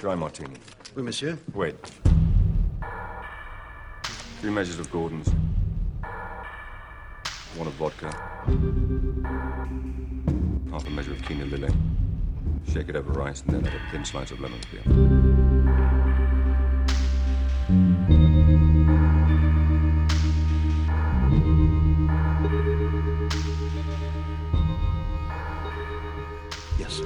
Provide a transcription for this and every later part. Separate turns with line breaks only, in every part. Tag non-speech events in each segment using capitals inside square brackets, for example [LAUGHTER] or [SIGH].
Dry martini.
Oui, monsieur.
Wait. Three measures of Gordon's. One of vodka. Half a measure of quinoa lily. Shake it over rice and then add a thin slice of lemon peel.
Yes.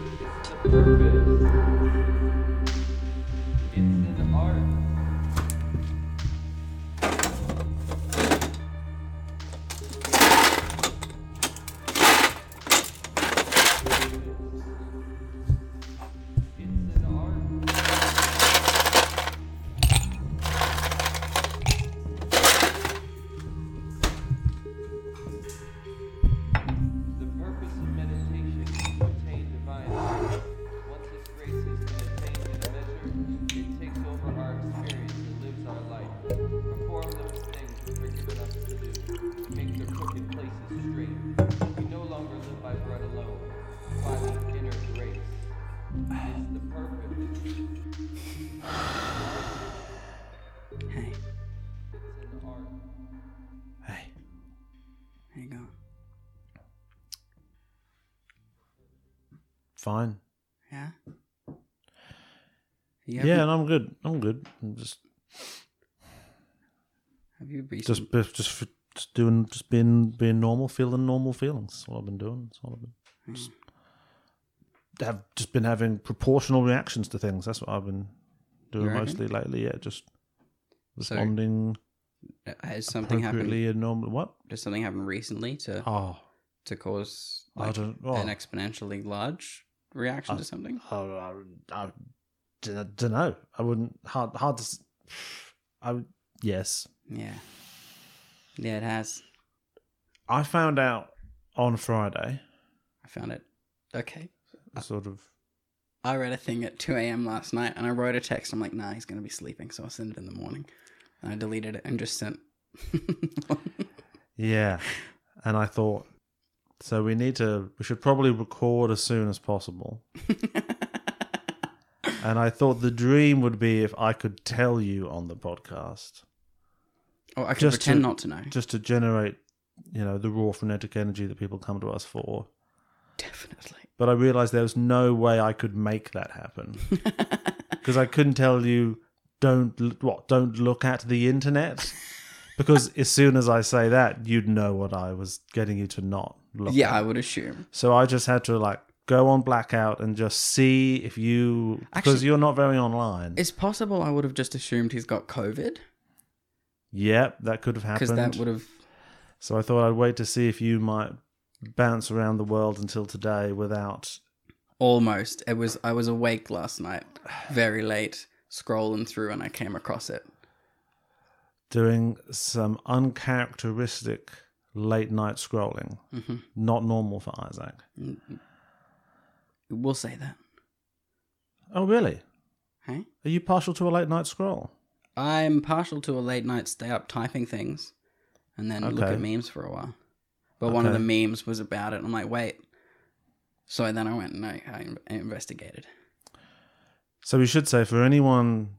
The purpose of meditation is to attain divine life. Once His grace has been attained in a measure, it takes over our experience and lives our life. Perform those things which are given us to do. Make the crooked places straight. We no longer live by bread alone, but by the inner grace. It's the purpose.
Hey,
It's an art.
Hey.
how you going?
Fine.
Yeah. You
Yeah,
haven't-
and I'm good. I'm good. I'm just
Have you been?
just just just, f- just doing just being being normal, feeling normal feelings. That's all I've been doing. That's all I've been
Hmm.
just have just been having proportional reactions to things. That's what I've been doing
You reckon?
mostly lately. Yeah, just
So-
responding
uh, has something happened?
appropriately and normal. What?
Does something happen recently to
Oh,
to cause
I
like,
don't- Uh, oh.
an exponentially large reaction to something?
I, I, I, don't know. I wouldn't hard hard to. s- I would- yes.
Yeah. Yeah, it has.
I found out on Friday.
I found it. Okay.
Sort of.
I read a thing at 2 a.m. last night and I wrote a text. I'm like, nah, he's going to be sleeping. So I'll send it in the morning. And I deleted it and just sent. [LAUGHS]
Yeah. And I thought, so we need to, we should probably record as soon as possible. and I thought the dream would be if I could tell you on the podcast,
oh, I could
Just
pretend
to-
not to know.
just to generate, you know, the raw frenetic energy that people come to us for.
[LAUGHS] Definitely. [LAUGHS]
But I realized there was no way I could make that happen because I couldn't tell you, don't, l- what, don't look at the internet. Because as soon as I say that, you'd know what I was getting you to not look
Yeah,
at.
I would assume.
So I just had to like go on blackout and just see if you because
Actually-
you're not very online.
It's possible I would have just assumed he's got COVID
Yep, that could have
because
happened.
that would have.
so I thought I'd wait to see if you might bounce around the world until today without.
Almost. It was. I was awake last night, very late, scrolling through, and I came across it.
Doing some uncharacteristic late night scrolling.
Mm-hmm.
Not normal for Isaac.
We'll say that.
Oh, really?
Hey,
Are you partial to a late night scroll?
I'm partial to a late night stay up typing things, and then look
Okay.
at memes for a while. But one of the
Okay.
memes was about it. and I'm like, wait. So then I went and I, I in- investigated. [LAUGHS]
So we should say for anyone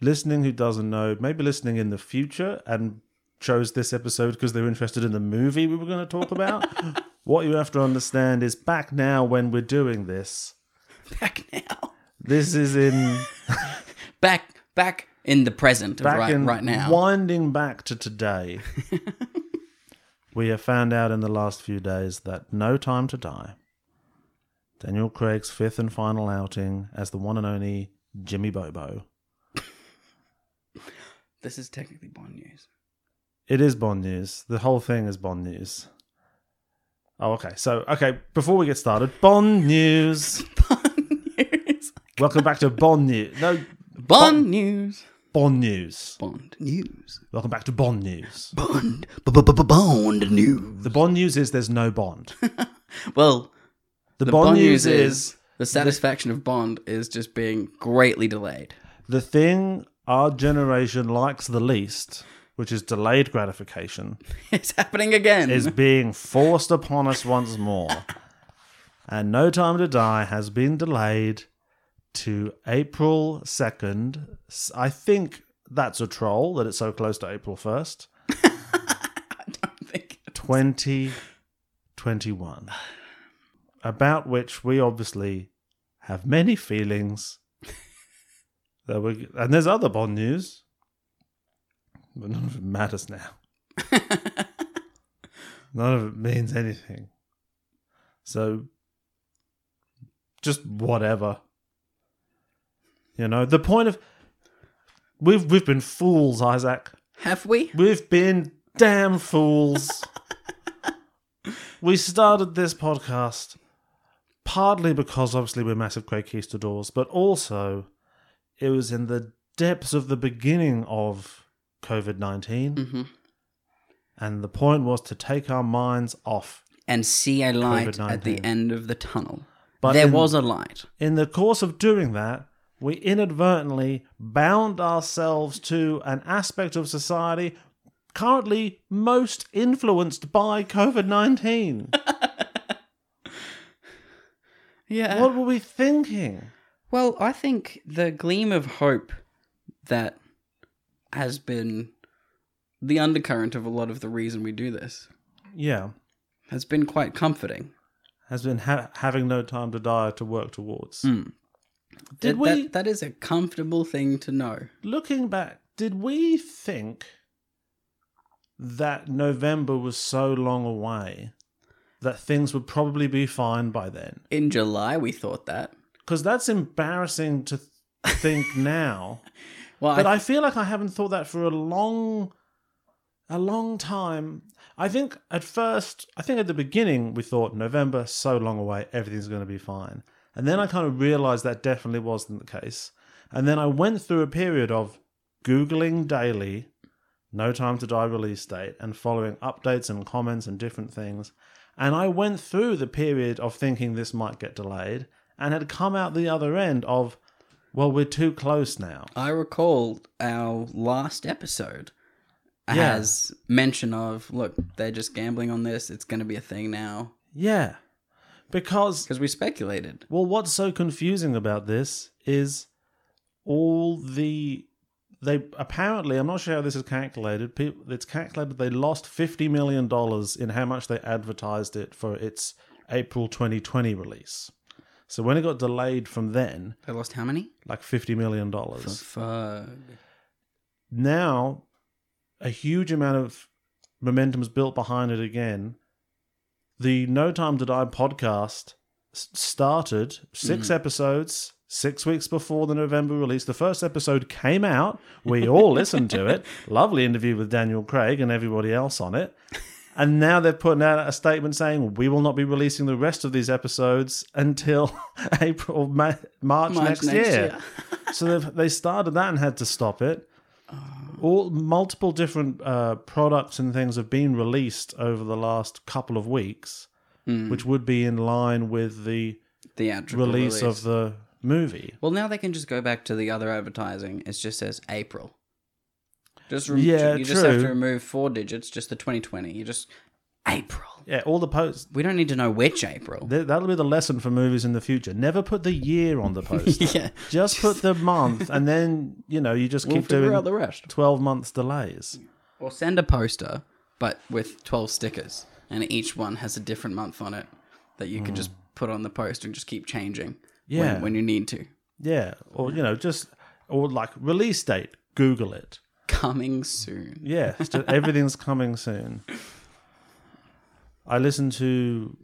listening who doesn't know, maybe listening in the future and chose this episode because they were interested in the movie we were going to talk
[LAUGHS]
about. what you have to understand is back now when we're doing this,
Back now.
this is
[LAUGHS]
in
Back. Back in the present. of
back
right.
in
right now.
winding back to
[LAUGHS]
today. we have found out in the last few days that No Time to Die, Daniel Craig's fifth and final outing as the one and only Jimmy Bobo.
This is technically Bond news. [LAUGHS]
It is Bond news. The whole thing is Bond news. Oh, okay. So, okay, before we get started, Bond news.
Bond news.
Welcome back to Bond news. No,
Bond news.
Bond news.
Bond news.
Welcome back to Bond news.
Bond. Bond news.
The Bond news is there's no [LAUGHS] Bond.
Well,
The,
the
Bond, news is
the satisfaction of Bond is just being greatly delayed. [LAUGHS]
the thing our generation likes the least, which is delayed gratification,
It's happening again. [LAUGHS]
is being forced upon us once more. And No Time to Die has been delayed to April 2nd. S- I think that's a troll that it's so close to April 1st,
I don't think.
2021. About which we obviously have many feelings. That we, and there's other Bond news, but none of it matters now. None of it means anything. So, just whatever. You know, the point of we've we've been fools, Isaac.
Have we?
We've been damn fools. we started this podcast partly because obviously we're massive Quakeistadors, but also it was in the depths of the beginning of COVID 19.
Mhm.
And the point was to take our minds off.
And see a light at
COVID-19.
the end of the tunnel.
But
there
in-
was a light.
In the course of doing that, we inadvertently bound ourselves to an aspect of society currently most influenced by COVID
[LAUGHS]
19.
Yeah.
what were we thinking?
Well, I think the gleam of hope that has been the undercurrent of a lot of the reason we do this
Yeah,
has been quite comforting.
has been ha- having no time to die to work towards.
Mm.
Did
That-
we,
that, that is a comfortable thing to know.
looking back, did we think that November was so long away that things would probably be fine by then?
In July, we thought that.
Because that's embarrassing to th- think now.
Well,
but
I,
I feel like I haven't thought that for a long, a long time. I think at first, I think at the beginning, we thought November so long away, everything's going to be fine. And then I kind of realized that definitely wasn't the case. And then I went through a period of googling daily, no time to die release date, and following updates and comments and different things. And I went through the period of thinking this might get delayed, and had come out the other end of, well, we're too close now.
I recall our last episode
Yeah.
has mention of look, they're just gambling on this. It's going to be a thing now
Yeah. Because,
because we speculated.
well, what's so confusing about this is all the. They apparently, I'm not sure how this is calculated. People, it's calculated they lost $50 million in how much they advertised it for its April 2020 release. So when it got delayed from then,
They lost how many?
like $50 million.
Fuck.
now a huge amount of momentum's built behind it again. The No Time to Die podcast s- started 6 episodes six weeks before the November release. The first episode came out. We all listened to [LAUGHS] it. Lovely interview with Daniel Craig and everybody else on it. And now they're putting out a statement saying we will not be releasing the rest of these episodes until [LAUGHS] April, Ma- March,
March
next,
next
year.
year.
so they've, they started that and had to stop it. All multiple different uh, products and things have been released over the last couple of weeks,
Hmm.
which would be in line with the
Theatrical
release, of the movie.
Well, now they can just go back to the other advertising. It just says April. Just rem-
Yeah,
you just have
true.
to remove four digits, just the 2020. You just April.
Yeah, all the posts.
We don't need to know which April.
th- That'll be the lesson for movies in the future. Never put the year on the post.
[LAUGHS] yeah,
Just put the month, and then you know you just
we'll
keep
figure
doing
out the rest.
twelve months delays.
Or send a poster, but with 12 stickers, and each one has a different month on it that you can just put on the poster and just keep changing. when-
Hmm. Yeah.
when, you need to.
Yeah, or you know just or like release date. Google it.
Coming soon.
Yeah, it's just- everything's coming soon. I listen to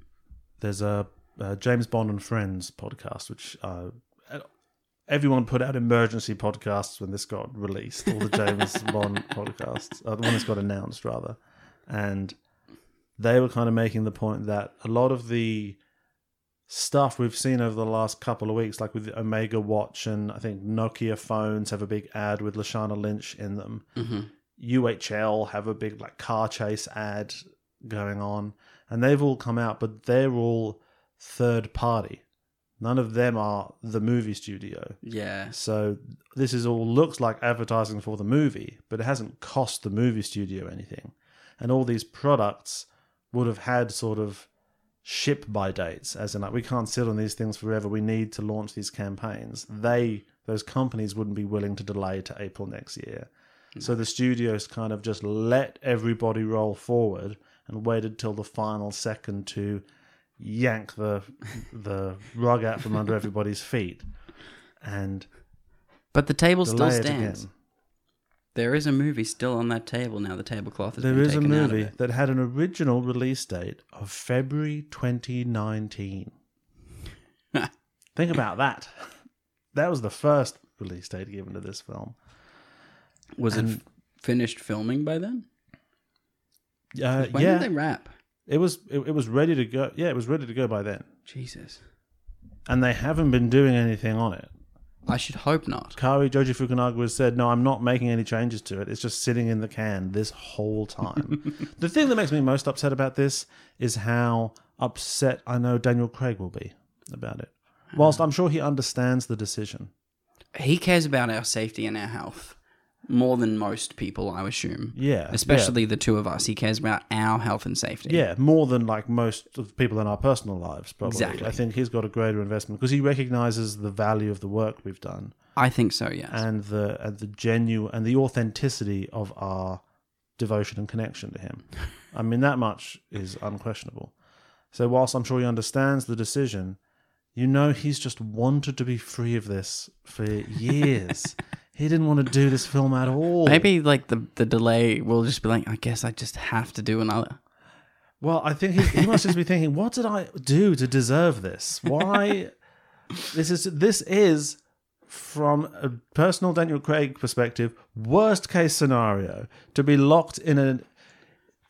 there's a, uh James Bond and Friends podcast, which uh, everyone put out emergency podcasts when this got released. All the James Bond podcasts, uh, the one that's got announced rather, and they were kind of making the point that a lot of the stuff we've seen over the last couple of weeks, like with the Omega Watch and I think Nokia phones have a big ad with Lashana Lynch in them. UHL have a big like car chase ad going on, and they've all come out, but they're all third party. None of them are the movie studio.
Yeah.
So this is all looks like advertising for the movie, but it hasn't cost the movie studio anything. And all these products would have had sort of ship by dates, as in like we can't sit on these things forever. We need to launch these campaigns. They those companies wouldn't be willing to delay to April next year. So the studios kind of just let everybody roll forward and waited till the final second to yank the the rug out from under everybody's feet. And
But the table still
delay it
stands.
again.
There is a movie still on that table now. The tablecloth has
There
been
is a
taken out of
movie
it. [LAUGHS]
that had an original release date of February 2019. Think about that. That was the first release date given to this film.
Was it f- finished filming by then?
Uh,
When
yeah,
did they wrap?
it was it, it was ready to go. Yeah, it was ready to go by then,
Jesus.
and they haven't been doing anything on it.
I should hope not.
Kari Joji Fukunaga has said, "No, I'm not making any changes to it. It's just sitting in the can this whole time." the thing that makes me most upset about this is how upset I know Daniel Craig will be about it. Whilst I'm sure he understands the decision,
He cares about our safety and our health more than most people, I assume.
Yeah,
Especially the two of us. He cares about our health and safety.
yeah, more than like most of the people in our personal lives. Probably,
Exactly.
I think he's got a greater investment because he recognizes the value of the work we've done
I think so, yes.
and the and the genuine and the authenticity of our devotion and connection to
[LAUGHS]
him. I mean, that much is unquestionable. So, whilst I'm sure he understands the decision, you know, he's just wanted to be free of this for
[LAUGHS]
years. he didn't want to do this film at all.
Maybe like the the delay will just be like, I guess I just have to do another.
Well, I think he, he must just be thinking, what did I do to deserve this? Why? this is this is from a personal Daniel Craig perspective, worst case scenario to be locked in an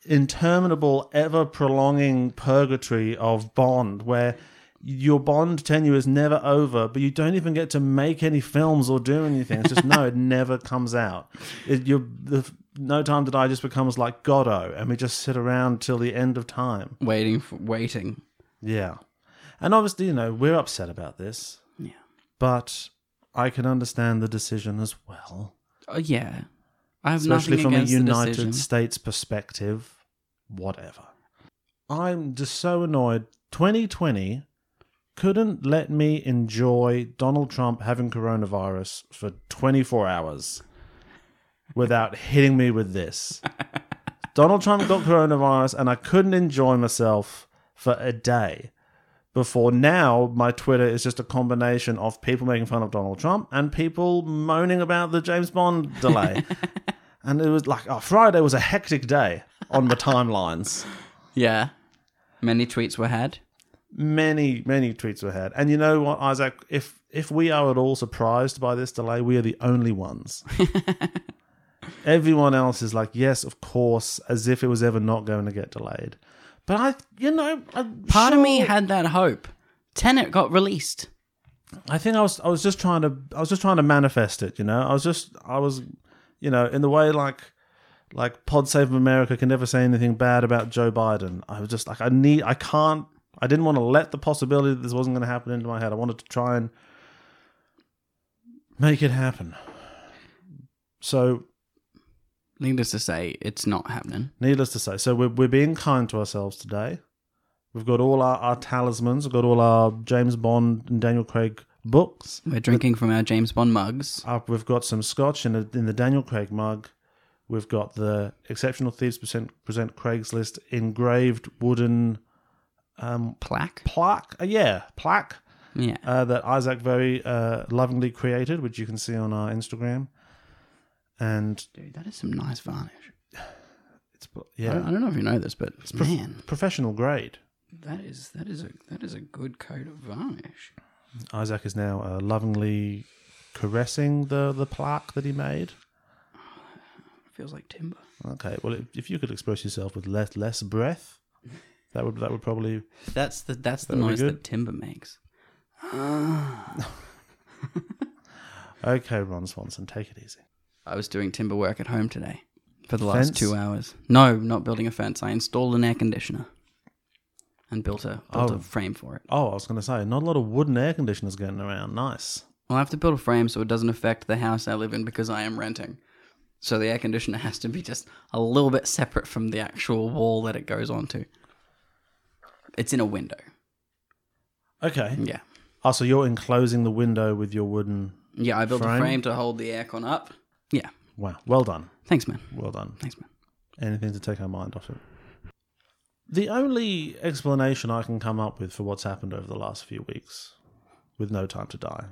interminable, ever prolonging purgatory of Bond, where your Bond tenure is never over, but you don't even get to make any films or do anything. It's just no, it [LAUGHS] never comes out. It, you're, the, no time to die just becomes like Godot, and we just sit around till the end of time.
Waiting for waiting.
Yeah, and obviously, you know, we're upset about this.
Yeah.
but I can understand the decision as well,
Oh yeah. I have
especially
nothing
from a
against the
United
decision.
States perspective. Whatever. I'm just so annoyed. 2020 couldn't let me enjoy Donald Trump having coronavirus for 24 hours without hitting me
[LAUGHS]
with this. Donald Trump got coronavirus and I couldn't enjoy myself for a day before now my twitter is just a combination of people making fun of donald trump and people moaning about the james bond
[LAUGHS]
delay and it was like oh, friday was a hectic day on my timelines
Yeah. Many tweets were had.
many many tweets were had and you know what isaac if if we are at all surprised by this delay we are the
[LAUGHS]
only ones everyone else is like yes of course as if it was ever not going to get delayed but i you know I'm
Part of me
sure-
had that hope. Tenet got released.
I think I was I was just trying to I was just trying to manifest it, you know. I was just I was you know, in the way like like Pod Save America can never say anything bad about Joe Biden. I was just like I need I can't I didn't want to let the possibility that this wasn't going to happen into my head. I wanted to try and make it happen. So,
Needless to say, it's not happening.
needless to say, so we're we're being kind to ourselves today. We've got all our, our talismans, we've got all our James Bond and Daniel Craig books.
We're drinking from our James Bond mugs.
up. We've got some scotch in, a, in the Daniel Craig mug. We've got the exceptional thieves present, present Craigslist engraved wooden
Plaque.
plaque. Uh, yeah, plaque
Yeah.
uh, that Isaac very uh, lovingly created, which you can see on our Instagram. And
Dude, that is some nice varnish.
it's
I, don't,
yeah,
I don't know if you know this, but Oh, man,
professional grade.
that is that is a that is a good coat of varnish.
Isaac is now uh, lovingly caressing the the plaque that he made.
feels like timber.
Okay, well, if- if you could express yourself with less less breath, that would that would probably
That's the that's the
That'll be
noise
good.
that timber makes. Ah.
okay. Ron Swanson, take it easy.
I was doing timber work at home today for the last
Fence?
two hours. No, not building a fence. I installed an air conditioner and built a built
Oh.
a frame for it.
Oh, I was going to say, not a lot of wooden air conditioners getting around. Nice.
Well, I have to build a frame so it doesn't affect the house I live in because I am renting. So the air conditioner [LAUGHS] has to be just a little bit separate from the actual wall that it goes onto. It's in a window.
Okay.
Yeah.
Oh, so you're enclosing the window with your wooden.
Yeah, I built
Frame?
a frame to hold the aircon up. Yeah.
Wow. Well done.
Thanks, man.
Well done.
Thanks, man.
Anything to take our mind off it. The only explanation I can come up with for what's happened over the last few weeks, with no time to die,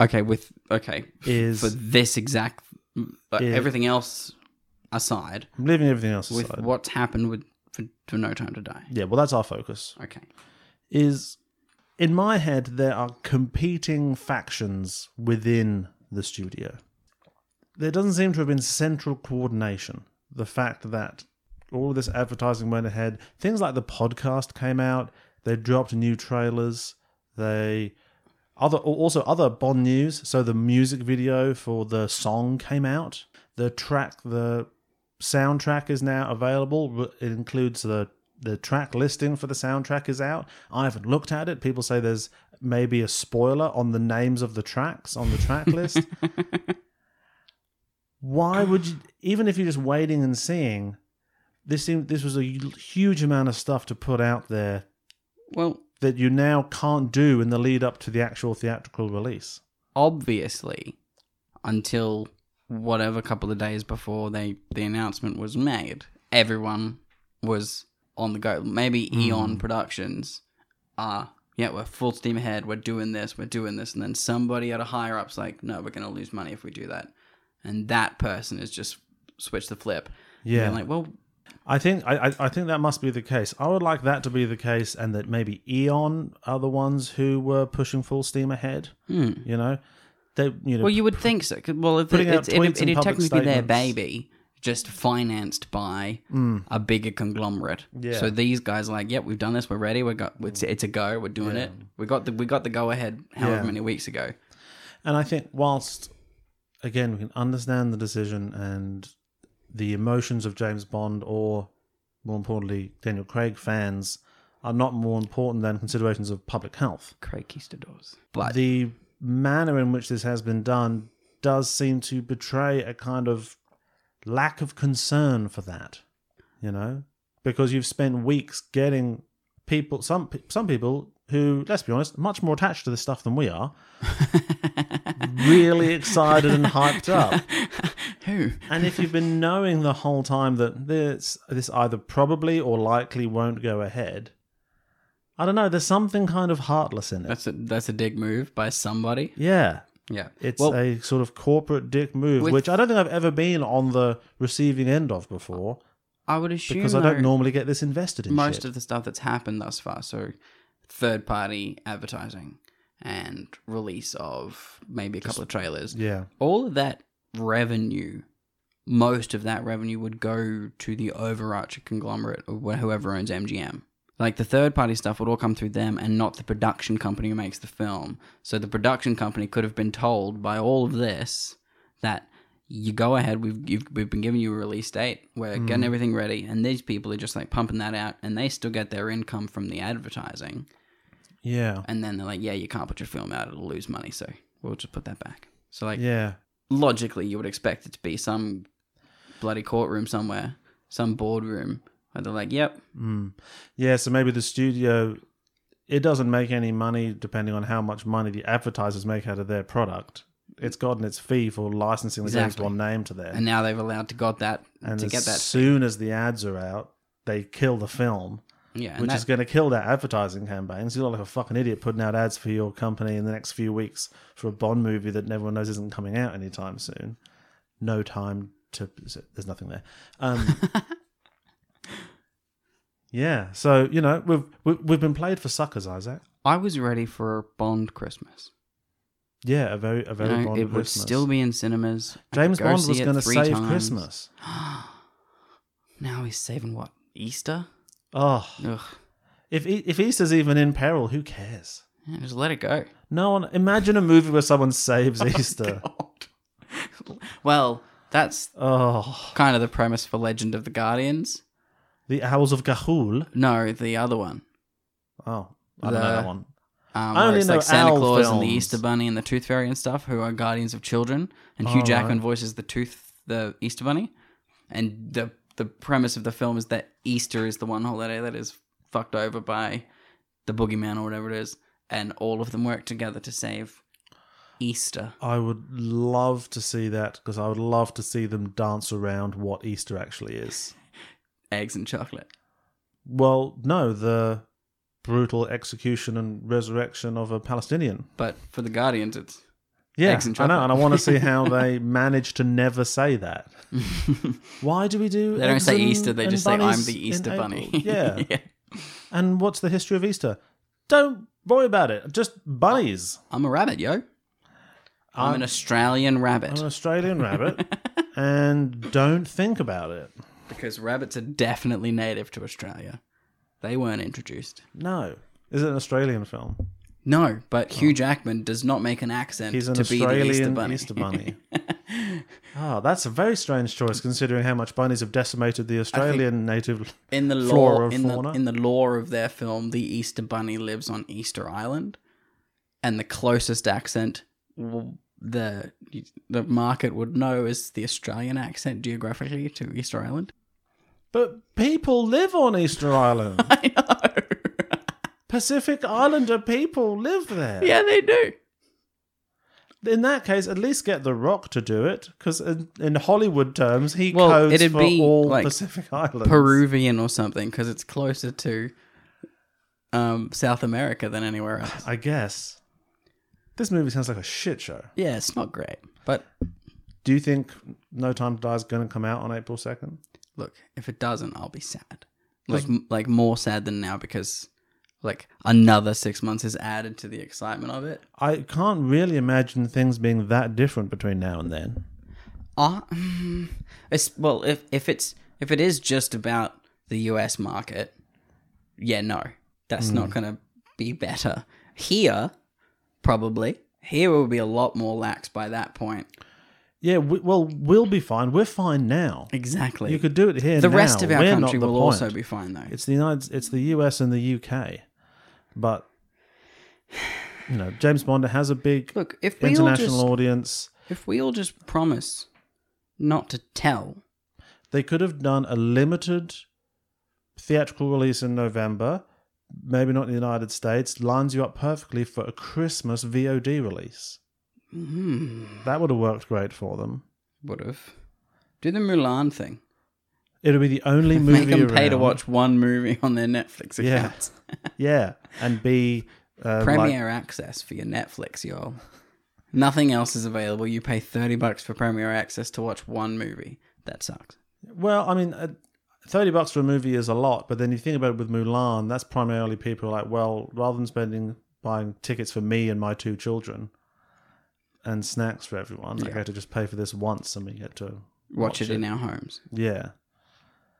Okay, with okay.
is
For this exact but
Yeah.
everything else aside,
I'm leaving everything else
with
aside.
what's happened with for, for no time to die.
yeah, well, that's our focus.
Okay.
Is in my head there are competing factions within the studio. There doesn't seem to have been central coordination. The fact that all of this advertising went ahead, things like the podcast came out, they dropped new trailers, they other also other Bond news. So the music video for the song came out. The track, the soundtrack is now available. It includes the the track listing for the soundtrack is out. I haven't looked at it. People say there's maybe a spoiler on the names of the tracks on the track list. Why would you even if you're just waiting and seeing this seemed, this was a huge amount of stuff to put out there
Well,
that you now can't do in the lead up to the actual theatrical release.
obviously until whatever couple of days before they the announcement was made everyone was on the go maybe eon productions are yeah we're full steam ahead we're doing this we're doing this and then somebody at a higher up's like no we're going to lose money if we do that and that person has just switched the flip And
Yeah.
they're like well
I think I, I- I think that must be the case. I would like that to be the case, and that maybe Eon are the ones who were pushing full steam ahead. You know, they you know
well you would think so 'cause- well if it,
Putting out
it's, it,
tweets
it,
and
it'd
public
technically be their
statements. Mm.
baby just financed by a bigger conglomerate.
Yeah.
So these guys are like, yep, we've done this. We're ready. We got it's, it's a go. We're doing it. We got the we got the go ahead however
Yeah.
many weeks ago.
And I think, whilst again, we can understand the decision and the emotions of James Bond, or more importantly, Daniel Craig fans, are not more important than considerations of public health.
Craig Kistadors. But
The manner in which this has been done does seem to betray a kind of lack of concern for that, you know, because you've spent weeks getting people, some pe- some people who, let's be honest, are much more attached to this stuff than
[LAUGHS]
we are, really excited and hyped up.
[LAUGHS] who?
And if you've been knowing the whole time that this this either probably or likely won't go ahead, I don't know. There's something kind of heartless in it.
That's a that's a dig move by somebody.
yeah.
Yeah.
It's
well,
a sort of corporate dick move,
With-
which I don't think I've ever been on the receiving end of before
I would assume
because I don't
though,
normally get this invested in
most
shit.
of the stuff that's happened thus far. So, third party advertising and release of maybe a couple of trailers.
yeah.
All of that revenue, most of that revenue would go to the overarching conglomerate of wh- whoever owns MGM. Like the third party stuff would all come through them and not the production company who makes the film. So the production company could have been told by all of this that you go ahead, we've, you've, we've been giving you a release date, we're getting everything ready. And these people are just like pumping that out and they still get their income from the advertising.
Yeah.
And then they're like, yeah, you can't put your film out, it'll lose money. So we'll just put that back. So, like,
Yeah.
logically you would expect it to be some bloody courtroom somewhere, some boardroom, where they're like, "Yep,
Yeah, so maybe the studio it doesn't make any money depending on how much money the advertisers make out of their product. It's gotten its fee for licensing the
Exactly.
James Bond name to there.
and now they've allowed to got that
And
to
as
get that,
soon as the ads are out, they kill the film,
yeah, and
which
that,
is going to kill their advertising campaigns. You look like a fucking idiot putting out ads for your company in the next few weeks for a Bond movie that everyone knows isn't coming out anytime soon. No time to. There's nothing there.
[LAUGHS]
Um, yeah, so you know we've we've we've been played for suckers, Isaac.
I was ready for a Bond Christmas.
Yeah, a very a
You
very
know,
Bond
it would
Christmas.
still be in cinemas. I could
James
go
Bond
see
was
it
going to
three
save
times.
Christmas.
Now he's saving what Easter?
Oh,
Ugh,
if E- if Easter's even in peril, who cares?
yeah, just let it go.
No one. Imagine a movie where someone [LAUGHS]
Oh
saves Easter.
well, that's
Oh,
kind of the premise for Legend of the Guardians.
the Owls of Gahul.
No, the other one.
Oh, I don't know
The-
that one.
Um,
I
where
only
it's
know
like Santa
owl
Claus and the
films.
Easter Bunny and the Tooth Fairy and stuff, who are guardians of children. And Hugh
All
Jackman
Oh, right.
voices the Tooth, the Easter Bunny. And the the premise of the film is that Easter is the one holiday that is fucked over by the boogeyman or whatever it is, and all of them work together to save Easter.
I would love to see that because I would love to see them dance around what Easter actually is.
Eggs and chocolate.
Well, no, the brutal execution and resurrection of a Palestinian.
But for the Guardians, it's
Yeah,
Eggs and
I know,
chocolate.
and I want to see how
[LAUGHS]
they manage to never say that. Why do we do?
they don't
eggs
say
and-
Easter. They
and
just say, "I'm
bunnies
the
in
Easter
April?"
Bunny." [LAUGHS]
yeah.
yeah,
And what's the history of Easter? Don't worry about it. Just bunnies.
I'm a rabbit, yo. I'm an Australian rabbit
I'm an Australian rabbit,
[LAUGHS]
and don't think about it.
because rabbits are definitely native to Australia. They weren't introduced.
No, is it an Australian film?
No, but Hugh Jackman does not make an accent
Oh. He's an
to be the
Australian
Easter Bunny.
Easter Bunny. oh, that's a very strange choice considering how much bunnies have decimated the Australian native.
[LAUGHS] in the
Flora
lore
and
in the,
fauna.
in the lore of their film, the Easter Bunny lives on Easter Island, and the closest accent w- the the market would know is the Australian accent geographically to Easter Island. [LAUGHS]
But people live on
[LAUGHS]
Easter Island.
I know.
Pacific Islander people live there.
yeah, they do.
In that case, at least get The Rock to do it, because in, in Hollywood terms, he
Well,
codes
it'd
for
be,
all
like,
Pacific Islands.
Peruvian or something because it's closer to um, South America than anywhere else.
I guess. This movie sounds like a shit show.
Yeah, it's not great. But
Do you think No Time to Die is going to come out on April 2nd?
look, if it doesn't, I'll be sad. Like, m- like more sad than now because like another six months is added to the excitement of it.
I can't really imagine things being that different between now and then.
Ah, [LAUGHS] mm, it's well, if if it's if it is just about the U.S. market, yeah, no, that's not gonna be better here. Probably here will be a lot more lax by that point.
Yeah, we, well, we'll be fine. We're fine now.
Exactly.
You could do it here.
the
now.
rest of our
We're not
country
the
will
point.
also be fine though.
It's the United. It's the U.S. and the U.K. But [SIGHS] you know, James Bond has a big
Look, if we all
international
just
audience.
if we all just promise not to tell,
They could have done a limited theatrical release in November, maybe not in the United States. Lines you up perfectly for a Christmas VOD release.
Hmm.
That would have worked great for them.
would have do the Mulan thing.
It'll be the only movie
[LAUGHS] Make them pay to
around-
watch one movie on their Netflix
Yeah.
accounts.
Yeah, and be uh, like-
Premiere access for your Netflix, y'all. Nothing else is available. You pay thirty bucks for Premiere access to watch one movie. That sucks.
Well, I mean, uh, thirty bucks for a movie is a lot, but then you think about it with Mulan, that's primarily people like, well, rather than spending buying tickets for me and my two children and snacks for everyone, I go to just pay for this once and we get to
Watch, it, in our homes.
yeah.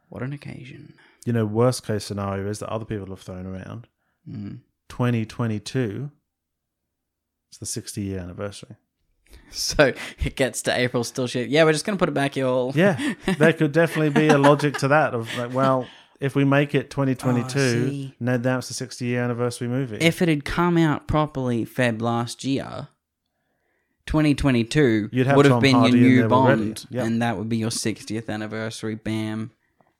What an occasion.
You know, worst case scenario is that other people have thrown around
Mm. [LAUGHS]
twenty twenty two. It's the sixty year anniversary.
So it gets to April still shit. Yeah, we're just gonna put it back, y'all.
Yeah,
[LAUGHS]
there could definitely be a logic to that of like, well, if we make it twenty twenty two,
see.
no doubt it's a sixty year anniversary movie.
If it had come out properly Feb last year, 2022
You'd have
would have
Tom
been
Hardy in
your
there
new
already.
Bond,
Yeah.
and that would be your 60th anniversary. Bam,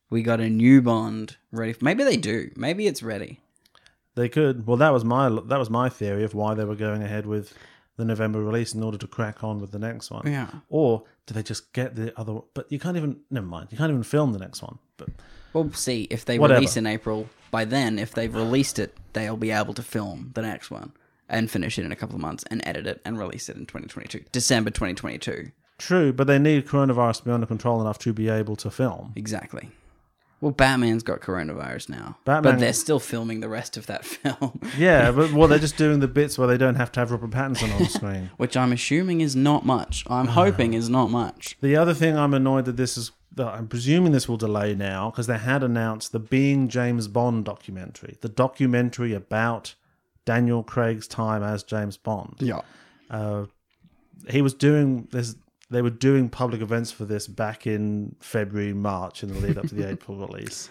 we got a new Bond ready. Maybe they do. Maybe it's ready.
They could. Well, that was my that was my theory of why they were going ahead with the November release in order to crack on with the next one.
Yeah.
Or do they just get the other? But you can't even. Never mind. You can't even film the next one. But
We'll see if they
Whatever.
release in April. By then, if they've released it, they'll be able to film the next one and finish it in a couple of months and edit it and release it in 2022, December 2022.
true. But they need coronavirus to be under control enough to be able to film.
Exactly. Well, Batman's got coronavirus now,
Batman-
but they're still filming the rest of that [LAUGHS] film.
Yeah. But well, they're just doing the bits where they don't have to have Robert Pattinson on screen.
which I'm assuming is not much. I'm hoping is not much.
The other thing I'm annoyed that this is that I'm presuming this will delay now because they had announced the Being James Bond documentary, the documentary about Daniel Craig's time as James Bond. Uh,
Yeah.
he was doing this they were doing public events for this back in February, March in the lead
[LAUGHS]
up to the April release.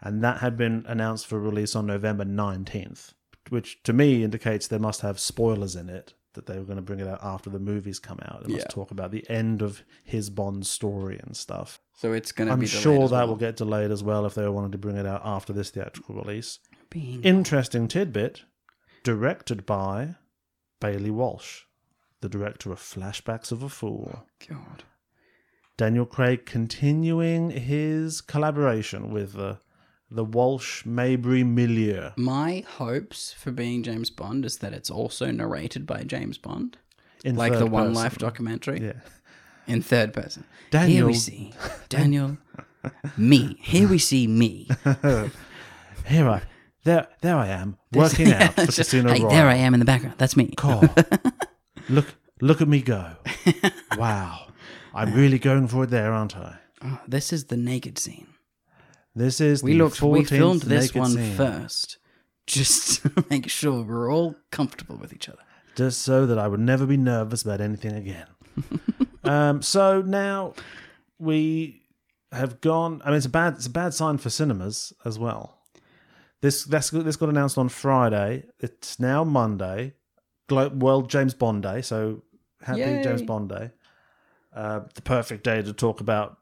And that had been announced for release on November 19th, which to me indicates they must have spoilers in it that they were going to bring it out after the movies come out. It must
Yeah.
talk about the end of his Bond story and stuff.
So it's going to
I'm
be.
sure that will get delayed as well if they wanted to bring it out after this theatrical release.
Being
Interesting tidbit, directed by Bailey Walsh, the director of Flashbacks of a Fool.
God.
Daniel Craig continuing his collaboration with the the Walsh Mabry milieu.
My hopes for being James Bond is that it's also narrated by James Bond,
In
like the
third
One
person.
Life documentary
Yeah.
in third person. Here we
Daniel-
see Daniel, me. Here we see me.
Here I there there I am [LAUGHS]
[LAUGHS]
working out for Casino
hey,
Royale.
there I am in the background. That's me. [LAUGHS]
God, look look at me go! Wow, I'm really going for it there, aren't I?
Oh, this is the naked scene.
This is
We
the
looked. We
14th
filmed this
naked
one first, [LAUGHS]
scene.
just to make sure we're all comfortable with each other.
just so that I would never be nervous about anything again. um, so now we have gone. I mean, it's a bad it's a bad sign for cinemas as well. This that's this got announced on Friday. It's now Monday, Glo- World James Bond Day. So happy
Yay.
James Bond Day. Uh, the perfect day to talk about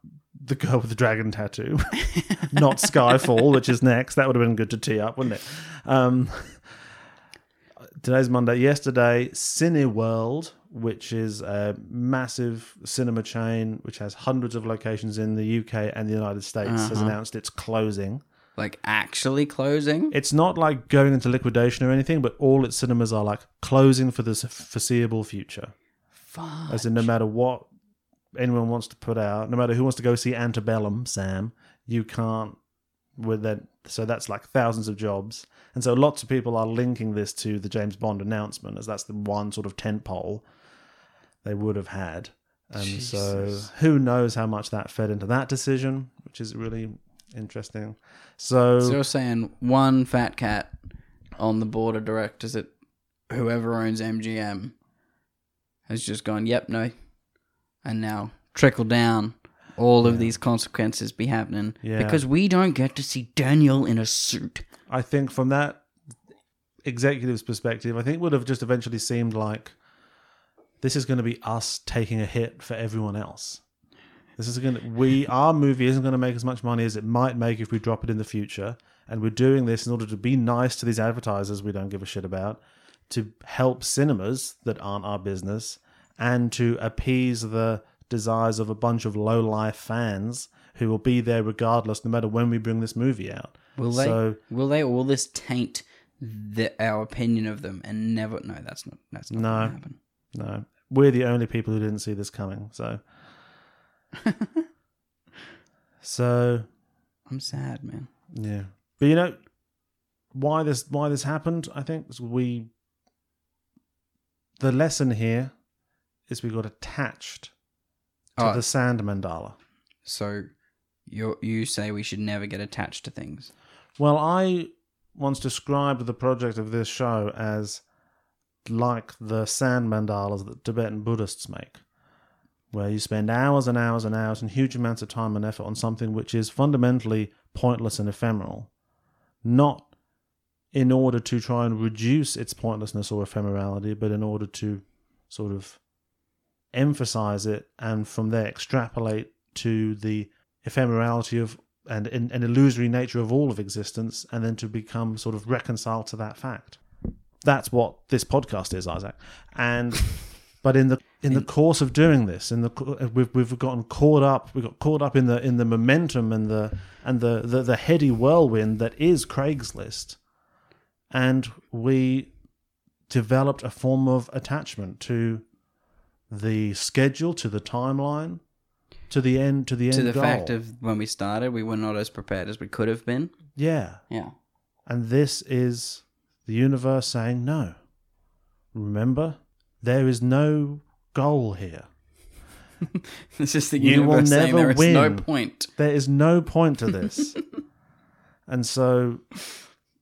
the girl with the dragon tattoo, [LAUGHS] not Skyfall, which is next. That would have been good to tee up, wouldn't it? Um, today's Monday. Yesterday, Cineworld, which is a massive cinema chain which has hundreds of locations in the UK and the United States, has announced it's closing.
Like actually closing.
It's not like going into liquidation or anything, but all its cinemas are like closing for the foreseeable future.
Fuck.
As in, no matter what anyone wants to put out, no matter who wants to go see Antebellum, Sam, you can't. With that, so that's like thousands of jobs, and so lots of people are linking this to the James Bond announcement, as that's the one sort of tentpole they would have had. And
Jesus.
so, who knows how much that fed into that decision, which is really interesting. So,
So you're saying one fat cat on the board of directors at whoever owns MGM has just gone, yep, no. And now trickle down all of these consequences be happening
Yeah.
because we don't get to see Daniel in a suit.
I think from that executive's perspective, I think it would have just eventually seemed like this is going to be us taking a hit for everyone else. This is going to we our movie isn't going to make as much money as it might make if we drop it in the future, and we're doing this in order to be nice to these advertisers we don't give a shit about, to help cinemas that aren't our business, and to appease the desires of a bunch of low life fans who will be there regardless, no matter when we bring this movie out.
Will they?
So-
will they? Or will this taint the, our opinion of them and never? No, that's not. That's not
No.
going to happen.
No, we're the only people who didn't see this coming. So, so
I'm sad, man.
yeah. But you know why this why this happened? I think is we the lesson here is we got attached to
Oh.
the sand mandala.
So you you say we should never get attached to things.
Well, I once described the project of this show as like the sand mandalas that Tibetan Buddhists make, where you spend hours and hours and hours and huge amounts of time and effort on something which is fundamentally pointless and ephemeral, not in order to try and reduce its pointlessness or ephemerality, but in order to sort of emphasize it and from there extrapolate to the ephemerality of and an an illusory nature of all of existence and then to become sort of reconciled to that fact that's what this podcast is isaac
[LAUGHS]
and but in the in the course of doing this in the co- uh, we've, we've gotten caught up we got caught up in the in the momentum and the and the the, the heady whirlwind that is craigslist and we developed a form of attachment to the schedule to the timeline to the end to the end
to the
goal.
fact of when we started, we were not as prepared as we could have been.
yeah
[LAUGHS] Yeah.
and this is the universe saying no remember there is no goal here
This is the
You will
universe saying
never
there is no
win.
point.
There is no point to this. and so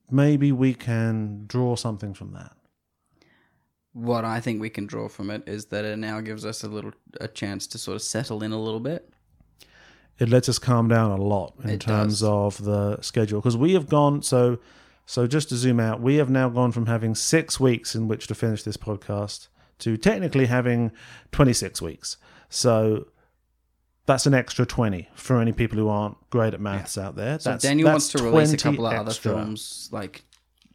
maybe we can draw something from that.
What I think we can draw from it is that it now gives us a little a chance to sort of settle in a little bit.
It lets us calm down a lot in
It
terms
does.
of the schedule because we have gone so so just to zoom out, we have now gone from having 6 weeks in which to finish this podcast to technically having 26 weeks. So that's an extra 20 for any people who aren't great at maths out there.
So
that's,
Daniel wants
that's
to release a
20
couple of other
extra.
films like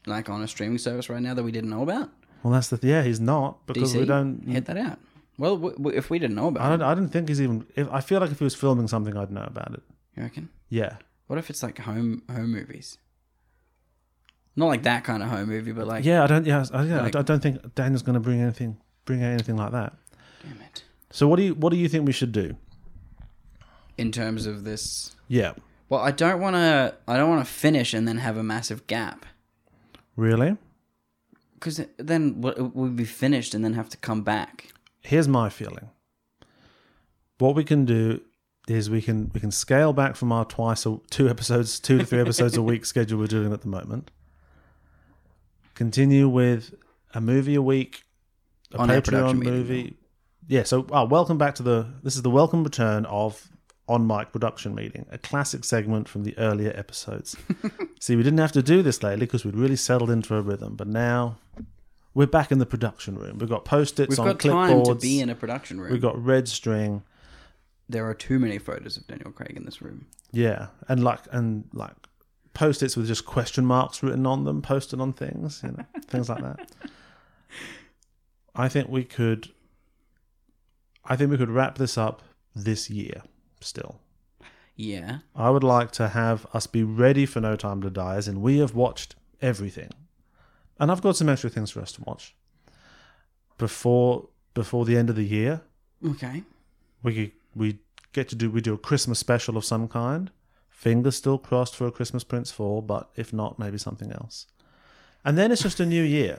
like on a streaming service right now that we didn't know about.
Well, that's the yeah. He's not because
DC,
we don't.
hit that out. Well, w- w- if we didn't know
I
about
don't. I don't think he's even. If, I feel like if he was filming something, I'd know about it.
it, you reckon?
Yeah.
What if it's like home home movies? Not like that kind of home movie, but like
Yeah. I don't. Yeah. I, yeah, I
Like-
don't- I don't think Daniel's going to bring anything. Bring out anything like that.
damn it.
So what do you what do you think we should do?
In terms of this,
Yeah.
well, I don't want to. I don't want to finish and then have a massive gap
Really?
because then w- we'd be finished and then have to come back.
Here's my feeling. What we can do is we can we can scale back from our twice or two episodes, two to
[LAUGHS]
three episodes a week schedule we're doing at the moment. Continue with a movie a week, a
On our production
Patreon
meeting,
movie. Yeah, so oh, welcome back to the this is the welcome return of on mic production meeting, a classic segment from the earlier episodes. See, we didn't have to do this lately because we'd really settled into a rhythm, but now we're back in the production room. We've got post-its
We've
on
got time
clipboards.
to be in a production room.
We've got red string.
there are too many photos of Daniel Craig in this room.
Yeah, and like and like post-its with just question marks written on them, posted on things, you know, [LAUGHS] things like that. I think we could. I think we could wrap this up this year. Still,
Yeah,
I would like to have us be ready for No Time to Die, as in we have watched everything, and I've got some extra things for us to watch before before the end of the year.
okay.
we we get to do we do a Christmas special of some kind. Fingers still crossed for a Christmas Prince four, but if not, maybe something else. And then it's just a new year,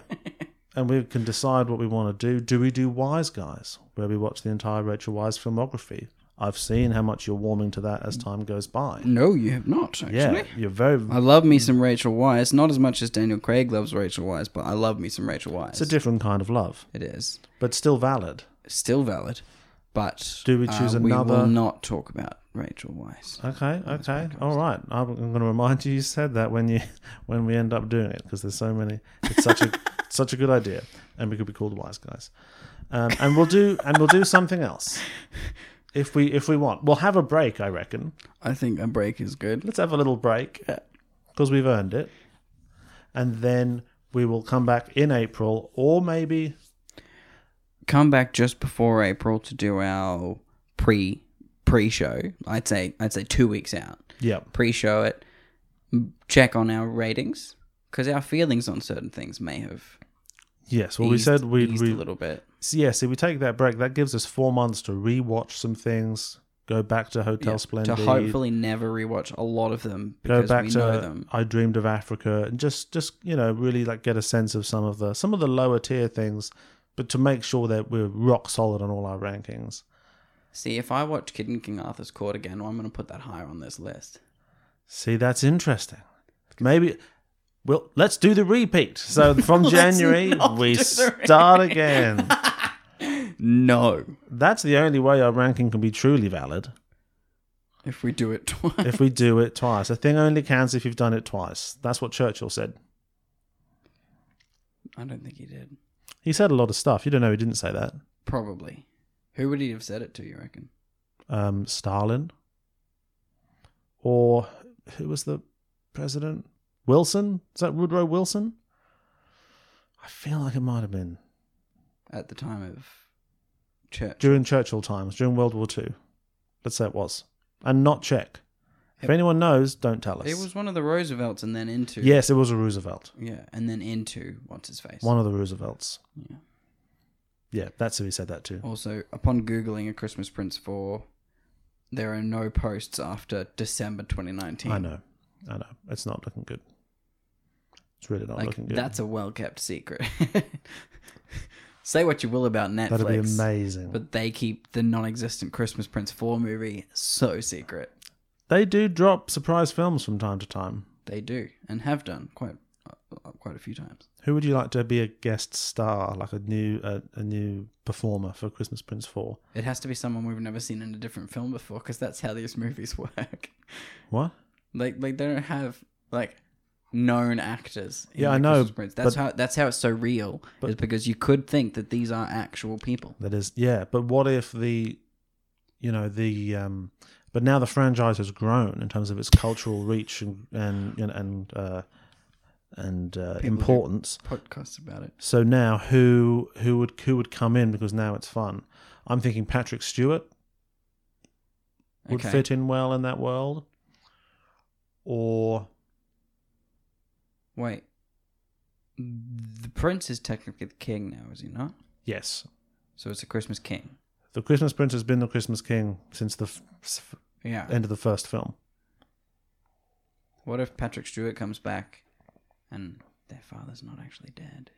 and we can decide what we want to do. Do we do Wise Guys, where we watch the entire Rachel Wise filmography? I've seen how much you're warming to that as time goes by.
No, you have not actually.
Yeah, you're very.
I love me some Rachel Weisz, not as much as Daniel Craig loves Rachel Weisz, but I love me some Rachel Weisz.
It's a different kind of love,
it is
but still valid.
still valid, but uh,
Do we choose
We will
another-
not talk about Rachel Weisz.
Okay, okay, all right. I'm going to remind you. You said that when you [LAUGHS] when we end up doing it because there's so many. It's
[LAUGHS]
such a such a good idea, and we could be called wise guys. Um, and we'll do and we'll do something else if we if we want. We'll have a break, I reckon.
I think a break is good.
Let's have a little break because we've earned it, and then we will come back in April or maybe
Come back just before April to do our pre pre show. I'd say I'd say two weeks out.
yeah
Pre show it. m- Check on our ratings because our feelings on certain things may have
yes. Well, we
eased-
said we'd
eased
we,
a little bit.
So, yeah, so we take that break. That gives us four months to rewatch some things, go back to Hotel
to
Splendid,
hopefully never rewatch a lot of them
go
because
back
we
to
know them.
I Dreamed of Africa, and just just you know really like get a sense of some of the some of the lower tier things, but to make sure that we're rock solid on all our rankings.
See, if I watch Kid in King Arthur's Court again, well, I'm going to put that higher on this list.
See, that's interesting. Maybe. Well, let's do the
[LAUGHS]
repeat. So from January, we start again.
No,
That's the only way our ranking can be truly valid.
if we do it [LAUGHS] twice.
if we do it twice. A thing only counts if you've done it twice. That's what Churchill said.
I don't think he did.
He said a lot of stuff. You don't know he didn't say that.
Probably. Who would he have said it to? You reckon?
Um, Stalin, or who was the president? Wilson? Is that Woodrow Wilson? I feel like it might have been
At the time of church,
during Churchill times, during World War Two. Let's say it was, and not Czech. If anyone knows, don't tell us.
it was one of the Roosevelts, and then into
yes, it was a Roosevelt,
yeah, and then into what's his face.
one of the Roosevelts.
Yeah.
Yeah, that's who he said that to.
Also, upon googling a Christmas Prince four, there are no posts after December 2019.
I know, I know. It's not looking good. It's really not
Like
looking good.
that's a well kept secret. [LAUGHS] Say what you will about Netflix.
That'd be amazing.
But they keep the non-existent Christmas Prince 4 movie so secret.
They do drop surprise films from time to time.
They do and have done quite uh, quite a few times.
Who would you like to be a guest star, like a new a, a new performer for Christmas Prince Four?
It has to be someone we've never seen in a different film before because that's how these movies [LAUGHS] work.
What?
like like they don't have like known actors. in
Yeah, I
the
know,
Christmas Prince. That's
but-
how that's how it's so real is because you could think that these are actual people.
That is, yeah. But what if the, you know the, um, but now the franchise has grown in terms of its cultural reach and and and, and uh, and uh, importance.
Podcast about it.
So now who who would who would come in because now it's fun. I'm thinking Patrick Stewart would
Okay.
fit in well in that world. Or
Wait. The prince is technically the king now, is he not?
yes,
So it's a Christmas king.
the Christmas Prince has been the Christmas King since the f- s-
Yeah.
end of the first film.
what if Patrick Stewart comes back and their father's not actually dead?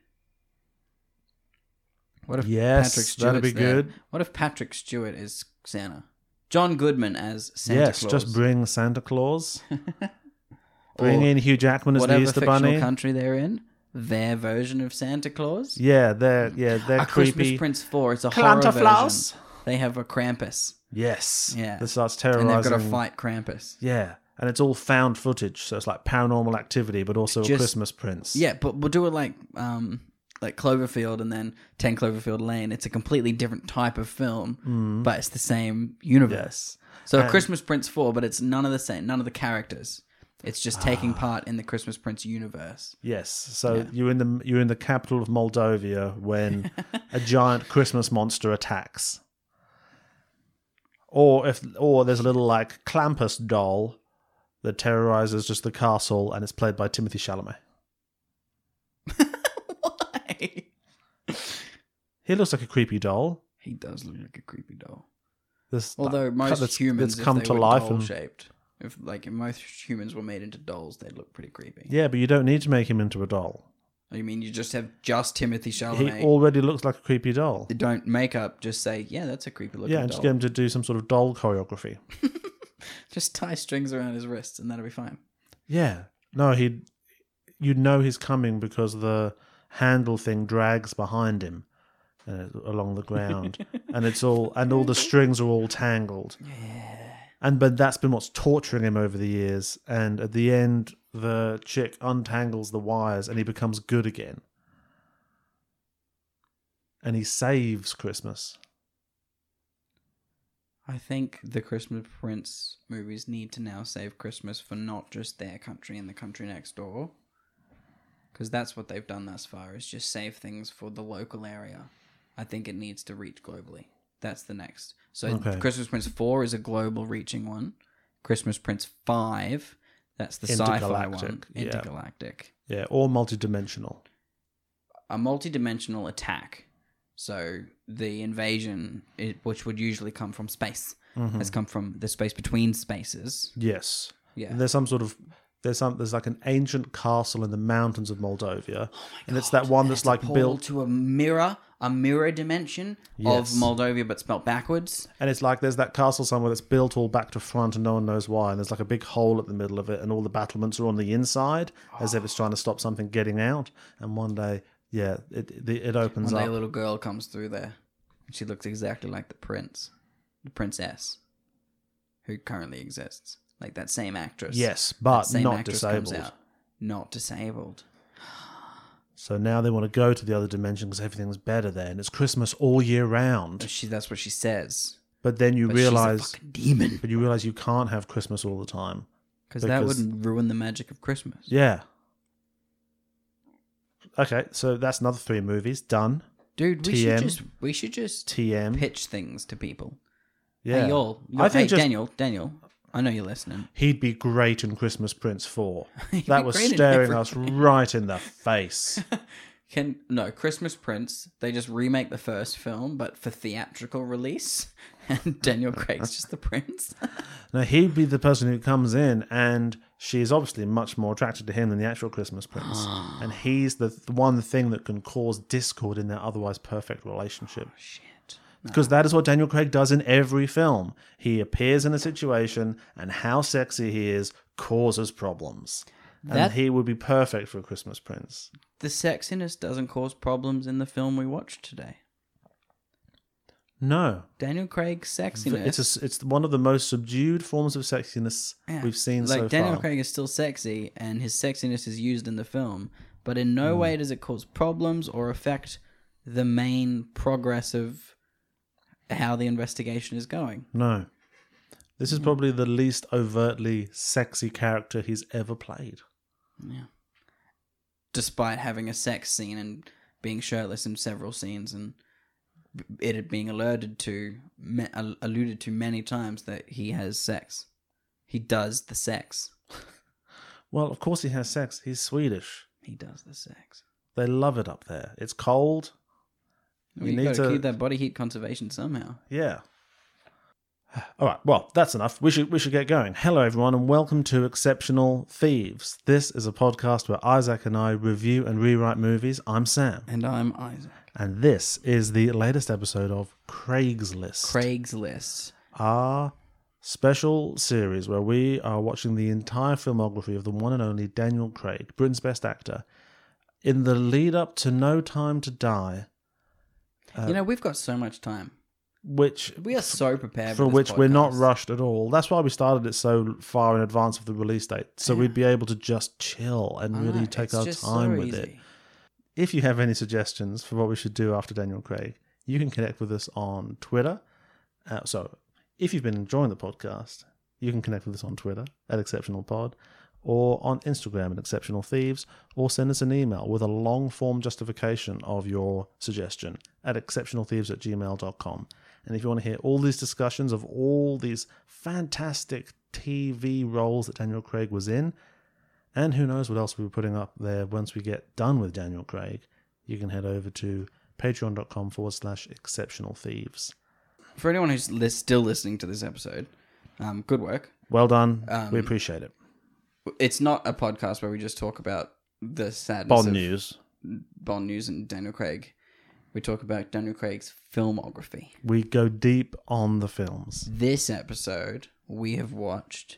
What if
Yes,
Patrick Stewart's
that'd be
there?
good.
What if Patrick Stewart is Santa? John Goodman as Santa
yes,
Claus.
just bring Santa
[LAUGHS]
Claus.
Or
bring in Hugh Jackman as the
whatever
Easter
fictional
Bunny.
country they're in, their version of Santa Claus.
Yeah, they're yeah they're
a
creepy.
Christmas Prince Four. It's a horror
Claus.
version. They have a Krampus,
Yes,
Yeah.
That starts
and
terrorizing.
they've got to fight Krampus.
Yeah, and it's all found footage, so it's like paranormal activity, but also a
Just-
Christmas Prince.
Yeah, but we'll do it like um like Cloverfield and then Ten Cloverfield Lane. It's a completely different type of film,
Mm.
but it's the same universe. So a Christmas Prince Four, but it's none of the same, none of the characters. It's just
Ah.
taking part in the Christmas Prince universe. [LAUGHS]
Yes. So you're in the you're in the capital of Moldova
[LAUGHS]
when a giant Christmas monster attacks. Or if or there's a little like Clampus doll that terrorizes just the castle and it's played by Timothy Chalamet.
Why?
He looks like a creepy doll.
He does look like a creepy doll.
This
Although
like,
most
that's-
humans,
that's come
if they
to
were
life
doll
and
shaped. If like if most humans were made into dolls, they'd look pretty creepy.
yeah, but you don't need to make him into a doll.
I mean, you just have just Timothy
He
Chalamet.
already looks like a creepy doll.
They don't makeup. Just say, yeah, that's a creepy looking
Yeah, and
doll.
just get him to do some sort of doll choreography.
Just tie strings around his wrists and that'll be fine.
Yeah. No, he you know he's coming because the handle thing drags behind him uh, along the ground and it's all and all the strings are all tangled. Yeah. And but that's been what's torturing him over the years and at the end the chick untangles the wires and he becomes good again. And he saves Christmas.
I think the Christmas Prince movies need to now save Christmas for not just their country and the country next door. Because that's what they've done thus far, is just save things for the local area. I think it needs to reach globally. That's the next. So
Okay.
Christmas Prince 4 is a global reaching one. Christmas Prince 5, that's the sci fi one.
Intergalactic, yeah.
Intergalactic.
Yeah, or multidimensional.
a multi-dimensional attack. So the invasion, it, which would usually come from space,
Mm-hmm.
has come from the space between spaces.
Yes.
Yeah.
There's some sort of there's some there's like an ancient castle in the mountains of
Oh
Moldova, and it's that one that's, like
Portal
built,
to a mirror, a mirror dimension
Yes.
of Moldova, but spelt backwards.
and it's like there's that castle somewhere that's built all back to front, and no one knows why. And there's like a big hole at the middle of it, and all the battlements are on the inside, as if it's trying to stop something getting out. And one day, yeah, it it, it opens
One day, a
up.
little girl comes through there, and she looks exactly like the prince, the princess, who currently exists, like that same actress.
Yes, but
same
not
actress comes
disabled.
out, not disabled.
So now they want to go to the other dimension because everything's better there, and it's Christmas all year round.
She, that's what she says.
But then you
But
realize,
she's a fucking demon.
but you realize you can't have Christmas all the time.
Because that
Because-
would ruin the magic of Christmas.
Yeah. Okay, so that's another three movies done.
Dude, we should
TM.
just we should just
TM.
pitch things to people.
yeah.
Hey, y'all.
I
I
think
hey,
just-
Daniel, Daniel, I know you're listening.
He'd be great in Christmas Prince 4.
[LAUGHS] He'd
that
be
was
great in
staring us
[LAUGHS]
right in the face.
Can no Christmas Prince? They just remake the first film, but for theatrical release, [LAUGHS] and Daniel Craig's just the prince. [LAUGHS]
now, he'd be the person who comes in, and she's obviously much more attracted to him than the actual
[GASPS]
Christmas Prince. and he's the th- one thing that can cause discord in their otherwise perfect relationship.
Shit.
Because that is what Daniel Craig does in every film. He appears in a situation, and how sexy he is causes problems.
That-
And he would be perfect for a Christmas Prince.
The sexiness doesn't cause problems in the film we watched today.
No,
Daniel Craig's sexiness.
it's a s it's one of the most subdued forms of sexiness
Yeah.
we've seen
Like
so
Daniel
far.
Craig is still sexy, and his sexiness is used in the film, but in
Hmm.
no way does it cause problems or affect the main progress of how the investigation is going.
No, this is probably the least overtly sexy character he's ever played.
despite having a sex scene and being shirtless in several scenes and b- it being alerted to me- al- alluded to many times that he has sex he does the sex
Well, of course he has sex. He's Swedish.
he does the sex
They love it up there. It's cold.
we
You need
got to
to-
keep that body heat conservation somehow
Yeah. All right. Well, that's enough. We should we should get going. Hello, everyone, and welcome to Exceptional Thieves. This is a podcast where Isaac and I review and rewrite movies. I'm Sam,
and i'm isaac
and this is the latest episode of Craigslist.
craigslist
our special series where we are watching the entire filmography of the one and only Daniel Craig, Britain's best actor, in the lead up to No Time to Die,
you know we've got so much time
which
we are so prepared
for
this
which we're not
podcast.
rushed at all. That's why we started it so far in advance of the release date, so we'd be able to just chill and
I
really
know,
take
it's
our time
just so
with it.
easy.
If you have any suggestions for what we should do after Daniel Craig, you can connect with us on Twitter. Uh, so, if you've been enjoying the podcast, you can connect with us on Twitter at Exceptional Pod, or on Instagram at Exceptional Thieves, or send us an email with a long form justification of your suggestion at exceptionalthieves at gmail.com. And if you want to hear all these discussions of all these fantastic TV roles that Daniel Craig was in, and who knows what else we'll be putting up there once we get done with Daniel Craig, you can head over to patreon.com forward slash exceptional thieves.
for anyone who's lis- still listening to this episode um, good work
Well done.
Um,
we appreciate it.
it's not a podcast where we just talk about the sadness
Bond
of
news.
Bond news and Daniel Craig. We talk about Daniel Craig's filmography.
We go deep on the films.
This episode we have watched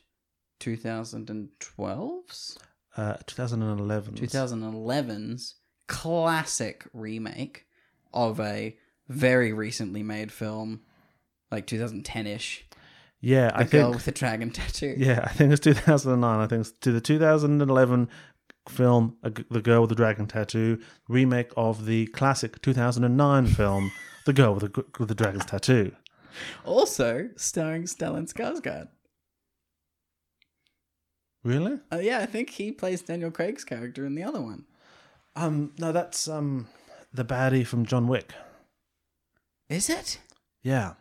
2012's
Uh, 2011.
2011's classic remake of a very recently made film like 2010ish
Yeah,
The
I
Girl
think.
with the Dragon [LAUGHS] Tattoo.
Yeah, I think it's 2009. I think it's to the 2011 film, A G- The Girl with the Dragon Tattoo, remake of the classic 2009 film, The Girl with the, G- with the Dragon's Tattoo.
Also starring Stellan Skarsgård.
Really?
Uh, yeah, I think he plays Daniel Craig's character in the other one.
Um, no, that's um, the baddie from John Wick.
Is it?
Yeah.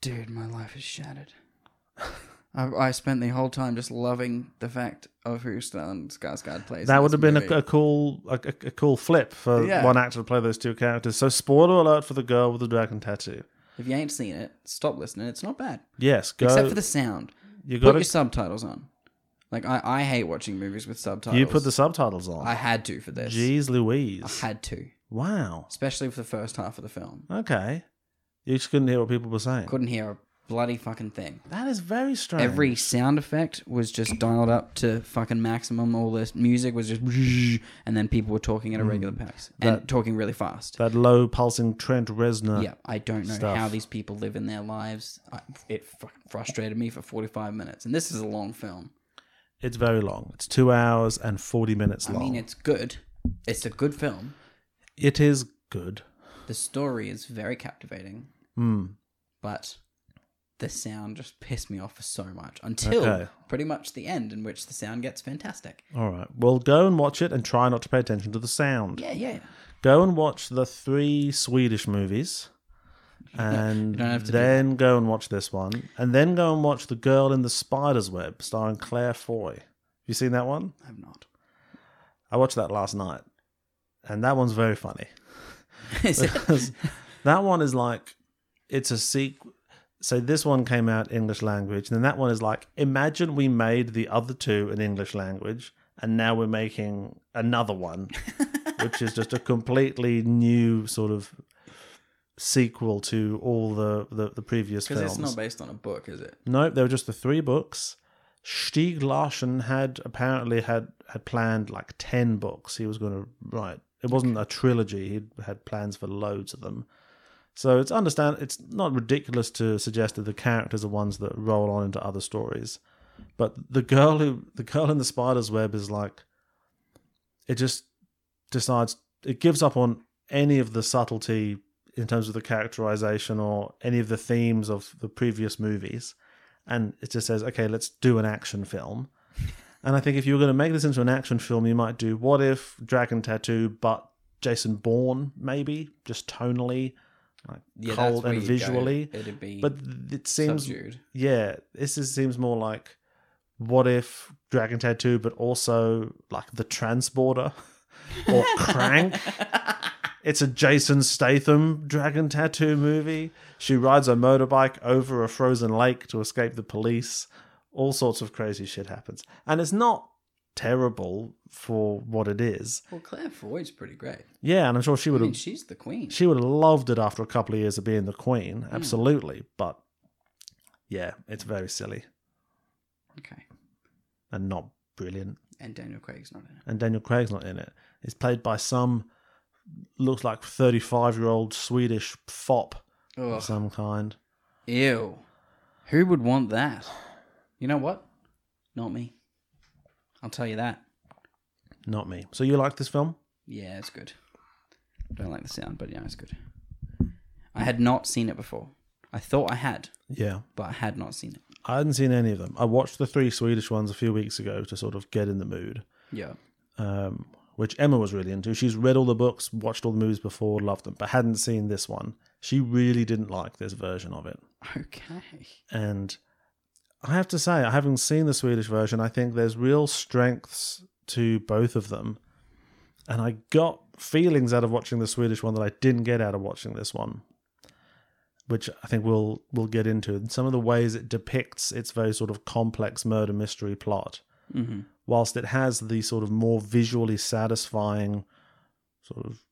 Dude, my life is shattered. [LAUGHS] I, I spent the whole time just loving the fact of who Stellan Skarsgård plays.
That
in
would
this
have been a,
movie.
a cool a, a- a cool flip for
Yeah.
one actor to play those two characters. So spoiler alert for the girl with the dragon tattoo.
If you ain't seen it, stop listening. It's not bad,
Yes, go.
except for the sound.
you
Put
got
your subtitles on. Like I, I hate watching movies with subtitles.
you put the subtitles on.
I had to for this.
Jeez
I
Louise!
had to,
wow.
especially for the first half of the film.
Okay, you just couldn't hear what people were saying.
Couldn't hear a bloody fucking thing.
That is very strange.
Every sound effect was just dialed up to fucking maximum. All this music was just, [LAUGHS] and then people were talking at
Hmm.
a regular pace and talking really fast.
that low pulsing Trent Reznor.
yeah, I don't know
stuff.
how these people live in their lives. I, it fucking frustrated me for 45 minutes, and this is a long film.
It's very long. It's two hours and forty minutes long.
I mean, it's good. It's a good film.
it is good.
The story is very captivating,
Hmm.
but the sound just pissed me off for so much until
Okay.
pretty much the end, in which the sound gets fantastic.
All right. Well, go and watch it and try not to pay attention to the sound.
Yeah, yeah.
Go and watch the three Swedish movies. And
don't have to do
then go and watch this one. And then go and watch The Girl in the Spider's Web, starring Claire Foy. Have you seen that one?
I'm not. [LAUGHS]
I watched that last night. And that one's very funny.
Is it?
that one is like, it's a sequel. So this one came out English language. And then that one is like, imagine we made the other two in English language. And now we're making another one, which is just a completely new sort of sequel to all the, the, the previous
Because
films.
it's not based on a book, is it?
No, they were just the three books. Stieg Larsson had apparently had had planned like ten books he was going to write. It wasn't a trilogy. He had plans for loads of them. So it's understand. It's not ridiculous to suggest that the characters are ones that roll on into other stories. But the girl who the girl in the spider's web is like, it just decides it gives up on any of the subtlety in terms of the characterization or any of the themes of the previous movies and it just says okay let's do an action film [LAUGHS] And I think if you were going to make this into an action film, you might do What If, Dragon Tattoo, but Jason Bourne, maybe, just tonally, like
Yeah, that's
cold
where
and
you'd go.
visually.
It'd be
But it seems,
subdued.
yeah, this is, seems more like What If, Dragon Tattoo, but also like The Transporter or Crank. It's a Jason Statham dragon tattoo movie. She rides a motorbike over a frozen lake to escape the police. All sorts of crazy shit happens. And it's not terrible for what it is.
Well, Claire Foy's pretty great.
Yeah, and I'm sure she
I
would
mean,
have
she's the queen.
she would have loved it after a couple of years of being the queen, absolutely. But yeah, it's very silly
okay.
and not brilliant.
And Daniel Craig's not in it.
and Daniel Craig's not in it. It's played by some looks like thirty five year old Swedish fop
Ugh.
of some kind.
Ew. Who would want that? You know what? Not me. I'll tell you that.
Not me. So you like this film?
Yeah, it's good. Don't like the sound, but yeah, it's good. I had not seen it before. I thought I had,
Yeah.
but I had not seen it.
I hadn't seen any of them. I watched the three Swedish ones a few weeks ago to sort of get in the mood.
Yeah.
um, which Emma was really into. She's read all the books, watched all the movies before, loved them, but hadn't seen this one. She really didn't like this version of it.
Okay.
And I have to say, having seen the Swedish version, I think there's real strengths to both of them. And I got feelings out of watching the Swedish one that I didn't get out of watching this one. Which I think we'll we'll get into. And Some of the ways it depicts its very sort of complex murder mystery plot
hmm
whilst it has the sort of more visually satisfying sort of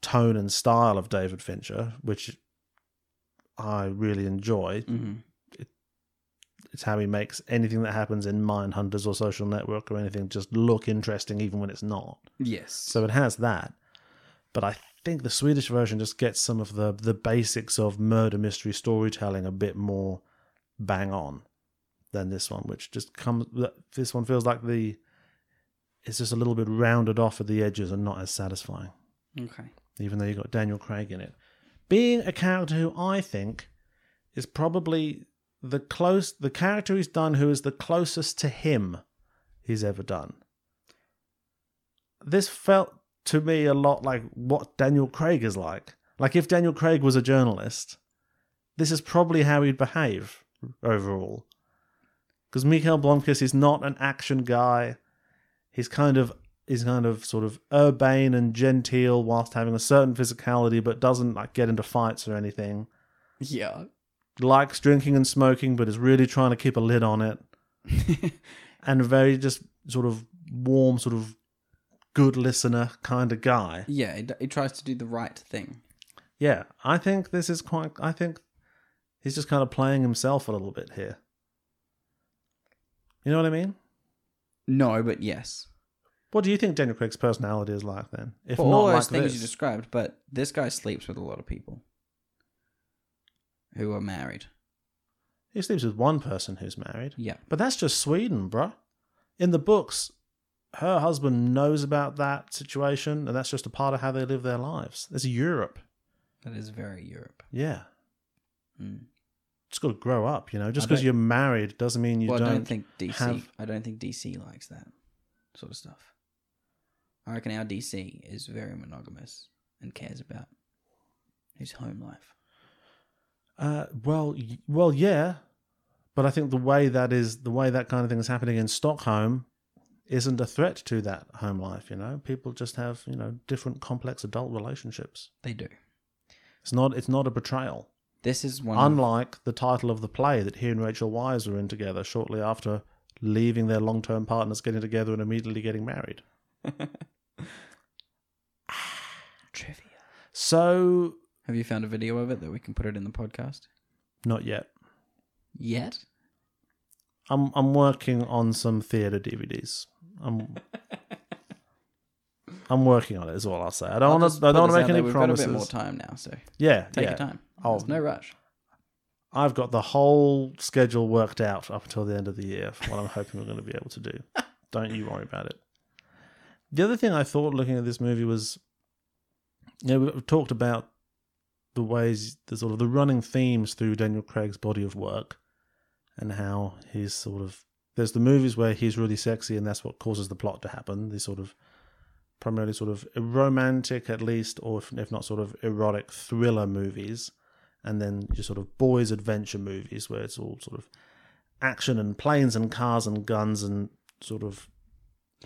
tone and style of David Fincher, which I really enjoy.
hmm
It's how he makes anything that happens in Mindhunters or Social Network or anything just look interesting, even when it's not.
Yes.
So it has that. But I think the Swedish version just gets some of the the basics of murder mystery storytelling a bit more bang on than this one, which just comes. This one feels like the it's just a little bit rounded off at the edges and not as satisfying,
okay.
even though you got Daniel Craig in it, being a character who I think is probably the close the character he's done who is the closest to him he's ever done. This felt to me a lot like what Daniel Craig is like. Like if Daniel Craig was a journalist, this is probably how he'd behave overall. Because Mikhail Blomkist is not an action guy. He's kind of he's kind of sort of urbane and genteel whilst having a certain physicality, but doesn't like get into fights or anything
Yeah.
likes drinking and smoking, but is really trying to keep a lid
[LAUGHS]
on it. and very just sort of warm, sort of good listener kind of guy.
Yeah, it, it tries to do the right thing.
Yeah, I think this is quite. I think he's just kind of playing himself a little bit here. You know what I mean?
No, but yes.
What do you think Daniel Craig's personality is like then? If
Well,
not
all
like
those things
this,
you described, but this guy sleeps with a lot of people who are married.
he sleeps with one person who's married.
Yeah.
But that's just Sweden, bruh. In the books, her husband knows about that situation, and that's just a part of how they live their lives. It's Europe.
That is very Europe.
Yeah.
Mm.
Just got to grow up, you know.
I
Just because
don't-
you're married doesn't mean you
well,
don't,
I don't think DC.
have-
I don't think DC likes that sort of stuff. I reckon our DC is very monogamous and cares about his home life.
Uh, well, y- well, yeah, but I think the way that is the way that kind of thing is happening in Stockholm isn't a threat to that home life. You know, people just have you know different complex adult relationships.
They do.
It's not it's not a betrayal.
This is one. of-
Unlike the title of the play that he and Rachel Wise were in together shortly after leaving their long term partners, getting together, and immediately getting married.
trivia.
So,
Have you found a video of it that we can put it in the podcast
not yet.
yet?
I'm I'm working on some theater DVDs.
[LAUGHS]
I'm I'm working on it. Is all I'll say. I don't want
just
to. I
put
don't want
this
to
out
make
there.
any
We've
promises.
got a bit more time now, so
Yeah,
take
yeah. Oh.
your time.
I'll-
There's no rush.
I've got the whole schedule worked out up until the end of the year for what I'm hoping we're going to be able to do. Don't you worry about it. The other thing I thought looking at this movie was, you know, we've talked about the ways, the sort of the running themes through Daniel Craig's body of work and how he's sort of There's the movies where he's really sexy, and that's what causes the plot to happen. These sort of primarily sort of romantic, at least, or if, if not sort of erotic thriller movies, and then just sort of boys' adventure movies where it's all sort of action and planes and cars and guns and sort of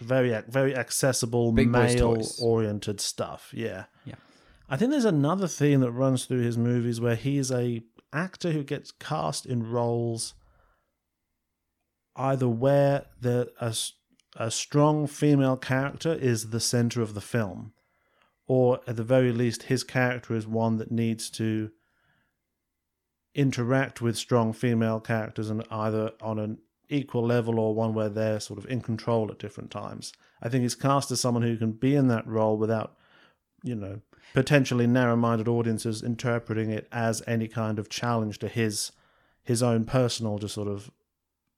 very ac- very accessible
Big boys'
male
toys.
oriented stuff. Yeah.
Yeah.
I think there's another theme that runs through his movies where he is a actor who gets cast in roles either where the a, s- a strong female character is the center of the film or at the very least his character is one that needs to interact with strong female characters and either on an equal level or one where they're sort of in control at different times. I think he's cast as someone who can be in that role without, you know, potentially narrow-minded audiences interpreting it as any kind of challenge to his his own personal just sort of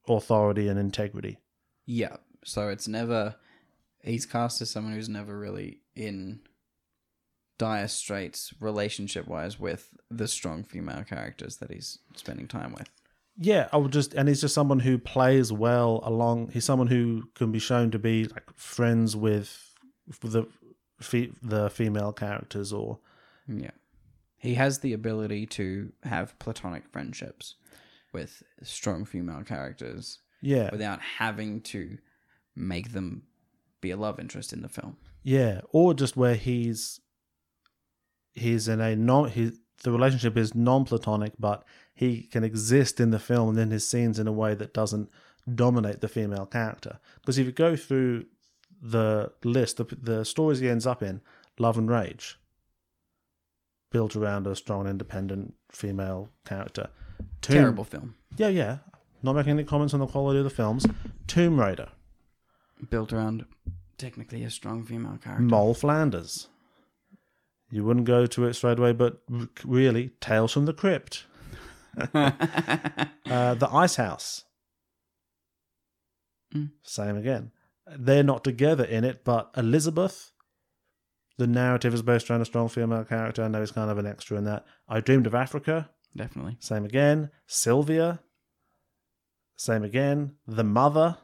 authority and integrity.
Yeah. So it's never he's cast as someone who's never really in dire straits relationship wise with the strong female characters that he's spending time with.
Yeah, I would just, and he's just someone who plays well along. He's someone who can be shown to be like friends with the fe- the female characters, or
Yeah. He has the ability to have platonic friendships with strong female characters
yeah,
without having to make them be a love interest in the film.
yeah, or just where he's he's in a non he the relationship is non platonic, but he can exist in the film and in his scenes in a way that doesn't dominate the female character. Because if you go through the list, the the stories he ends up in, Love and Rage, built around a strong, independent female character. Tomb-
Terrible film.
Yeah, yeah. Not making any comments on the quality of the films. Tomb Raider,
Built around technically a strong female character.
Mole Flanders. You wouldn't go to it straight away, but r- really, Tales from the Crypt, uh, The Ice House.
Mm.
Same again. They're not together in it, but Elizabeth. The narrative is based around a strong female character. I know he's kind of an extra in that. I Dreamed of Africa.
Definitely.
Same again. Sylvia. Same again. The Mother.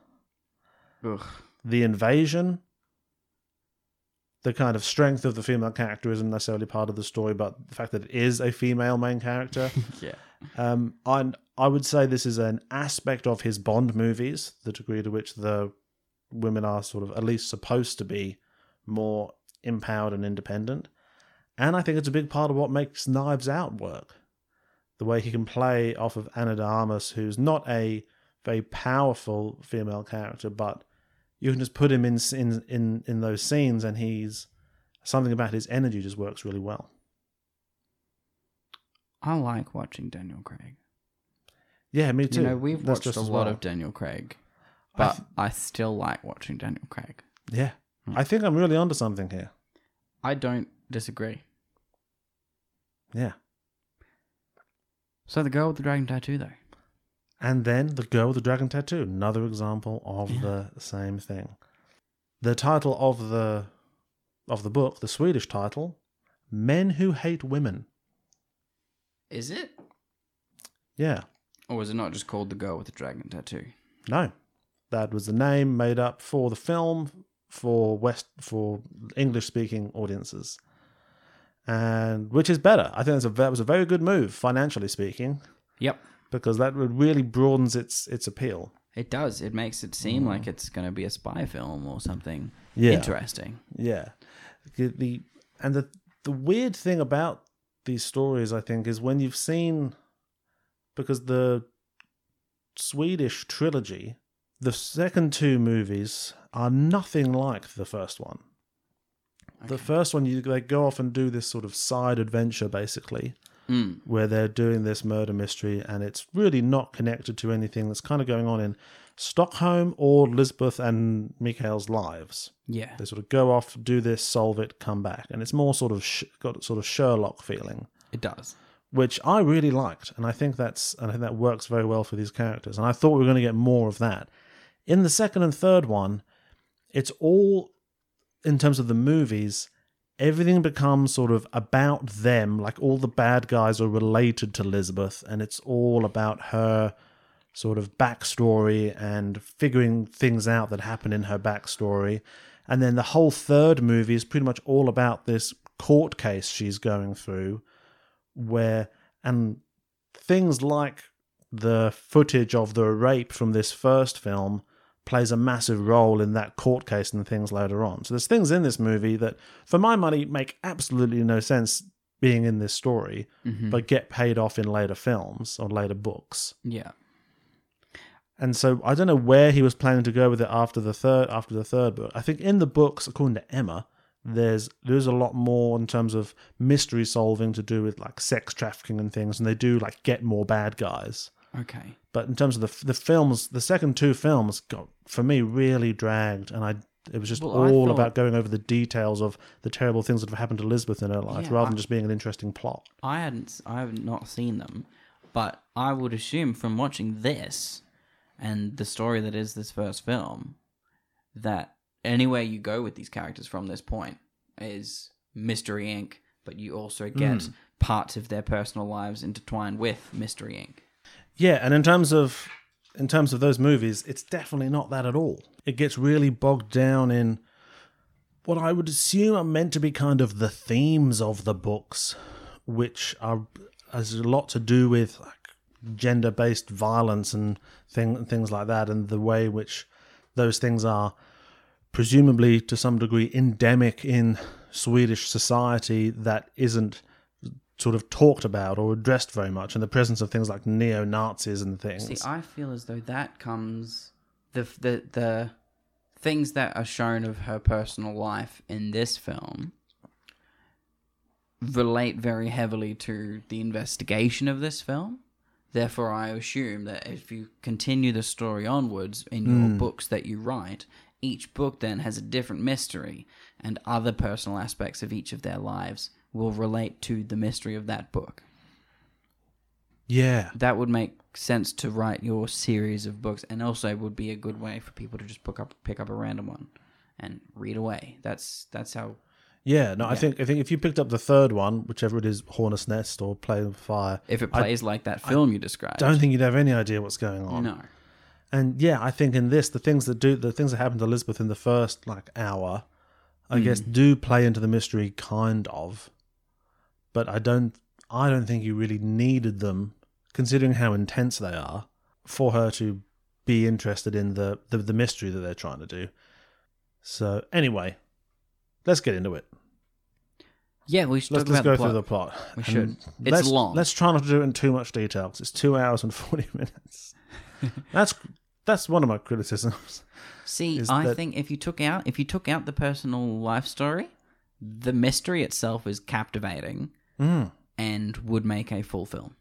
Ugh.
the invasion the kind of strength of the female character isn't necessarily part of the story but the fact that it is a female main character
Yeah.
um and i would say this is an aspect of his bond movies the degree to which the women are sort of at least supposed to be more empowered and independent and i think it's a big part of what makes knives out work the way he can play off of anna de armas who's not a very powerful female character but you can just put him in in in in those scenes, and he's something about his energy just works really well.
I like watching Daniel Craig.
Yeah, me too.
You know, we've
That's
watched
just
a
as
lot
well.
of Daniel Craig,
I
but I,
th-
still like watching Daniel Craig.
yeah. I think I'm really onto something here.
I don't disagree.
Yeah,
So the girl with the dragon tattoo, though.
and then the girl with the dragon tattoo, another example of the same thing. The title of the of the book, the Swedish title, "Men Who Hate Women."
Is it?
Yeah,
Or is it not just called the girl with the dragon tattoo?
No, that was the name made up for the film for West for English speaking audiences, and which is better. I think that's a, that was a very good move financially speaking
Yep.
because that would really broadens its its appeal.
It does. It makes it seem like it's going to be a spy film or something
Yeah.
interesting.
Yeah, the, the and the the weird thing about these stories, I think, is when you've seen because the Swedish trilogy, the second two movies are nothing like the first one. The first one, you they go off and do this sort of side adventure, basically,
Mm.
where they're doing this murder mystery, and it's really not connected to anything that's kind of going on in Stockholm or Lisbeth and Mikael's lives.
Yeah.
They sort of go off, do this, solve it, come back, and it's more sort of sh- got a sort of Sherlock feeling,
It does.
which I really liked, and I think that's and I think that works very well for these characters. And I thought we were going to get more of that in the second and third one. It's all in terms of the movies. Everything becomes sort of about them, like all the bad guys are related to Lisbeth, and it's all about her sort of backstory and figuring things out that happen in her backstory. And then the whole third movie is pretty much all about this court case she's going through, where, and things like the footage of the rape from this first film plays a massive role in that court case and things later on. So there's things in this movie that, for my money, make absolutely no sense being in this story, but get paid off in later films or later books.
Yeah.
And so I don't know where he was planning to go with it after the third after the third book. I think in the books, according to Emma, there's there's a lot more in terms of mystery solving to do with like sex trafficking and things, and they do like get more bad guys.
Okay.
But in terms of the the films, the second two films got for me really dragged, and I it was just
Well, I
all
thought-
about going over the details of the terrible things that have happened to Elizabeth in her life,
Yeah,
rather
I-
than just being an interesting plot.
I hadn't, s- I have not seen them, but I would assume from watching this and the story that is this first film, that anywhere you go with these characters from this point is Mystery Inc., but you also get parts of their personal lives intertwined with Mystery Inc.
Yeah, and in terms of in terms of those movies, it's definitely not that at all. It gets really bogged down in what I would assume are meant to be kind of the themes of the books, which are has a lot to do with like gender based violence and thing things like that, and the way which those things are presumably to some degree endemic in Swedish society that isn't sort of talked about or addressed very much, and the presence of things like neo Nazis and things.
See, I feel as though that comes the the the things that are shown of her personal life in this film relate very heavily to the investigation of this film. Therefore, I assume that if you continue the story onwards in your books that you write, each book then has a different mystery, and other personal aspects of each of their lives will relate to the mystery of that book
yeah,
that would make sense to write your series of books and also would be a good way for people to just pick up pick up a random one and read away that's that's how
yeah. No, I think I think if you picked up the third one, whichever it is, Hornet's Nest or Play with Fire,
if it plays like that film you described
don't think you'd have any idea what's going on.
no
and yeah, I think in this the things that do the things that happen to Elizabeth in the first like hour, I guess do play into the mystery kind of, but I don't I don't think you really needed them considering how intense they are for her to be interested in the the, the mystery that they're trying to do. So anyway, let's get into it.
yeah we should
Let's,
talk
let's
about
go
the plot.
through the plot.
We
And
should. It's
let's-
long.
Let's try not to do it in too much detail because it's two hours and [LAUGHS] forty
[LAUGHS]
minutes. that's that's one of my criticisms.
see
is
i
that-
think if you took out if you took out the personal life story the mystery itself is captivating
Mm,
and would make a full film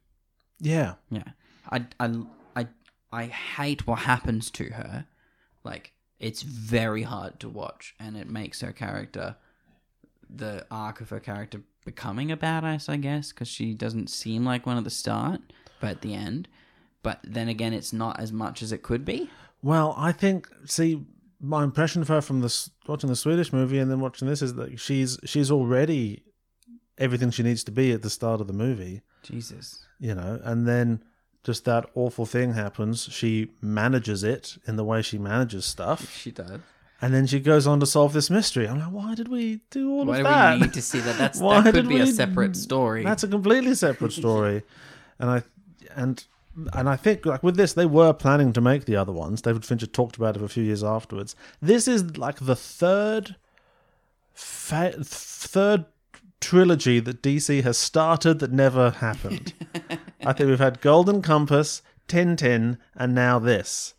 yeah,
Yeah. I, I, I, I hate what happens to her. Like, it's very hard to watch, and it makes her character, the arc of her character, becoming a badass, I guess, because she doesn't seem like one at the start, but at the end. But then again, it's not as much as it could be.
Well, I think see my impression of her from the s- watching the Swedish movie and then watching this is that she's she's already everything she needs to be at the start of the movie,
Jesus.
you know, and then just that awful thing happens. She manages it in the way she manages stuff,
She does.
and then she goes on to solve this mystery. I'm like, why did we do all
Why
of
do
that?
we need to see that? That's,
Why
that could
did
be a
we-
separate story.
[LAUGHS] That's a
[LAUGHS]
completely separate story, and I and and I think like with this, they were planning to make the other ones. David Fincher talked about it a few years afterwards. This is like the third, fa- third trilogy that DC has started that never
[LAUGHS]
happened. I think we've had Golden Compass, Tintin, and now this.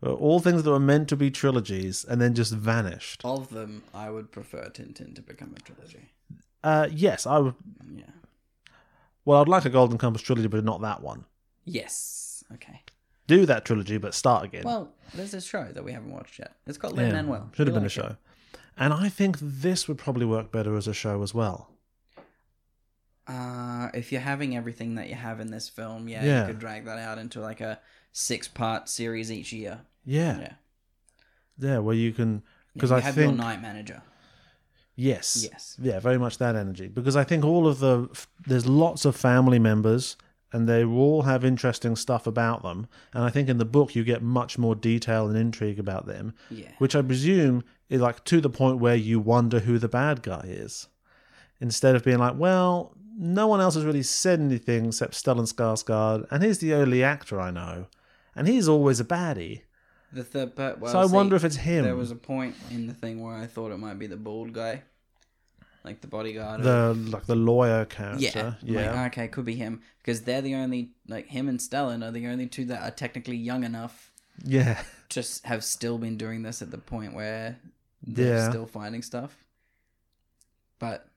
All things that were meant to be trilogies and then just vanished.
of them, I would prefer Tintin to become a trilogy.
Uh, yes, I would.
Yeah.
Well, I'd like a Golden Compass trilogy, but not that one.
Yes. Okay.
do that trilogy, but start again.
Well, there's a show that we haven't watched yet. It's called
Yeah,
Lin Manuel.
should have been a show. And I think this would probably work better as a show as well.
Uh, if you're having everything that you have in this film, yeah,
Yeah.
you could drag that out into like a six part series each year.
Yeah, yeah,
Yeah.
where you can because
you
I
have
think
your night manager.
yes,
Yes.
yeah, very much that energy because I think all of the there's lots of family members and they all have interesting stuff about them. And I think in the book you get much more detail and intrigue about them,
Yeah.
which I presume is like to the point where you wonder who the bad guy is, instead of being like, well, no one else has really said anything except Stellan Skarsgård, and he's the only actor I know, and he's always a baddie.
The third part. Well,
So I
see,
wonder if it's him.
There was a point in the thing where I thought it might be the bald guy, like the bodyguard. of-
the like the lawyer
yeah,
character.
yeah. okay, could be him because they're the only like him and Stellan are the only two that are technically young enough
yeah.
to s- have still been doing this at the point where they're
Yeah.
still finding stuff. But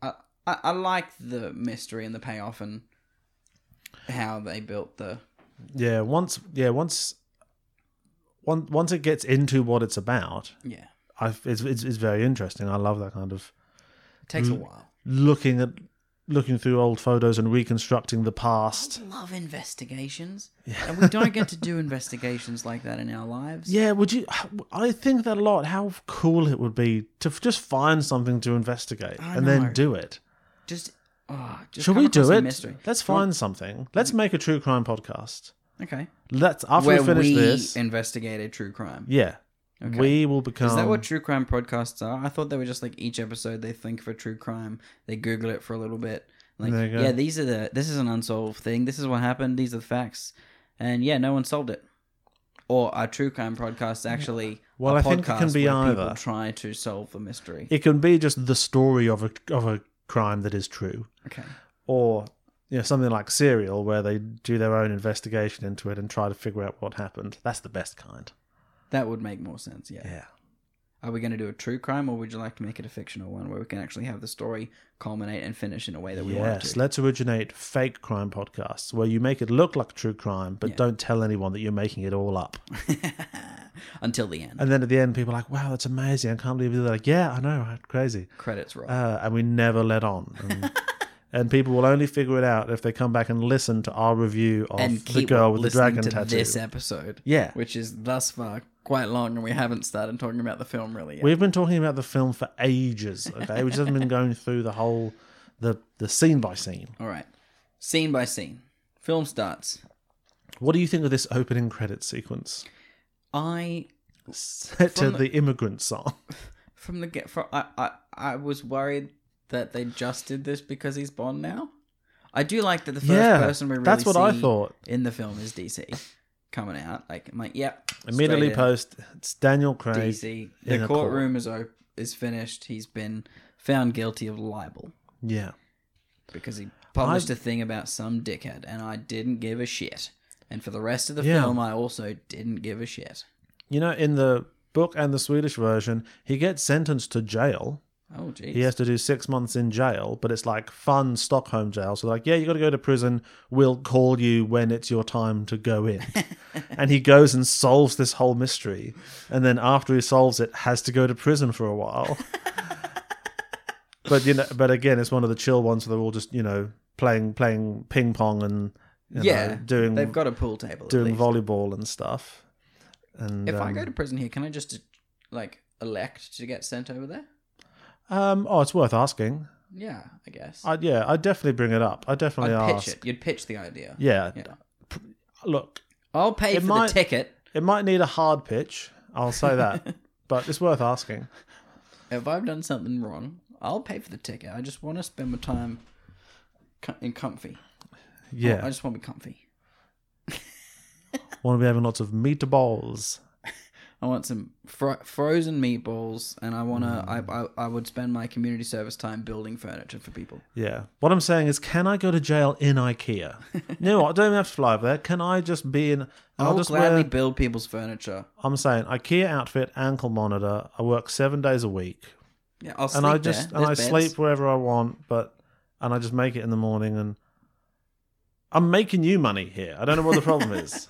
I, I I like the mystery and the payoff and how they built the
Yeah, once yeah, once once once it gets into what it's about,
yeah.
I it's, it's it's very interesting. I love that kind of
It takes
Mm.
a while.
looking at looking through old photos and reconstructing the past.
love investigations, and we don't
[LAUGHS]
get to do investigations like that in our lives.
Yeah, would you I think that a lot how cool it would be to f- just find something to investigate
I
and
know.
then do it.
Just, oh, just
Should
come
we do
across a
it?
Mystery.
Let's find something. Let's make a true crime podcast.
Okay,
Let's after
where
we finish
we
this.
investigate a true crime.
yeah.
Okay.
We will become
Is that what true crime podcasts are? I thought they were just like each episode they think for true crime, they Google it for a little bit. Like,
There you go.
yeah, these are the this is an unsolved thing. This is what happened. These are the facts, and yeah, no one solved it. Or are true crime podcasts actually
Well,
a
I think it
podcast
can be
where
either.
people try to solve a mystery?
it can be just the story of a of a crime that is true,
okay,
or you know something like Serial, where they do their own investigation into it and try to figure out what happened. That's the best kind.
that would make more sense. yeah.
Yeah.
Are we going to do a true crime, or would you like to make it a fictional one where we can actually have the story culminate and finish in a way that we want it
Yes,
to?
let's originate fake crime podcasts where you make it look like true crime, but
Yeah.
don't tell anyone that you're making it all up. [LAUGHS]
[LAUGHS] Until the end,
And then at the end, people are like, "Wow, that's amazing! I can't believe you." They're like, "Yeah, I know, right? crazy."
credits roll.
Uh, and we never let on.
[LAUGHS]
And, and people will only figure it out if they come back and listen to our review of
and
the
keep
girl with the
listening
dragon
to
tattoo.
this episode,
Yeah.
which is thus far quite long, and we haven't started talking about the film really yet.
We've been talking about the film for ages, okay? We just haven't been going through the whole the the scene by scene.
All right, scene by scene, film starts.
What do you think of this opening credit sequence?
I
Set to
From
the,
the-
immigrant song.
from the get from I, I I was worried that they just did this because he's Bond now. I do like that the first
Yeah,
person we really
that's what I
see
thought.
in the film is DC coming out. Like I'm like, yep.
Immediately
straight in,
post it's Daniel Craig.
DC.
in
The
a court.
courtroom is op- is finished. He's been found guilty of libel
Yeah.
because he published a thing about some dickhead, and I didn't give a shit. And for the rest of the
Yeah.
film, I also didn't give a shit.
You know, in the book and the Swedish version, he gets sentenced to jail.
Oh jeez.
He has to do six months in jail, but it's like fun Stockholm jail. So like, yeah, you got to go to prison. We'll call you when it's your time to go
[LAUGHS]
in. and he goes and solves this whole mystery, and then after he solves it, has to go to prison for a
[LAUGHS]
while. but you know, but again, it's one of the chill ones where they're all just you know playing playing ping pong and you know,
yeah,
doing
They've got a pool table. at
doing
least.
volleyball and stuff. And
If I
um,
go to prison here, can I just uh, like elect to get sent over there?
um, oh, it's worth asking.
Yeah, I guess.
I'd, yeah, I'd definitely bring it up. I
I'd
definitely
pitch
ask.
it. You'd pitch the idea.
Yeah.
Yeah.
P- Look,
I'll pay
It
for
might-
the ticket.
it might need a hard pitch. I'll say [LAUGHS] that, but it's worth asking.
If I've done something wrong, I'll pay for the ticket. I just want to spend my time co- in comfy. I
Yeah,
just want to be comfy.
want to be having lots of meatballs.
I want some fro- frozen meatballs, and I want to. I, I I would spend my community service time building furniture for people.
Yeah. What I'm saying is, can I go to jail in [LAUGHS] IKEA? no, I don't even have to fly over there. Can I just be in?
I'll,
I'll just
gladly
wear.
build people's furniture.
I'm saying IKEA outfit, ankle monitor. I work seven days a week,
Yeah, I'll sleep
and I just
there.
and I
There's beds.
sleep wherever I want. But and I just make it in the morning, and I'm making you money here. I don't know what the
[LAUGHS]
problem is.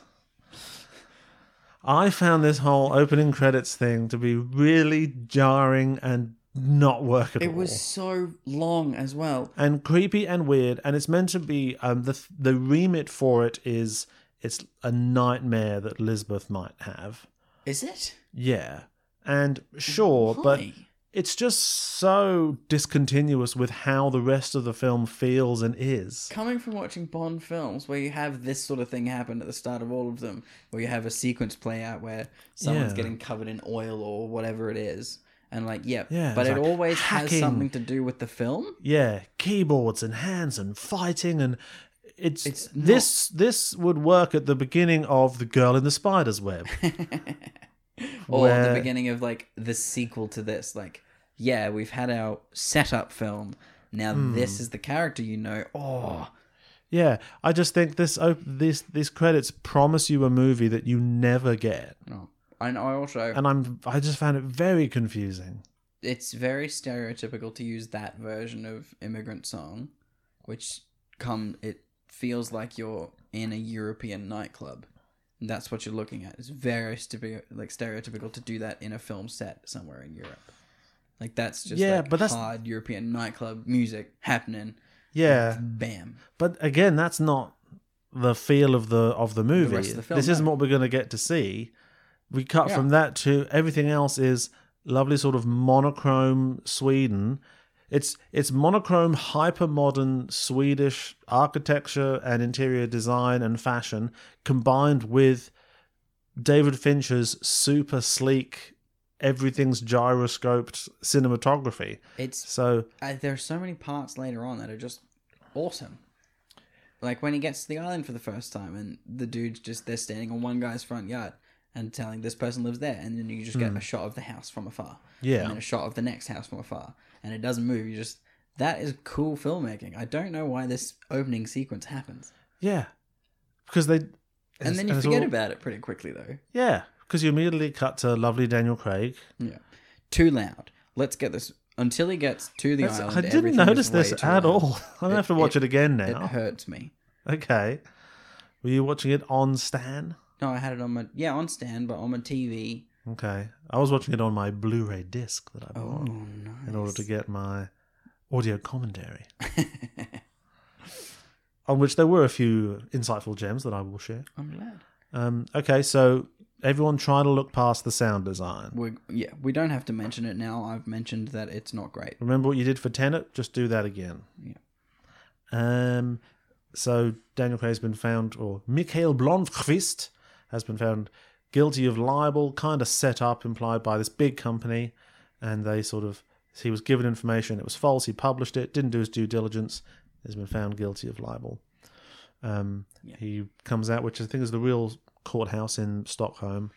I found this whole opening credits thing to be really jarring and not workable.
It was so long as well.
and creepy and weird, and it's meant to be. Um, the the remit for it is it's a nightmare that Lisbeth might have.
Is it?
Yeah, and sure, but
Why?
it's just so discontinuous with how the rest of the film feels and is.
Coming from watching Bond films, where you have this sort of thing happen at the start of all of them, where you have a sequence play out where someone's
Yeah.
getting covered in oil or whatever it is, and like, yep,
Yeah,
but
it's
it
like
always has
hacking.
something to do with the film.
yeah, keyboards and hands and fighting and it's,
It's
this this would work at the beginning of the girl in the
[LAUGHS]
spider's web.
or the
Where-
beginning of like the sequel to this like yeah we've had our setup film now
Hmm.
this is the character you know oh
yeah, I just think this op- this these credits promise you a movie that you never get,
no. and i also
and I'm I just found it very confusing.
it's very stereotypical to use that version of immigrant song which come it feels like you're in a european nightclub And that's what you're looking at it's very stere- like stereotypical to do that in a film set somewhere in europe like that's just
Yeah,
like
but that's-
hard european nightclub music happening
Yeah,
bam
but again, that's not the feel of the of the movie.
rest of the film,
this
no.
isn't what we're going to get to see. We cut
Yeah.
from that to everything else is lovely sort of monochrome Sweden. It's it's monochrome hyper modern Swedish architecture and interior design and fashion combined with David Fincher's super sleek everything's gyroscoped cinematography.
it's
So
uh, there are so many parts later on that are just awesome. Like when he gets to the island for the first time, and the dude's just they're standing on one guy's front yard and telling this person lives there, and then you just get a shot of the house from afar,
Hmm. yeah.
and then a shot of the next house from afar, and it doesn't move. You just that is cool filmmaking. I don't know why this opening sequence happens,
Yeah, because they
and then you
it's
forget
all-
about it pretty quickly though.
Yeah, because you immediately cut to lovely Daniel Craig.
Yeah, too loud. Let's get this until he gets to the
That's-
island.
I didn't
everything is
notice this
way too loud.
at all. [LAUGHS] I'm gonna have to watch it, again
It
now.
hurts me.
Okay, were you watching it on Stan?
No, I had it on my yeah on stand, but on my TV.
Okay, I was watching it on my Blu-ray disc that I bought
Oh, nice.
in order to get my
[LAUGHS]
audio commentary, [LAUGHS] on which there were a few insightful gems that I will share.
I'm glad.
Um, okay, so everyone try to look past the sound design.
We yeah, we don't have to mention it now. I've mentioned that it's not great.
Remember what you did for Tenet? Just do that again.
Yeah.
Um. So Daniel Craig's been found, or Mikhail Blomqvist has been found guilty of libel, kind of set up, implied by this big company, and they sort of he was given information, it was false. He published it, didn't do his due diligence. Has been found guilty of libel. Um, He comes out, which I think is the real courthouse in Stockholm,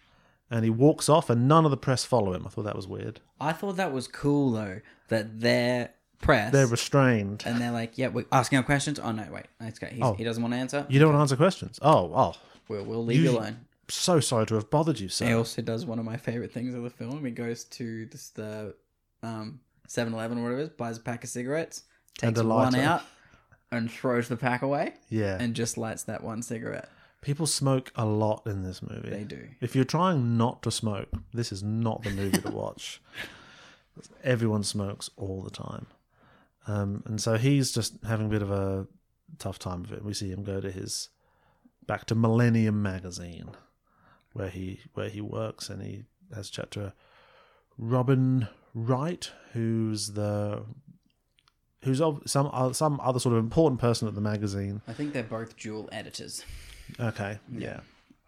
and he walks off, and none of the press follow him. I thought that was weird.
I thought that was cool though that their press
They're restrained.
and they're like, yeah, we're asking him questions. Oh no, wait, that's great. He's,
Oh.
He doesn't want to answer.
You don't answer questions. Oh, oh,
We'll, we'll leave you
You-
alone.
so sorry to have bothered you,
He
sir.
also does one of my favorite things of the film. He goes to this, the um 7-Eleven or whatever it is, buys a pack of cigarettes,
And
takes
a
one
lighter.
out, and throws the pack away,
Yeah,
and just lights that one cigarette.
people smoke a lot in this movie.
They do.
If you're trying not to smoke, this is not the movie to watch. [LAUGHS] Everyone smokes all the time, um, and so he's just having a bit of a tough time of it. We see him go to his back to Millennium magazine, where he where he works, and he has a chat to Robin Wright, who's the who's of some uh, some other sort of important person at the magazine.
I think they're both dual editors.
Okay. Yeah.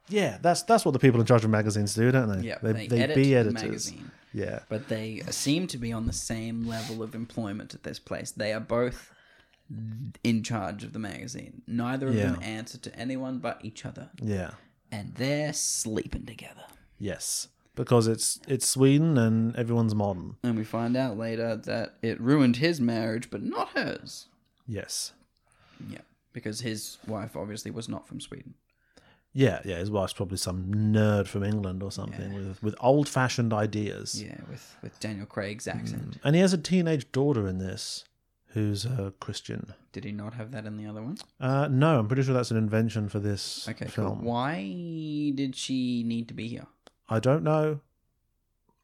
Yeah, that's that's what the people in charge of magazines do, don't they?
Yeah,
they
they
they,
edit
be
the
editors.
magazine.
Yeah,
But they seem to be on the same level of employment at this place. They are both in charge of the magazine. Neither of them
Yeah.
answer to anyone but each other.
yeah,
And they're sleeping together.
yes, because it's it's Sweden and everyone's modern.
And we find out later that it ruined his marriage, but not hers.
Yes,
Yeah. Because his wife obviously was not from Sweden.
yeah, yeah. His wife's probably some nerd from England or something with with old fashioned ideas.
Yeah, with, with Daniel Craig's accent.
And he has a teenage daughter in this who's a Christian.
Did he not have that in the other one?
Uh, no, I'm pretty sure that's an invention for this
Okay, cool.
film.
Why did she need to be here?
I don't know.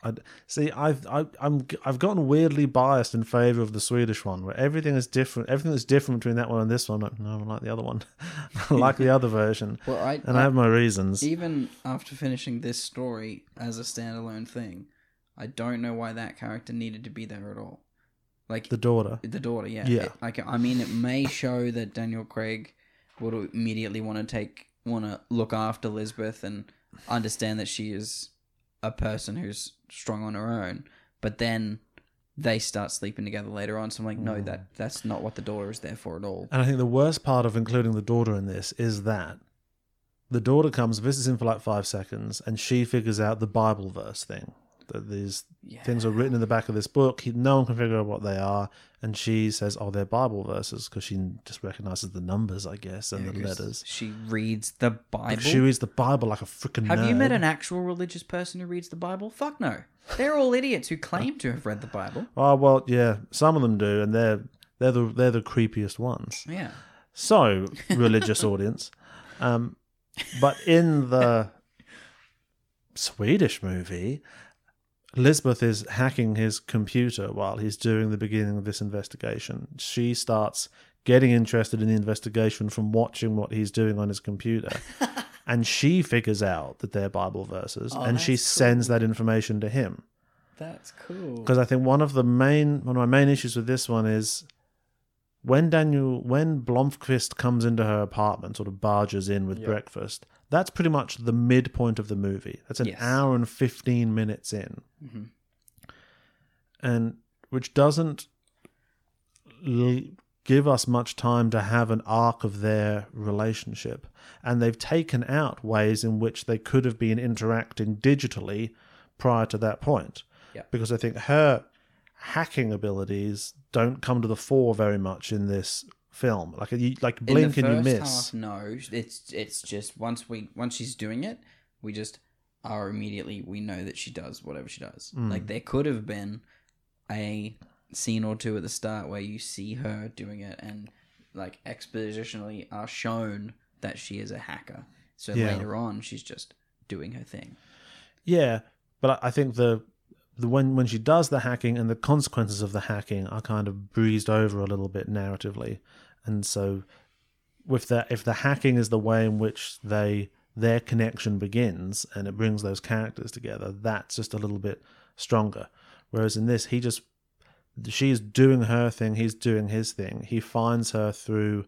I see. I've I, I'm I've gotten weirdly biased in favor of the Swedish one, where everything is different. Everything that's different between that one and this one. Like, no, I like the other one. [LAUGHS] I like the other version,
Well, I,
and I have my reasons.
even after finishing this story as a standalone thing, I don't know why that character needed to be there at all. Like
The daughter.
the daughter yeah
Yeah.
It- like i mean it may show that daniel craig would immediately want to take want to look after lisbeth and understand that she is a person who's strong on her own but then they start sleeping together later on so i'm like no
Hmm.
that that's not what the daughter is there for at all
And I think the worst part of including the daughter in this is that the daughter comes, visits him for like five seconds, and she figures out the Bible verse thing. That these
yeah
things are written in the back of this book. He, no one can figure out what they are. And she says, Oh, they're Bible verses because she just recognizes the numbers, I guess, and
Yeah,
the
'cause
letters.
she reads the bible
She reads the Bible like a freaking
have you met an actual religious person who reads the bible fuck no they're all idiots who claim to have read the bible
Oh well, yeah, some of them do, and they're they're the they're the creepiest ones.
yeah
So religious audience, um, but in the Swedish movie, Lisbeth is hacking his computer while he's doing the beginning of this investigation. She starts getting interested in the investigation from watching what he's doing on his computer. And she figures out that they're Bible verses, and she sends that information to him
that's cool
because I think one of the main one of my main issues with this one is when Daniel when Blomqvist comes into her apartment, sort of barges in with breakfast. That's pretty much the midpoint of the movie. That's an
Yes.
hour and fifteen minutes in, and which doesn't l- give us much time to have an arc of their relationship. And they've taken out ways in which they could have been interacting digitally prior to that point.
Yeah.
Because I think her hacking abilities don't come to the fore very much in this film. Like you, like blink
in the
and
first
you miss.
Half, no, it's it's just once we once she's doing it, we just are immediately we know that she does whatever she does.
Mm.
Like there could have been a scene or two at the start where you see her doing it and like expositionally are shown that she is a hacker. So
Yeah.
later on, she's just doing her thing.
Yeah, but I I think the the when when she does the hacking and the consequences of the hacking are kind of breezed over a little bit narratively, and so with that, if the hacking is the way in which they their connection begins and it brings those characters together, that's just a little bit stronger. Whereas in this, he just she's doing her thing, he's doing his thing. He finds her through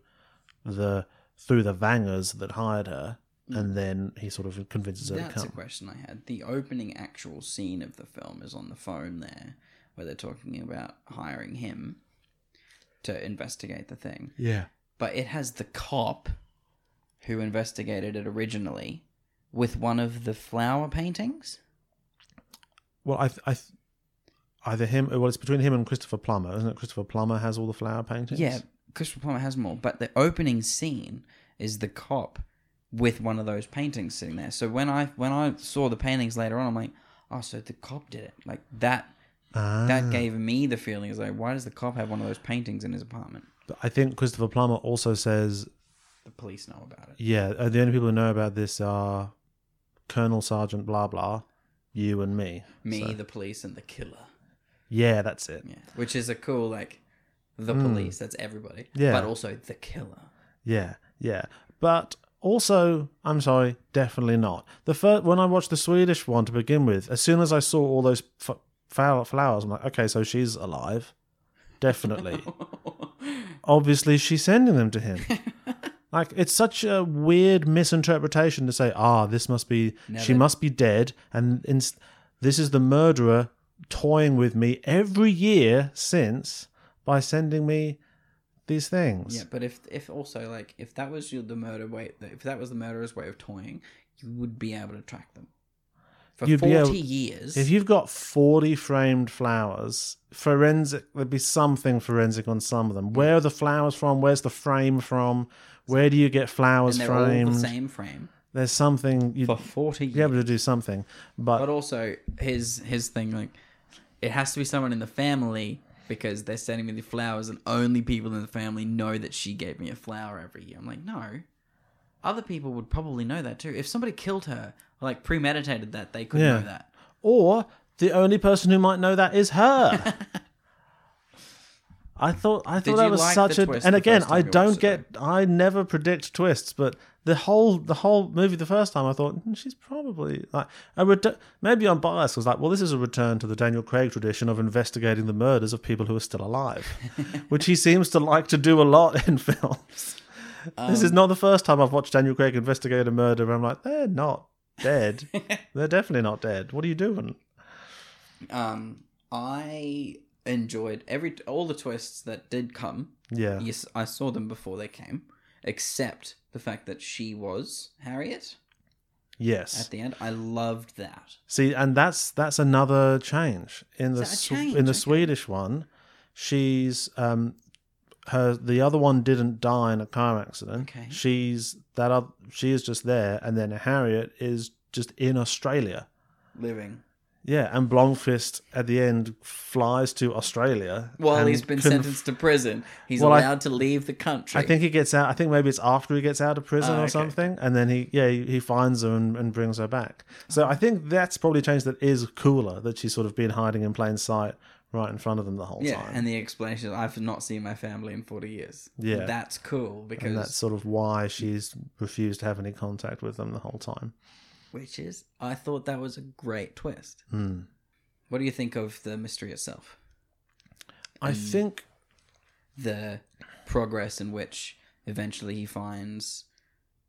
the through the vangers that hired her, and then he sort of convinces her to
Mm. That's
come.
a question I had. The opening actual scene of the film is on the phone there, where they're talking about hiring him to investigate the thing.
Yeah.
but it has the cop who investigated it originally with one of the flower paintings.
Well, I, th- I, th- either him. Well, it's between him and Christopher Plummer, isn't it? Christopher Plummer has all the flower paintings.
Yeah, Christopher Plummer has more, but the opening scene is the cop with one of those paintings sitting there. So when I when I saw the paintings later on, I'm like, oh, so the cop did it. Like that
Ah.
that gave me the feeling is like, why does the cop have one of those paintings in his apartment?
But I think Christopher Plummer also says,
The police know about it.
yeah, uh, the only people who know about this are Colonel Sergeant blah blah, you and me.
Me,
So-
the police, and the killer.
yeah, that's it.
Yeah, which is a cool like. The police, that's everybody.
Mm. Yeah.
But also the killer. [LAUGHS]
Yeah, yeah. But also, I'm sorry, definitely not. The first when I watched the Swedish one to begin with, as soon as I saw all those f- flower- flowers, I'm like, okay, so she's alive, definitely. Obviously, she's sending them to him.
[LAUGHS]
Like it's such a weird misinterpretation to say, ah, this must be she
that-
must be dead, and inst this is the murderer toying with me every year since by sending me these things.
Yeah, but if if also like if that was your, the murder way, if that was the murderer's way of toying, you would be able to track them for
You'd be
forty
able-
years.
If you've got 40 framed flowers, forensic, there'd be something forensic on some of them. Where are the flowers from? Where's the frame from? Where do you get flowers
and they're all
framed?
the same frame
There's something you'd
for forty
be
years.
able to do something. But,
But also his his thing like it has to be someone in the family because they're sending me the flowers and only people in the family know that she gave me a flower every year. I'm like, no. Other people would probably know that too. If somebody killed her, like premeditated that, they could
Yeah.
know that.
or the only person who might know that is her. I thought I thought
Did
that
you
was
like
such
the
a
twist
and
the
again
first time
I
you watched
don't
it,
get I never predict twists but the whole the whole movie the first time I thought "Hmm, she's probably like a retu- maybe I'm biased. I was like, well, this is a return to the Daniel Craig tradition of investigating the murders of people who are
[LAUGHS]
still alive, which he seems to like to do a lot in [LAUGHS] films. this
Um,
is not the first time I've watched Daniel Craig investigate a murder. Where I'm like, they're not
[LAUGHS]
dead. they're definitely not dead. What are you doing?
Um, I enjoyed every all the twists that did come.
Yeah,
Yes, I saw them before they came, except the fact that she was Harriet
yes.
at the end. I loved that.
See, and that's that's another change in the
Is that a
Sw-
change?
in the
Okay.
Swedish one. She's um, her the other one didn't die in a car accident.
Okay.
She's that other, she is just there, and then Harriet is just in Australia.
Living.
Yeah, and Blomqvist at the end flies to Australia
While
and
he's been
conf-
sentenced to prison, he's
Well, I-
allowed to leave the country.
I think he gets out. I think maybe it's after he gets out of prison
Ah,
or
okay.
something, and then he yeah he, he finds her and, and brings her back. So I think that's probably a change that is cooler that she's sort of been hiding in plain sight right in front of them the whole
Yeah,
time.
and the explanation is, I've not seen my family in 40 years.
Yeah.
That's cool because,
And that's sort of why she's refused to have any contact with them the whole time.
which is, I thought that was a great twist.
Hmm.
What do you think of the mystery itself?
I
Mm.
think
The progress in which eventually he finds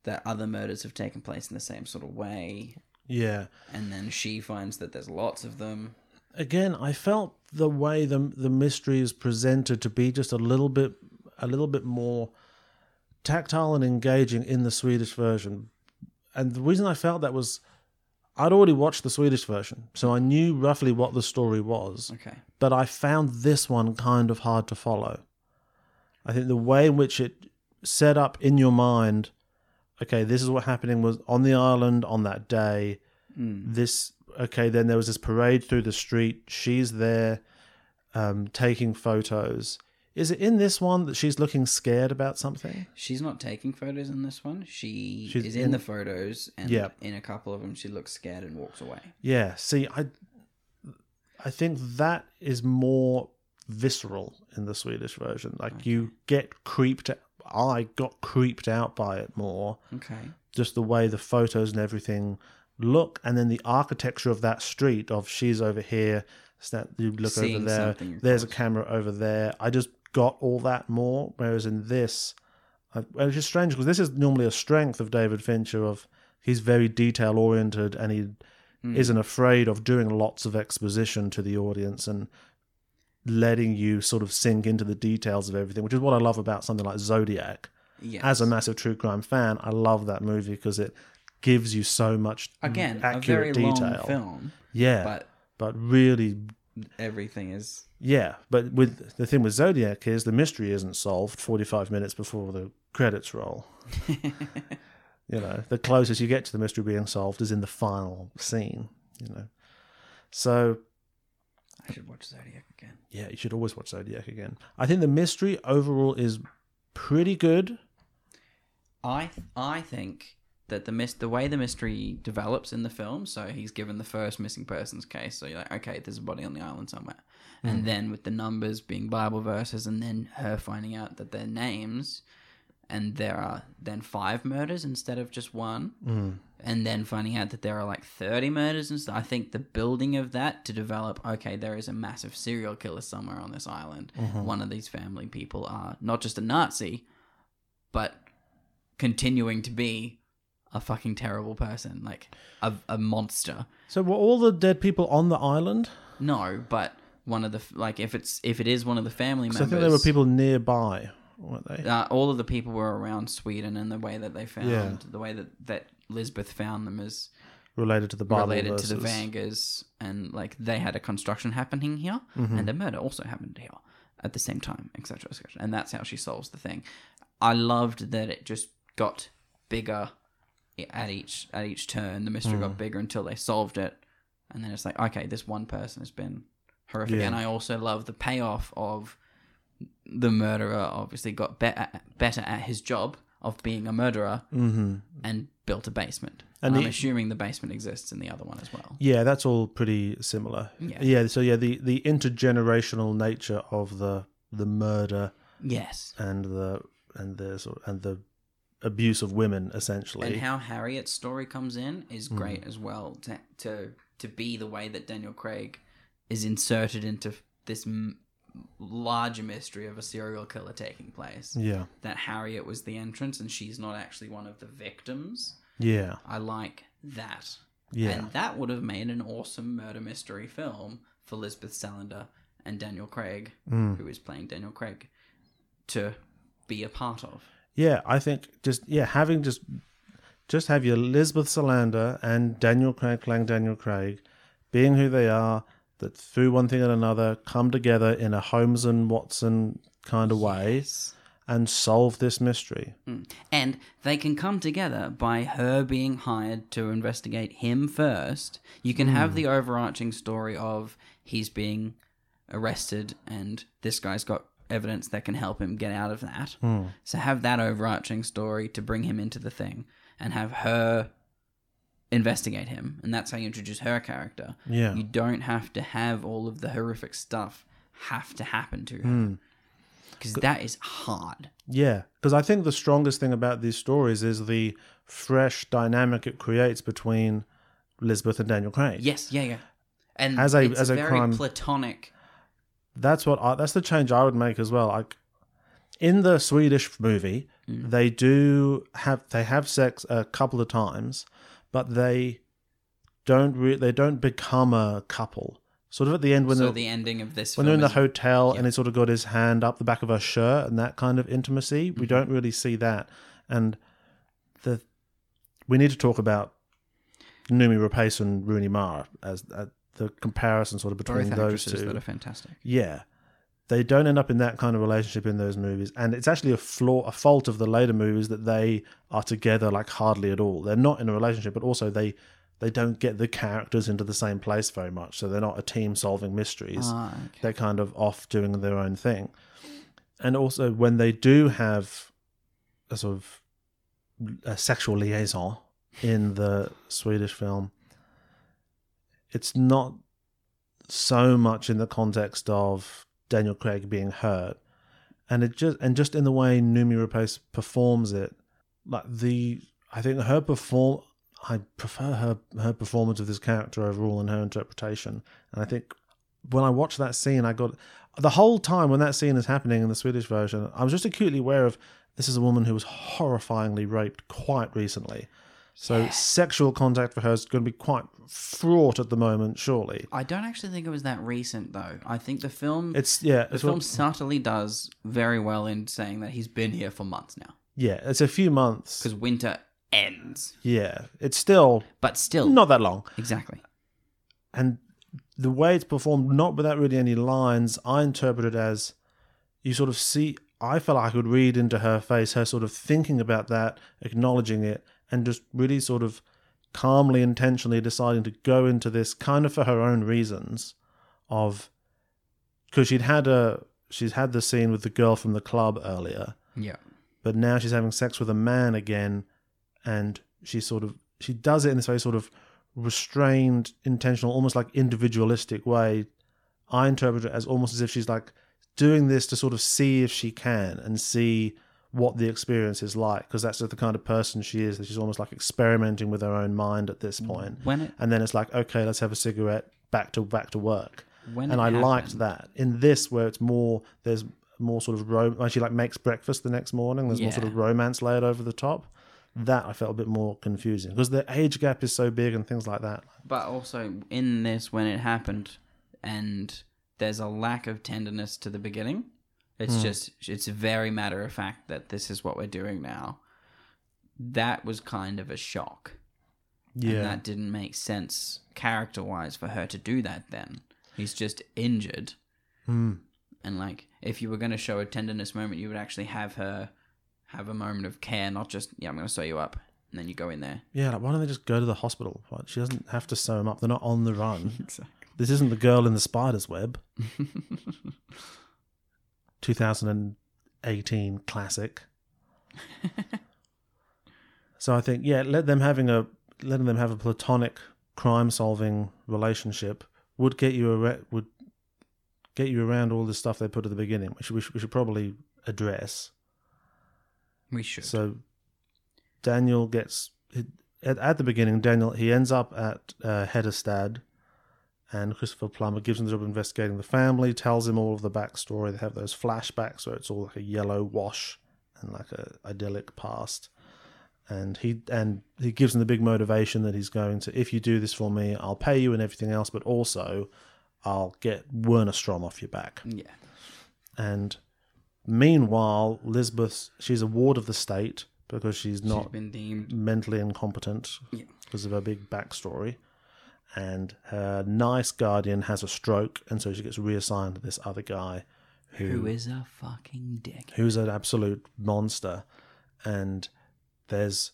that other murders have taken place in the same sort of way,
yeah.
and then she finds that there's lots of them.
Again, I felt the way the the mystery is presented to be just a little bit a little bit more tactile and engaging in the Swedish version. And the reason I felt that was I'd already watched the Swedish version, so I knew roughly what the story was,
Okay.
but I found this one kind of hard to follow. I think the way in which it set up in your mind, okay, this is what happening was on the island on that day. This okay, then there was this parade through the street. She's there um, taking photos. Is it in this one that she's looking scared about something?
She's not taking photos in this one. She
She's
is in,
in-
the photos, and
Yeah.
in a couple of them, she looks scared and walks away.
Yeah. See, I I think that is more visceral in the Swedish version. Like you get creeped. I got creeped out by it more.
Okay.
Just the way the photos and everything look, and then the architecture of that street. Of she's over here. Snap. You look
Seeing
over there.
something
There's a
across.
camera over there. I just got all that more. Whereas in this, I, well, it's just strange because this is normally a strength of David Fincher. Of he's very detail oriented and he
Hmm.
isn't afraid of doing lots of exposition to the audience and letting you sort of sink into the details of everything, which is what I love about something like Zodiac.
Yes.
As a massive true crime fan, I love that movie because it gives you so much
Again, a very
accurate detail.
long film,
Yeah,
but
but really
everything is
yeah, but with the thing with Zodiac is the mystery isn't solved 45 minutes before the credits
[LAUGHS]
roll. you know, the closest you get to the mystery being solved is in the final scene, you know. So,
I should watch Zodiac again.
yeah, you should always watch Zodiac again. I think the mystery overall is pretty good.
I I think that the mis- the way the mystery develops in the film, so he's given the first missing persons case, so you're like, okay, there's a body on the island somewhere, and then with the numbers being Bible verses, and then her finding out that they're names, and there are then five murders instead of just one, and then finding out that there are like thirty murders and stuff. I think the building of that to develop, okay, there is a massive serial killer somewhere on this island. One of these family people are not just a Nazi, but continuing to be a fucking terrible person, like a, a monster.
So, were all the dead people on the island?
No, but one of the f- like if it's if it is one of the family members.
So I think there were people nearby, weren't they?
Uh, all of the people were around Sweden, and the way that they found
Yeah.
the way that that Lisbeth found them is
Related to the Bible
related to the
verses.
Vangers, and like they had a construction happening here,
Mm-hmm.
and a murder also happened here at the same time, etc., etc. And that's how she solves the thing. I loved that it just got bigger at each at each turn. The
Mm.
mystery got bigger until they solved it, and then it's like, okay, this one person has been horrific.
Yeah.
And I also love the payoff of the murderer obviously got better better at his job of being a murderer and built a basement.
Mm-hmm. And
I'm
the-
assuming the basement exists in the other one as well.
Yeah, that's all pretty similar.
Yeah.
So yeah, the the intergenerational nature of the the murder
Yes.
and the and the sort and the abuse of women, essentially.
and how Harriet's story comes in is
Hmm.
great as well to to to be the way that Daniel Craig is inserted into this m- larger mystery of a serial killer taking place.
yeah,
That Harriet was the entrance and she's not actually one of the victims.
yeah,
I like that.
yeah.
And that would have made an awesome murder mystery film for Lisbeth Salander and Daniel Craig, who is playing Daniel Craig, to be a part of.
Yeah, I think just yeah, having just just have your Lisbeth Salander and Daniel Craig playing Daniel Craig, being who they are, that through one thing and another come together in a Holmes and Watson kind of way and solve this mystery.
And they can come together by her being hired to investigate him first. You can have the overarching story of he's being arrested and this guy's got evidence that can help him get out of that. So have that overarching story to bring him into the thing and have her investigate him. And that's how you introduce her character.
Yeah.
You don't have to have all of the horrific stuff have to happen to her. Because that is hard.
Yeah, because I think the strongest thing about these stories is the fresh dynamic it creates between Lisbeth and Daniel Craig.
Yes, yeah, yeah. And
As a-
it's
as a
very
crime-
platonic.
that's what I, that's the change I would make as well. Like in the Swedish movie,
Mm.
they do have they have sex a couple of times, but they don't re- they don't become a couple. Sort of at the end when
so
they're,
the ending of this film
when they're in the
is-
hotel and he sort of got his hand up the back of her shirt and that kind of intimacy,
Mm-hmm.
we don't really see that. And the we need to talk about Numi Rapace and Rooney Mara as uh, the comparison sort of between
both
those
actresses
two.
that are fantastic.
Yeah. They don't end up in that kind of relationship in those movies. And it's actually a flaw, a fault of the later movies that they are together like hardly at all. They're not in a relationship, but also they they don't get the characters into the same place very much. So they're not a team solving mysteries.
Ah, okay.
They're kind of off doing their own thing. And also when they do have a sort of a sexual liaison in the Swedish film, it's not so much in the context of Daniel Craig being hurt, and it just and just in the way Numi Rapace performs it, like the I think her perform I prefer her her performance of this character overall and her interpretation, and I think when I watched that scene, I got the whole time when that scene is happening in the Swedish version, I was just acutely aware of this is a woman who was horrifyingly raped quite recently. So sexual contact for her is going to be quite fraught at the moment, surely.
I don't actually think it was that recent though. I think the film
It's yeah,
the
it's
film
what-
subtly does very well in saying that he's been here for months now
yeah, it's a few months.
because winter ends,
Yeah, it's still
but still
not that long,
exactly.
and the way it's performed, not without really any lines, I interpret it as you sort of see. I felt like I could read into her face, her sort of thinking about that, acknowledging it, and just really sort of calmly, intentionally deciding to go into this kind of for her own reasons, of because she'd had a she's had the scene with the girl from the club earlier,
Yeah,
but now she's having sex with a man again and she sort of she does it in this very sort of restrained intentional almost like individualistic way i interpret it as almost as if she's like doing this to sort of see if she can and see what the experience is like because that's just the kind of person she is that she's almost like experimenting with her own mind at this point
when it
and then it's like okay let's have a cigarette back to back to work
when
and
it
I liked
happened-
that. In this, where it's more, there's more sort of rom- when she like makes breakfast the next morning. There's more sort
Yeah.
of romance layered over the top. That I felt a bit more confusing because the age gap is so big and things like that.
But also in this, when it happened, and there's a lack of tenderness to the beginning.
Hmm.
It's just it's very matter of fact that this is what we're doing now. That was kind of a shock,
Yeah,
and that didn't make sense character wise for her to do that. Then he's just injured,
Hmm.
and like if you were going to show a tenderness moment, you would actually have her have a moment of care, not just yeah, I'm going to sew you up, and then you go in there.
yeah. Like, why don't they just go to the hospital? Why- She doesn't have to sew them up. They're not on the run. This isn't the girl in the spider's web. 2018 classic. [LAUGHS] so I think yeah, let them having a letting them have a platonic crime solving relationship would get you a would get you around all the stuff they put at the beginning, which we should, we should probably address.
We should.
So Daniel gets at, at the beginning. Daniel he ends up at uh, Hedestad, and Christopher Plummer gives him the job of investigating the family. Tells him all of the backstory. They have those flashbacks where it's all like a yellow wash and like a idyllic past. And he and he gives him the big motivation that he's going to. If you do this for me, I'll pay you and everything else, but also I'll get Werner Strom off your back.
Yeah.
And meanwhile, Lisbeth, she's a ward of the state because she's
She's
not
been deemed.
mentally incompetent
Yeah.
because of her big backstory. And her nice guardian has a stroke, and so she gets reassigned to this other guy
Who is a fucking dick?
who's an absolute monster and there's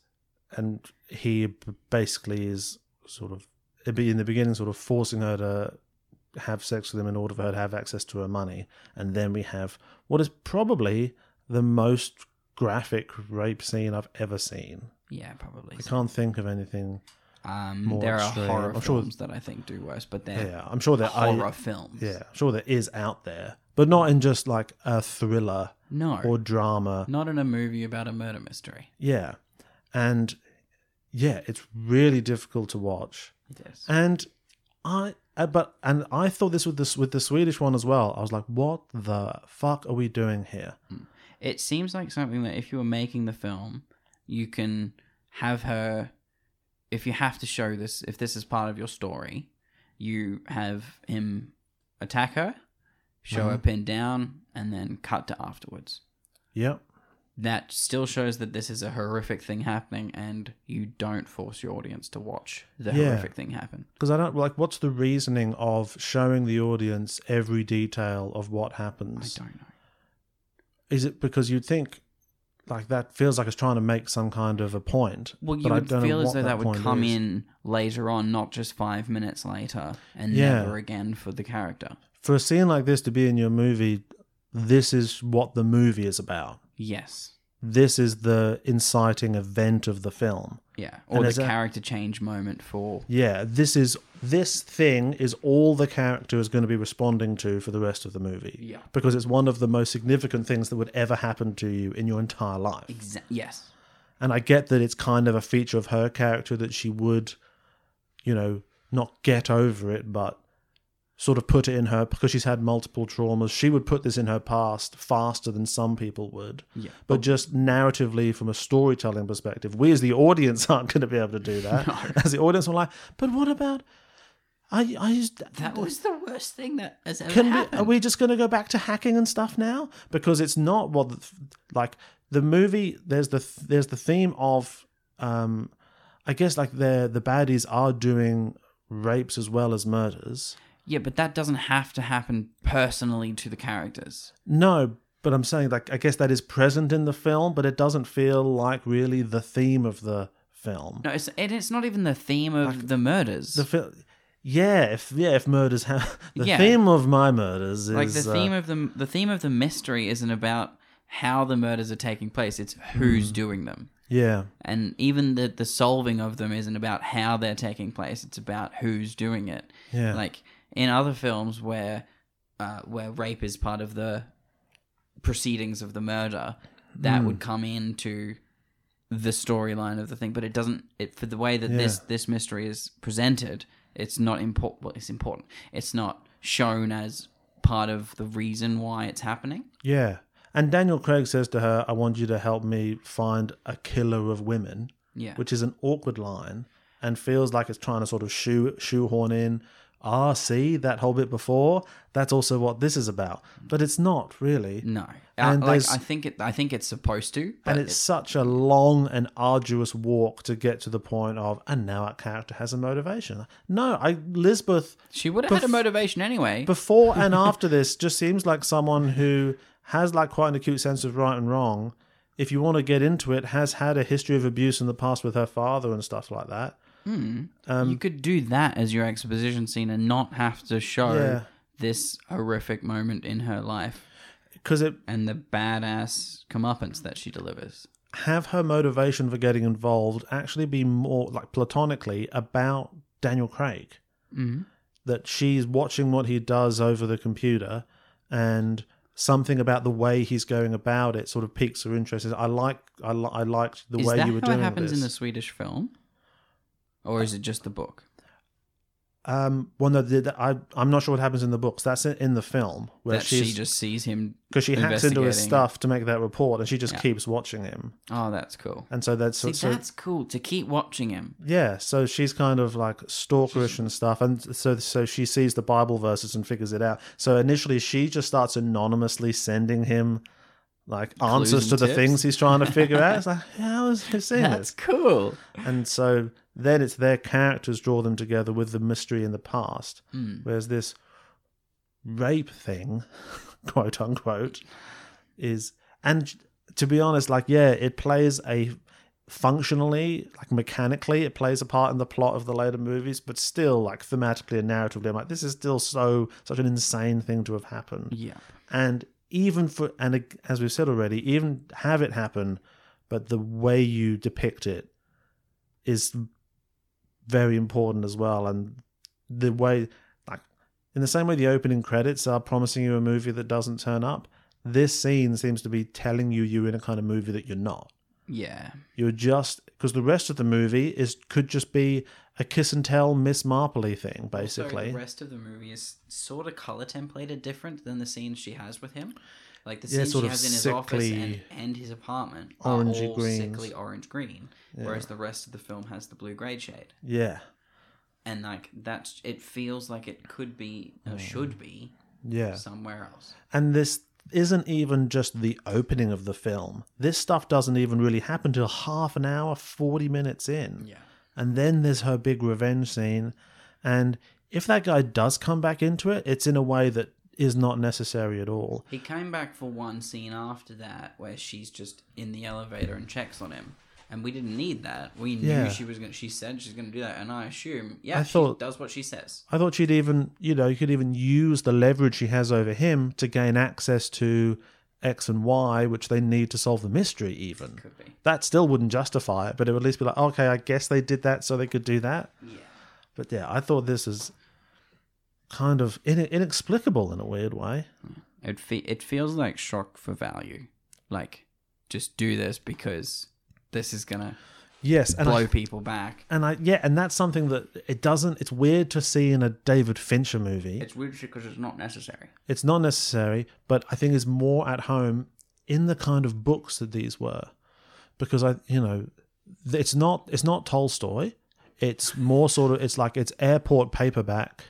and he b- basically is sort of it'd be in the beginning sort of forcing her to have sex with him in order for her to have access to her money and then we have what is probably the most graphic rape scene i've ever seen
Yeah, probably.
i can't think of anything
Um,
more
there are
extreme.
horror
I'm sure-
films that I think do worse, but they're
yeah i'm sure there
horror
I,
films.
yeah i'm sure there is out there but not in just like a thriller
No.
or drama
not in a movie about a murder mystery.
Yeah. And yeah, it's really difficult to watch.
Yes.
And I uh, but and I thought this with this with the Swedish one as well. I was like, what the fuck are we doing here?
It seems like something that if you were making the film, you can have her. If you have to show this, if this is part of your story, you have him attack her,
Uh-huh.
show her pinned down, and then cut to afterwards.
Yep.
That still shows that this is a horrific thing happening, and you don't force your audience to watch the
Yeah.
horrific thing happen.
Because I don't like what's the reasoning of showing the audience every detail of what
I
happens?
don't know.
Is it because you'd think like that feels like it's trying to make some kind of a point?
Well, you
but I
would
don't know
feel as
what
though that, would
point
come
is.
in later on, not just five minutes later and
Yeah.
never again for the character.
for a scene like this to be in your movie. This is what the movie is about.
Yes.
this is the inciting event of the film.
Yeah. Or
And
the
is that-
character change moment for.
Yeah, this is this thing is all the character is going to be responding to for the rest of the movie.
Yeah.
Because it's one of the most significant things that would ever happen to you in your entire life.
Exa- yes.
And I get that it's kind of a feature of her character that she would, you know, not get over it, but sort of put it in her because she's had multiple traumas. She would put this in her past faster than some people would.
Yeah.
But just narratively, from a storytelling perspective, we as the audience [LAUGHS] aren't going to be able to do that. As the audience, we're like, but what about? I, I just
That was the worst thing that has ever
can we,
happened.
are we just going to go back to hacking and stuff now? Because it's not what the, like the movie. There's the there's the theme of, um, I guess like the the baddies are doing rapes as well as murders.
yeah, but that doesn't have to happen personally to the characters.
No, but I'm saying like I guess that is present in the film, but it doesn't feel like really the theme of the film.
No, it's, and it's not even the theme of the murders.
The fil- yeah, if yeah, if murders have [LAUGHS] the
Yeah.
theme of my murders is
like the
uh,
theme of the the theme of the mystery isn't about how the murders are taking place. It's who's
Hmm.
doing them.
yeah.
and even the the solving of them isn't about how they're taking place it's about who's doing it
Yeah.
like in other films where uh, where rape is part of the proceedings of the murder that would
Hmm.
come into the storyline of the thing but it doesn't it for the way that this
Yeah.
this mystery is presented it's not important well, it's important it's not shown as part of the reason why it's happening
Yeah. And Daniel Craig says to her, I want you to help me find a killer of women,
yeah
which is an awkward line and feels like it's trying to sort of shoe, shoehorn in, ah, see, that whole bit before, that's also what this is about. But it's not really.
no I,
And
like
there's-
i think it i think it's supposed to but
And it's such a long and arduous walk to get to the point of, and now our character has a motivation. No, I Lisbeth
She would have had a
Bef-
motivation anyway. [LAUGHS]
before and after this just seems like someone who has like quite an acute sense of right and wrong if you want to get into it has had a history of abuse in the past with her father and stuff like that um,
you could do that as your exposition scene and not have to show
Yeah.
this horrific moment in her life
because it
and the badass comeuppance that she delivers.
have her motivation for getting involved actually be more like platonically about daniel craig
Mm-hmm.
that she's watching what he does over the computer and something about the way he's going about it sort of piques her interest. I like, I, li- I liked the
is
way
that
you were
how
doing
it happens
this.
in the Swedish film, or is it just the book?
Um, well, no, the, the, I, I'm not sure what happens in the books. That's in, in the film where
that she
she's
just sees him
because she hacks into his
investigating.
stuff to make that report, and she just
Yeah.
keeps watching him,
Oh, that's cool.
and so that's
See,
so,
that's cool to keep watching him.
yeah. So she's kind of like stalkerish and stuff, and so so she sees the Bible verses and figures it out. So initially, she just starts anonymously sending him like answers
and
to the
tips?
things he's trying to figure
[LAUGHS]
out. It's like how is he seeing
That's
this?
cool.
And so then it's their characters draw them together with the mystery in the past. Whereas this rape thing, [LAUGHS] quote unquote, is and to be honest, like yeah, it plays a functionally, like mechanically, it plays a part in the plot of the later movies, but still like thematically and narratively, I'm like, this is still so such an insane thing to have happened
Yeah.
and even for and ag- as we've said already even have it happen but the way you depict it is very important as well and the way like in the same way the opening credits are promising you a movie that doesn't turn up this scene seems to be telling you you're in a kind of movie that you're not
Yeah.
you're just because the rest of the movie is could just be a kiss and tell miss marpley thing basically
the rest of the movie is sort of color templated different than the scenes she has with him. Like the
Yeah,
scenes
sort
she
of
has in his office and,
sickly-
and his apartment
Orangey
are all
greens.
sickly orange green, whereas the rest of the film has the blue grade shade.
yeah
And like that's it feels like it could be
Hmm.
or should be
yeah
somewhere else.
And this isn't even just the opening of the film. This stuff doesn't even really happen till half an hour, 40 minutes in.
Yeah.
And then there's her big revenge scene. And if that guy does come back into it, it's in a way that is not necessary at all.
He came back for one scene after that where she's just in the elevator and checks on him. And we didn't need that. We knew
Yeah.
she was going to, she said she's going to do that. And I assume, yeah,
I
she
thought-
does what she says.
I thought she'd even, you know, you could even use the leverage she has over him to gain access to X and Y, which they need to solve the mystery, even.
Could be.
That still wouldn't justify it, but it would at least be like, okay, I guess they did that so they could do that.
Yeah.
But yeah, I thought this is kind of in- inexplicable in a weird way.
It, fe- it feels like shock for value. Like, just do this because this is going to
Yes, and
blow
I,
people back.
and I yeah, and that's something that it doesn't. It's weird to see in a David Fincher movie. It's,
It's weird because it's not necessary.
not necessary, but I think is more at home in the kind of books that these were, because I you know, th- it's not it's not Tolstoy. It's more sort of it's like it's airport paperback,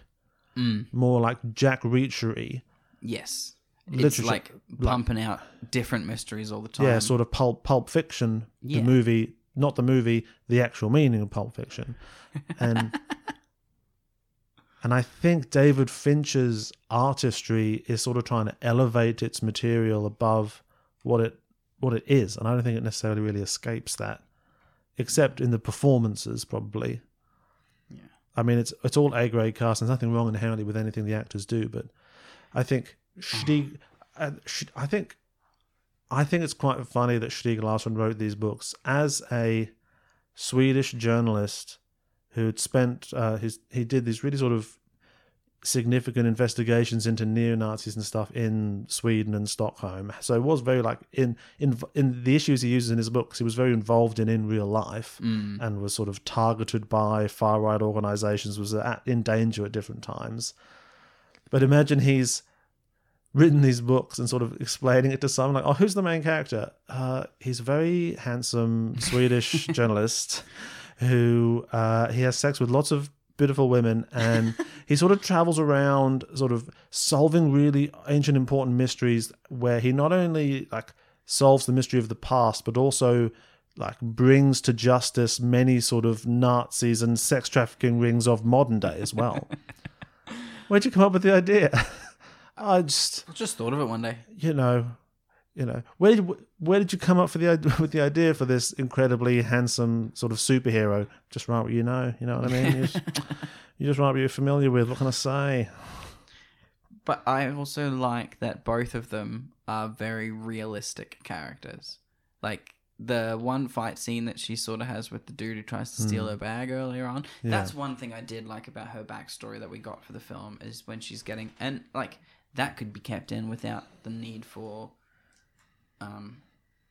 more like Jack Reachery.
Yes.
Literature-
It's like pumping out different mysteries all the time.
yeah, sort of pulp pulp fiction,
Yeah.
the movie, not the movie, the actual meaning of pulp fiction,
[LAUGHS]
and and I think David Fincher's artistry is sort of trying to elevate its material above what it what it is, and I don't think it necessarily really escapes that, except in the performances probably.
Yeah.
I mean, it's it's all A grade cast. There's nothing wrong inherently with anything the actors do, but I think
Uh-huh.
Stieg, uh, Sch- I think, I think it's quite funny that Stieg Larsson wrote these books as a Swedish journalist who'd spent uh, his he did these really sort of significant investigations into neo Nazis and stuff in Sweden and Stockholm. So it was very like in in in the issues he uses in his books, he was very involved in in real life and was sort of targeted by far right organizations, was at, in danger at different times. But imagine he's written these books and sort of explaining it to someone like, oh, who's the main character? Uh, he's a very handsome [LAUGHS] Swedish journalist who uh, he has sex with lots of beautiful women [LAUGHS] and he sort of travels around sort of solving really ancient important mysteries where he not only like solves the mystery of the past but also like brings to justice many sort of nazis and sex trafficking rings of modern day as [LAUGHS] well where'd you come up with the idea [LAUGHS] i just
I just thought of it one day.
you know, you know, where did where did you come up for the [LAUGHS] id- with the idea for this incredibly handsome sort of superhero? Just write what you know. You know what I mean?
[LAUGHS]
You just, you just write what you're familiar with. What can I say?
But I also like that both of them are very realistic characters. Like the one fight scene that she sort of has with the dude who tries to steal her bag earlier on. That's one thing I did like about her backstory that we got for the film is when she's getting and like that could be kept in without the need for um,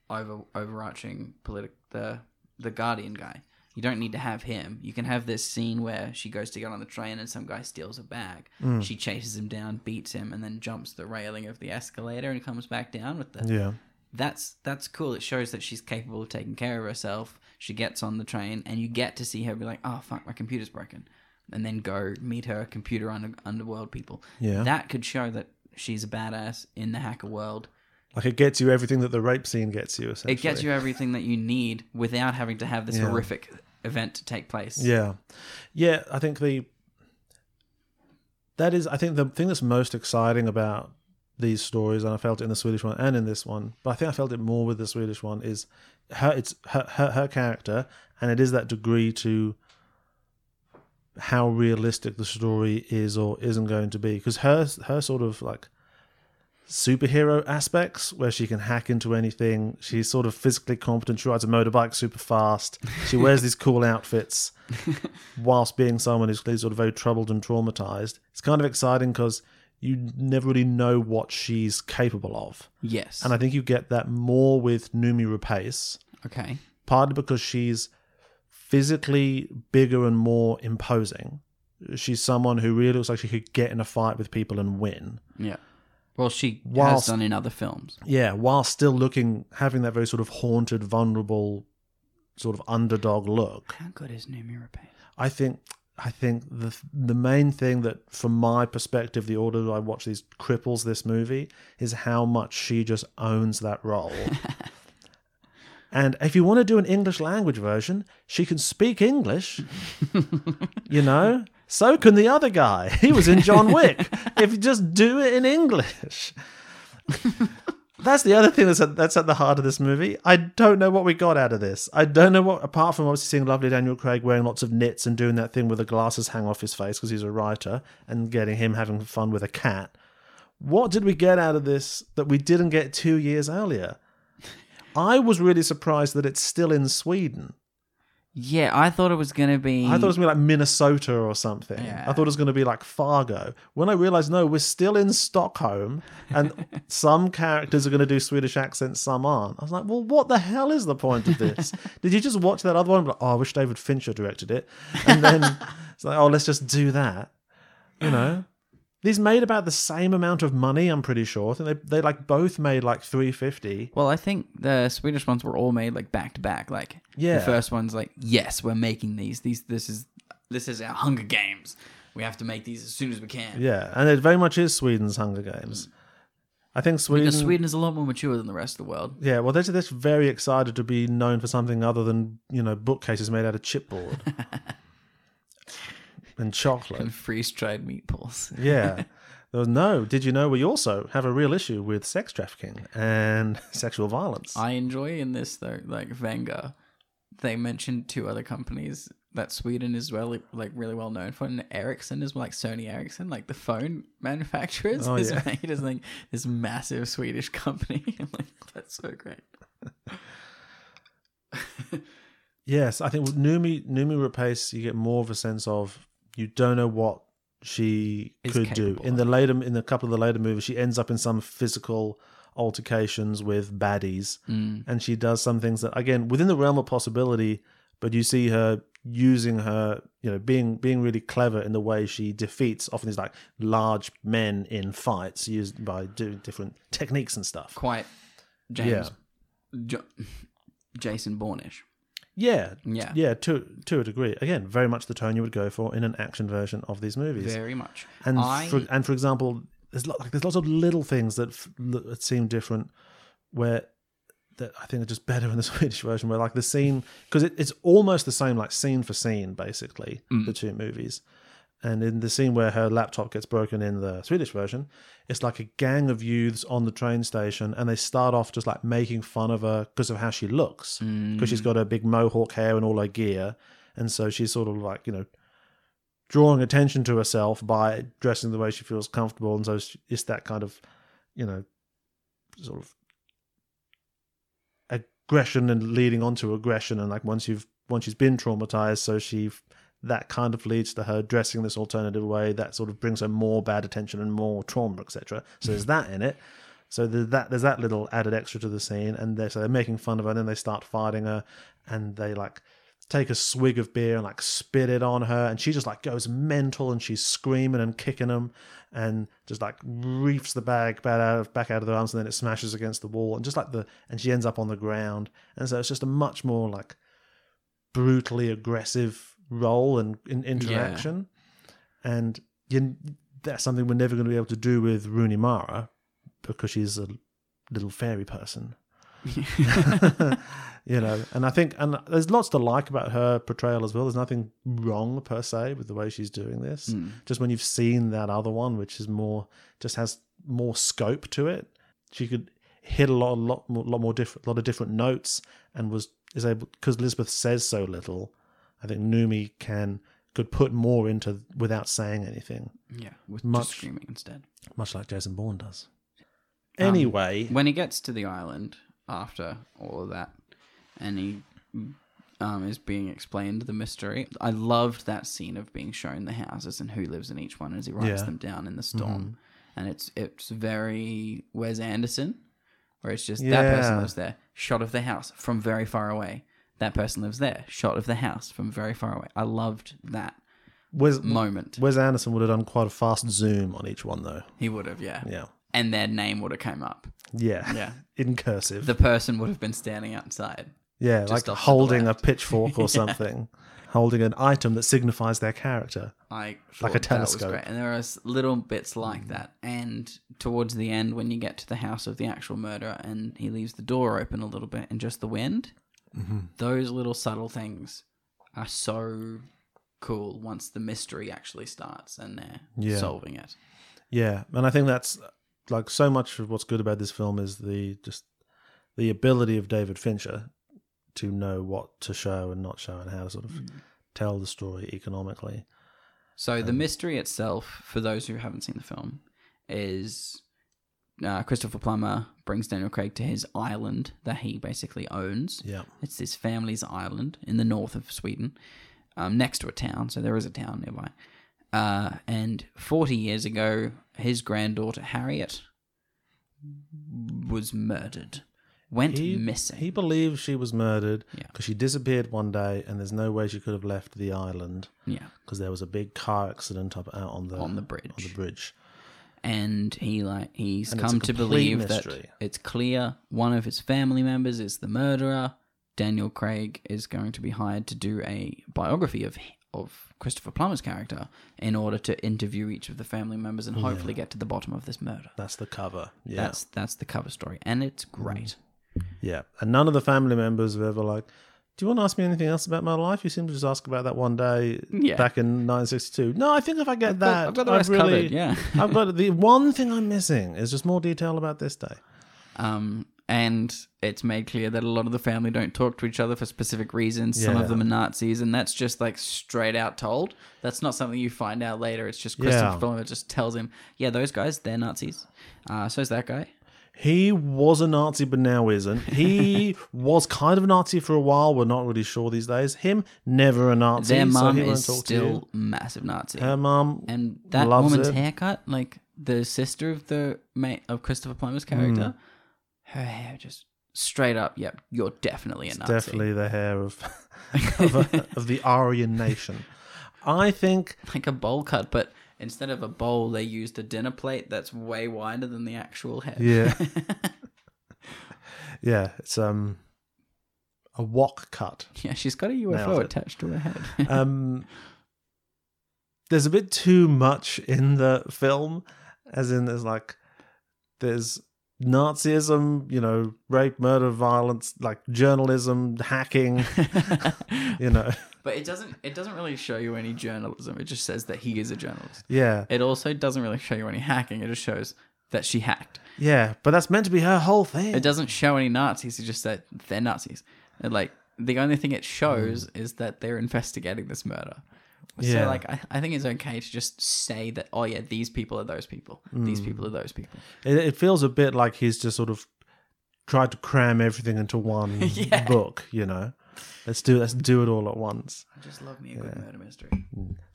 over overarching politic the the guardian guy. You don't need to have him. You can have this scene where she goes to get on the train and some guy steals a bag. She chases him down, beats him, and then jumps the railing of the escalator and comes back down with the
Yeah.
that's that's cool. It shows that she's capable of taking care of herself. She gets on the train, and you get to see her be like, "Oh fuck, my computer's broken," and then go meet her computer under, underworld people.
Yeah.
that could show that she's a badass in the hacker world.
Like it gets you everything that the rape scene gets you. Essentially,
It gets you everything that you need without having to have this
Yeah.
horrific event to take place.
Yeah, yeah. I think the that is. I think the thing that's most exciting about these stories, and I felt it in the Swedish one and in this one, but I think I felt it more with the Swedish one is her. It's her her, her character, and it is that degree to how realistic the story is or isn't going to be because her her sort of like superhero aspects where she can hack into anything. She's sort of physically competent. She rides a motorbike super fast. She wears these cool outfits whilst being someone who's clearly sort of very troubled and traumatized. It's kind of exciting because you never really know what she's capable of.
Yes.
And I think you get that more with Numi Rapace,
okay.
partly because she's physically bigger and more imposing. She's someone who really looks like she could get in a fight with people and win.
Yeah. Well, she has
Whilst-
done in other films.
yeah, while still looking having that very sort of haunted, vulnerable, sort of underdog look.
How good is Numi Rapace?
I think I think the the main thing that, from my perspective, the order that I watch these cripples this movie is how much she just owns that role. and if you want to do an English language version, she can speak English. you know. So can the other guy. He was in John Wick. if you just do it in English. That's the other thing that's at, that's at the heart of this movie. I don't know what we got out of this. I don't know what, apart from obviously seeing lovely Daniel Craig wearing lots of knits and doing that thing where the glasses hang off his face because he's a writer and getting him having fun with a cat. What did we get out of this that we didn't get two years earlier? I was really surprised that it's still in Sweden.
Yeah, I thought it was gonna be.
I thought it was going to be like Minnesota or something.
Yeah.
I thought it was going to be like Fargo. When I realized, no, we're still in Stockholm
[LAUGHS]
and some characters are going to do Swedish accents, some aren't. I was like, well, what the hell is the point of
[LAUGHS]
this? Did you just watch that other one? and be Like, oh, I wish David Fincher directed it. And then
[LAUGHS]
it's like, oh, let's just do that. You know? These made about the same amount of money, I'm pretty sure. I think they, they like both made like 350.
Well, I think the Swedish ones were all made like back to back. Like
Yeah.
the first one's like, yes, we're making these. These this is this is our Hunger Games. We have to make these as soon as we can.
Yeah. And it very much is Sweden's Hunger Games. I think Sweden.
Because Sweden is a lot more mature than the rest of the world.
Yeah, well, they're they're just very excited to be known for something other than you know bookcases made out of chipboard and chocolate.
And freeze dried meatballs. [LAUGHS]
[LAUGHS] Yeah. There was no. Did you know we also have a real issue with sex trafficking and [LAUGHS] sexual violence?
I enjoy in this though, like Venga, they mentioned two other companies that Sweden is really like really well known for, and Ericsson is like Sony Ericsson, like the phone [LAUGHS] manufacturers.
Oh,
is
yeah.
made as like this massive Swedish company. [LAUGHS] I'm like, that's so great.
Yes, I think with Numi Numi Rapace, you get more of a sense of you don't know what she
Is
could do.
capable
In the later, in a couple of the later movies, she ends up in some physical altercations with baddies,
Mm.
and she does some things that, again, within the realm of possibility. But you see her using her, you know, being being really clever in the way she defeats often these like large men in fights used by do different techniques and stuff.
quite James jo- Jason Bournish.
Yeah,
Yeah.
yeah. To to a degree, again, very much the tone you would go for in an action version of these movies.
Very much.
and
I
for, and for example, there's lot, like there's lots of little things that, f- that seem different, where that I think are just better in the [LAUGHS] Swedish version. Where like the scene because it, it's almost the same, like scene for scene, basically the two movies. And in the scene where her laptop gets broken in the Swedish version, it's like a gang of youths on the train station, and they start off just like making fun of her because of how she looks, because she's got her big mohawk hair and all her gear, and so she's sort of like you know drawing attention to herself by dressing the way she feels comfortable, and so it's- it's that kind of you know sort of aggression and leading on to aggression, and like once you've once she's been traumatized, so she that kind of leads to her dressing this alternative way that sort of brings her more bad attention and more trauma etc so there's that in it so there's that there's that little added extra to the scene and they're so they're making fun of her and then they start fighting her and they like take a swig of beer and like spit it on her and she just like goes mental and she's screaming and kicking them and just like reefs the bag back out of back out of their arms and then it smashes against the wall and just like the and she ends up on the ground and so it's just a much more like brutally aggressive role and in, interaction and you, that's something we're never going to be able to do with Rooney Mara because she's a little fairy person you know and i think and there's lots to like about her portrayal as well there's nothing wrong per se with the way she's doing this just when you've seen that other one which is more just has more scope to it she could hit a lot a lot more, lot more different lot of different notes and was is able because elizabeth says so little i think numi can could put more into without saying anything
Yeah, with
Much-
just screaming instead.
much like jason bourne does anyway
When he gets to the island after all of that, and he um, is being explained the mystery, I loved that scene of being shown the houses and who lives in each one as he writes
Yeah. Mm-hmm.
them down in the storm, and it's it's very Wes Anderson, where it's just that person
Yeah.
lives there, shot of the house from very far away. That person lives there, shot of the house from very far away. I loved that
where's
moment.
Wes Anderson would have done quite a fast zoom on each one, though.
He would have, yeah.
Yeah.
And their name would have come up.
Yeah.
Yeah.
[LAUGHS] In cursive.
The person would have been standing outside.
yeah,
just
like
off to the
holding a
left. [LAUGHS]
pitchfork or something, holding an item that signifies their character.
I thought that
Like a
was
telescope. Hmm.
great. And there are s- little bits like that. And towards the end, when you get to the house of the actual murderer and he leaves the door open a little bit and just the wind,
Mm-hmm.
those little subtle things are so cool once the mystery actually starts and they're
Yeah.
solving it.
Yeah, and I think that's like so much of what's good about this film is the just the ability of David Fincher to know what to show and not show and how to sort
Hmm.
of tell the story economically.
So
Um,
the mystery itself, for those who haven't seen the film, is uh, Christopher Plummer brings Daniel Craig to his island that he basically owns.
Yeah.
It's his family's island in the north of Sweden, um, next to a town. So there is a town nearby. Uh, and 40 years ago, his granddaughter Harriet was murdered, went missing.
He believes she was murdered
Yeah.
because she disappeared one day, and there's no way she could have left the island.
yeah,
because there was a big car accident up out on the
on the
on the
bridge.
bridge.
and he like he's
And it's a
come to
complete
believe that
mystery.
it's clear one of his family members is the murderer. Daniel Craig is going to be hired to do a biography of of Christopher Plummer's character in order to interview each of the family members and hopefully get to the bottom of this murder.
That's the cover. Yeah,
That's that's the cover story, and it's great.
yeah. And none of the family members were ever like, "Do you want to ask me anything else about my life?" You seem to just ask about that one day
Yeah.
back in 1962. No, I think if I
got-
get that,
I've got the rest covered, yeah.
[LAUGHS] I've got the one thing I'm missing is just more detail about this day.
Um, and it's made clear that a lot of the family don't talk to each other for specific reasons. Some
Yeah.
of them are Nazis, and that's just like straight out told. That's not something you find out later. It's just Christopher
Yeah.
Plummer just tells him, "Yeah, those guys, they're Nazis." Uh, so's that guy.
He was a Nazi, but now isn't.
[LAUGHS]
He was kind of a Nazi for a while. We're not really sure these days. Him, never a Nazi.
Their mum
so
is
he won't talk to you.
still massive Nazi,
her mum,
and that
loves
woman's
it.
haircut, like the sister of the mate of Christopher
Hmm.
Plummer's character, her hair just straight up. Yep, you're definitely a Nazi.
definitely the hair of
[LAUGHS]
of, [LAUGHS] a, of the Aryan nation. I think
[LAUGHS] like a bowl cut, but instead of a bowl, they used a dinner plate that's way wider than the actual head.
yeah, [LAUGHS] yeah. It's um a wok cut.
[LAUGHS] Yeah, she's got a
Nailed
UFO
it.
attached to her head.
Um, there's a bit too much in the film, as in there's like there's Nazism, you know, rape, murder, violence, like journalism, [LAUGHS] hacking, [LAUGHS] you know,
[LAUGHS] but it doesn't. It doesn't really show you any journalism. It just says that he is a journalist.
yeah.
It also doesn't really show you any hacking. It just shows that she hacked.
Yeah, but that's meant to be her whole thing.
It doesn't show any Nazis. It just said they're Nazis. And like the only thing it shows is that they're investigating this murder.
Mm. Yeah.
So like I, I think it's okay to just say that oh yeah these people are those people
Mm.
these people are those people
It, it feels a bit like he's just sort of tried to cram everything into one book, you know. Let's do let's do it all at once.
I just love me a good murder mystery.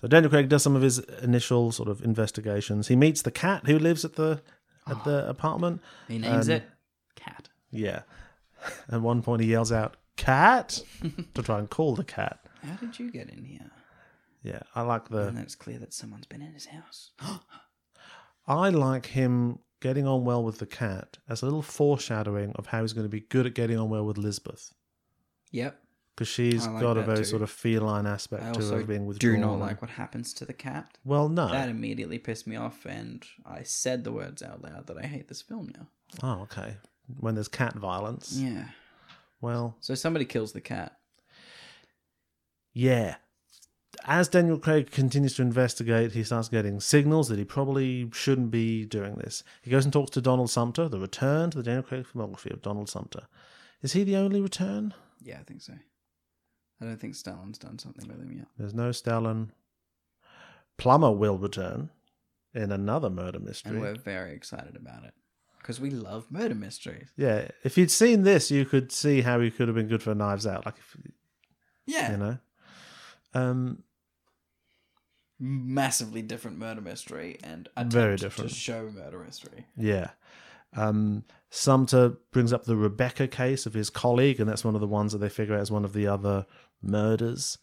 So Daniel Craig does some of his initial sort of investigations. He meets the cat who lives at the at the apartment.
He names
Um,
it Cat.
Yeah. [LAUGHS] At one point, he yells out "cat" to try and call the cat.
How did you get in here?
Yeah, I like
And
the
then it's clear that someone's been in his house. [GASPS]
I like him getting on well with the cat as a little foreshadowing of how he's going to be good at getting on well with Lisbeth
yep.
because she's
I like
got a
that
very
too.
sort of feline aspect
I
to her
also
of being withdrawn.
do not
and-
like what happens to the cat.
Well, no.
That immediately pissed me off, and I said the words out loud that I hate this film now.
oh, okay. When there's cat violence,
Yeah.
well,
So somebody kills the cat.
yeah. As Daniel Craig continues to investigate, he starts getting signals that he probably shouldn't be doing this. He goes and talks to Donald Sumter, the return to the Daniel Craig filmography of Donald Sumter. Is he the only return?
Yeah, I think so. I don't think Stalin's done something with him yet.
There's no Stalin. Plummer will return in another murder mystery.
And we're very excited about it because we love murder mysteries.
yeah, if you'd seen this, you could see how he could have been good for Knives Out. Like, if,
Yeah.
you know, um,
Massively different murder mystery and attempt
Very
to
different.
show murder mystery.
yeah. Um, Sumter brings up the Rebecca case of his colleague, and that's one of the ones that they figure out is one of the other murders.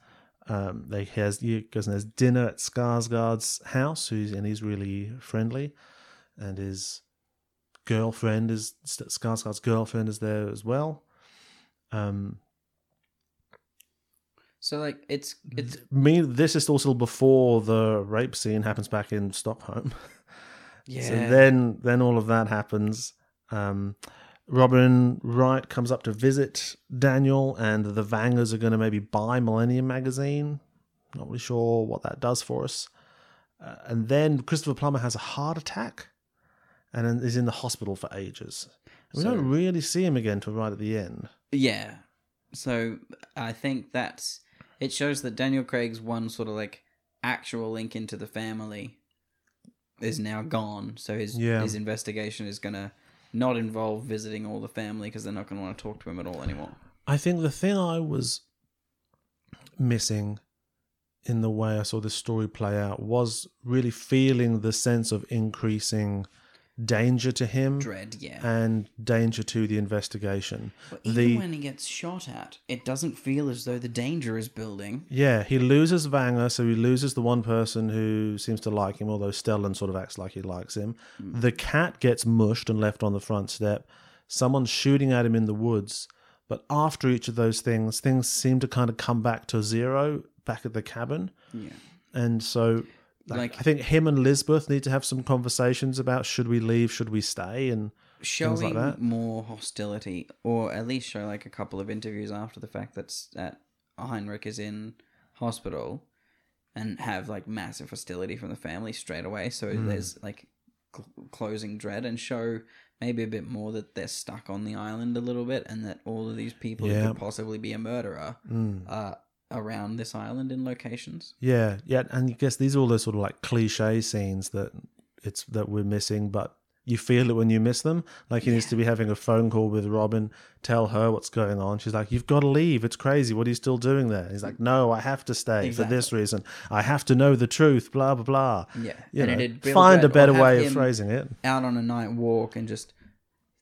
Um, they he has he goes and has dinner at Skarsgård's house, who's and he's really friendly, and his girlfriend is Skarsgård's girlfriend is there as well. Um,
So like it's it's
me, this is also before the rape scene happens back in Stockholm.
yeah.
So then, then all of that happens. Um, Robin Wright comes up to visit Daniel, and the Vangers are going to maybe buy Millennium Magazine. Not really sure what that does for us. Uh, and then Christopher Plummer has a heart attack, and then is in the hospital for ages. And we
So-
don't really see him again till right at the end.
Yeah. So I think that's it shows that Daniel Craig's one sort of like actual link into the family is now gone. So his
Yeah.
his investigation is going to not involve visiting all the family because they're not going to want to talk to him at all anymore.
I think the thing I was missing in the way I saw this story play out was really feeling the sense of increasing danger to him
Dread, yeah.
and danger to the investigation.
But even
The
when he gets shot at, it doesn't feel as though the danger is building.
yeah, he loses Vanger, so he loses the one person who seems to like him, although Stellan sort of acts like he likes him. The cat gets mushed and left on the front step. Someone's shooting at him in the woods, but after each of those things, things seem to kind of come back to zero back at the cabin.
Yeah.
And so, like,
Like-
I think him and Lisbeth need to have some conversations about should we leave, should we stay, and
Showing
that.
more hostility, or at least show like a couple of interviews after the fact that's that Heinrich is in hospital, and have like massive hostility from the family straight away. So
Hmm.
there's like cl- closing dread, and show maybe a bit more that they're stuck on the island a little bit, and that all of these people who
Yeah. Hmm.
could possibly be a murderer are around this island in locations.
yeah, yeah. And I guess these are all those sort of like cliche scenes that it's that we're missing, but you feel it when you miss them. Like he needs to be having a phone call with Robin, tell her what's going on. She's like, "You've got to leave. It's crazy. What are you still doing there?" He's like, "No, I have to stay for this reason. I have to know the truth." Blah blah blah.
Yeah,
You
and
know,
it'd build
find
dread,
a
or
better
have
way
him-
of phrasing it.
out on a night walk and just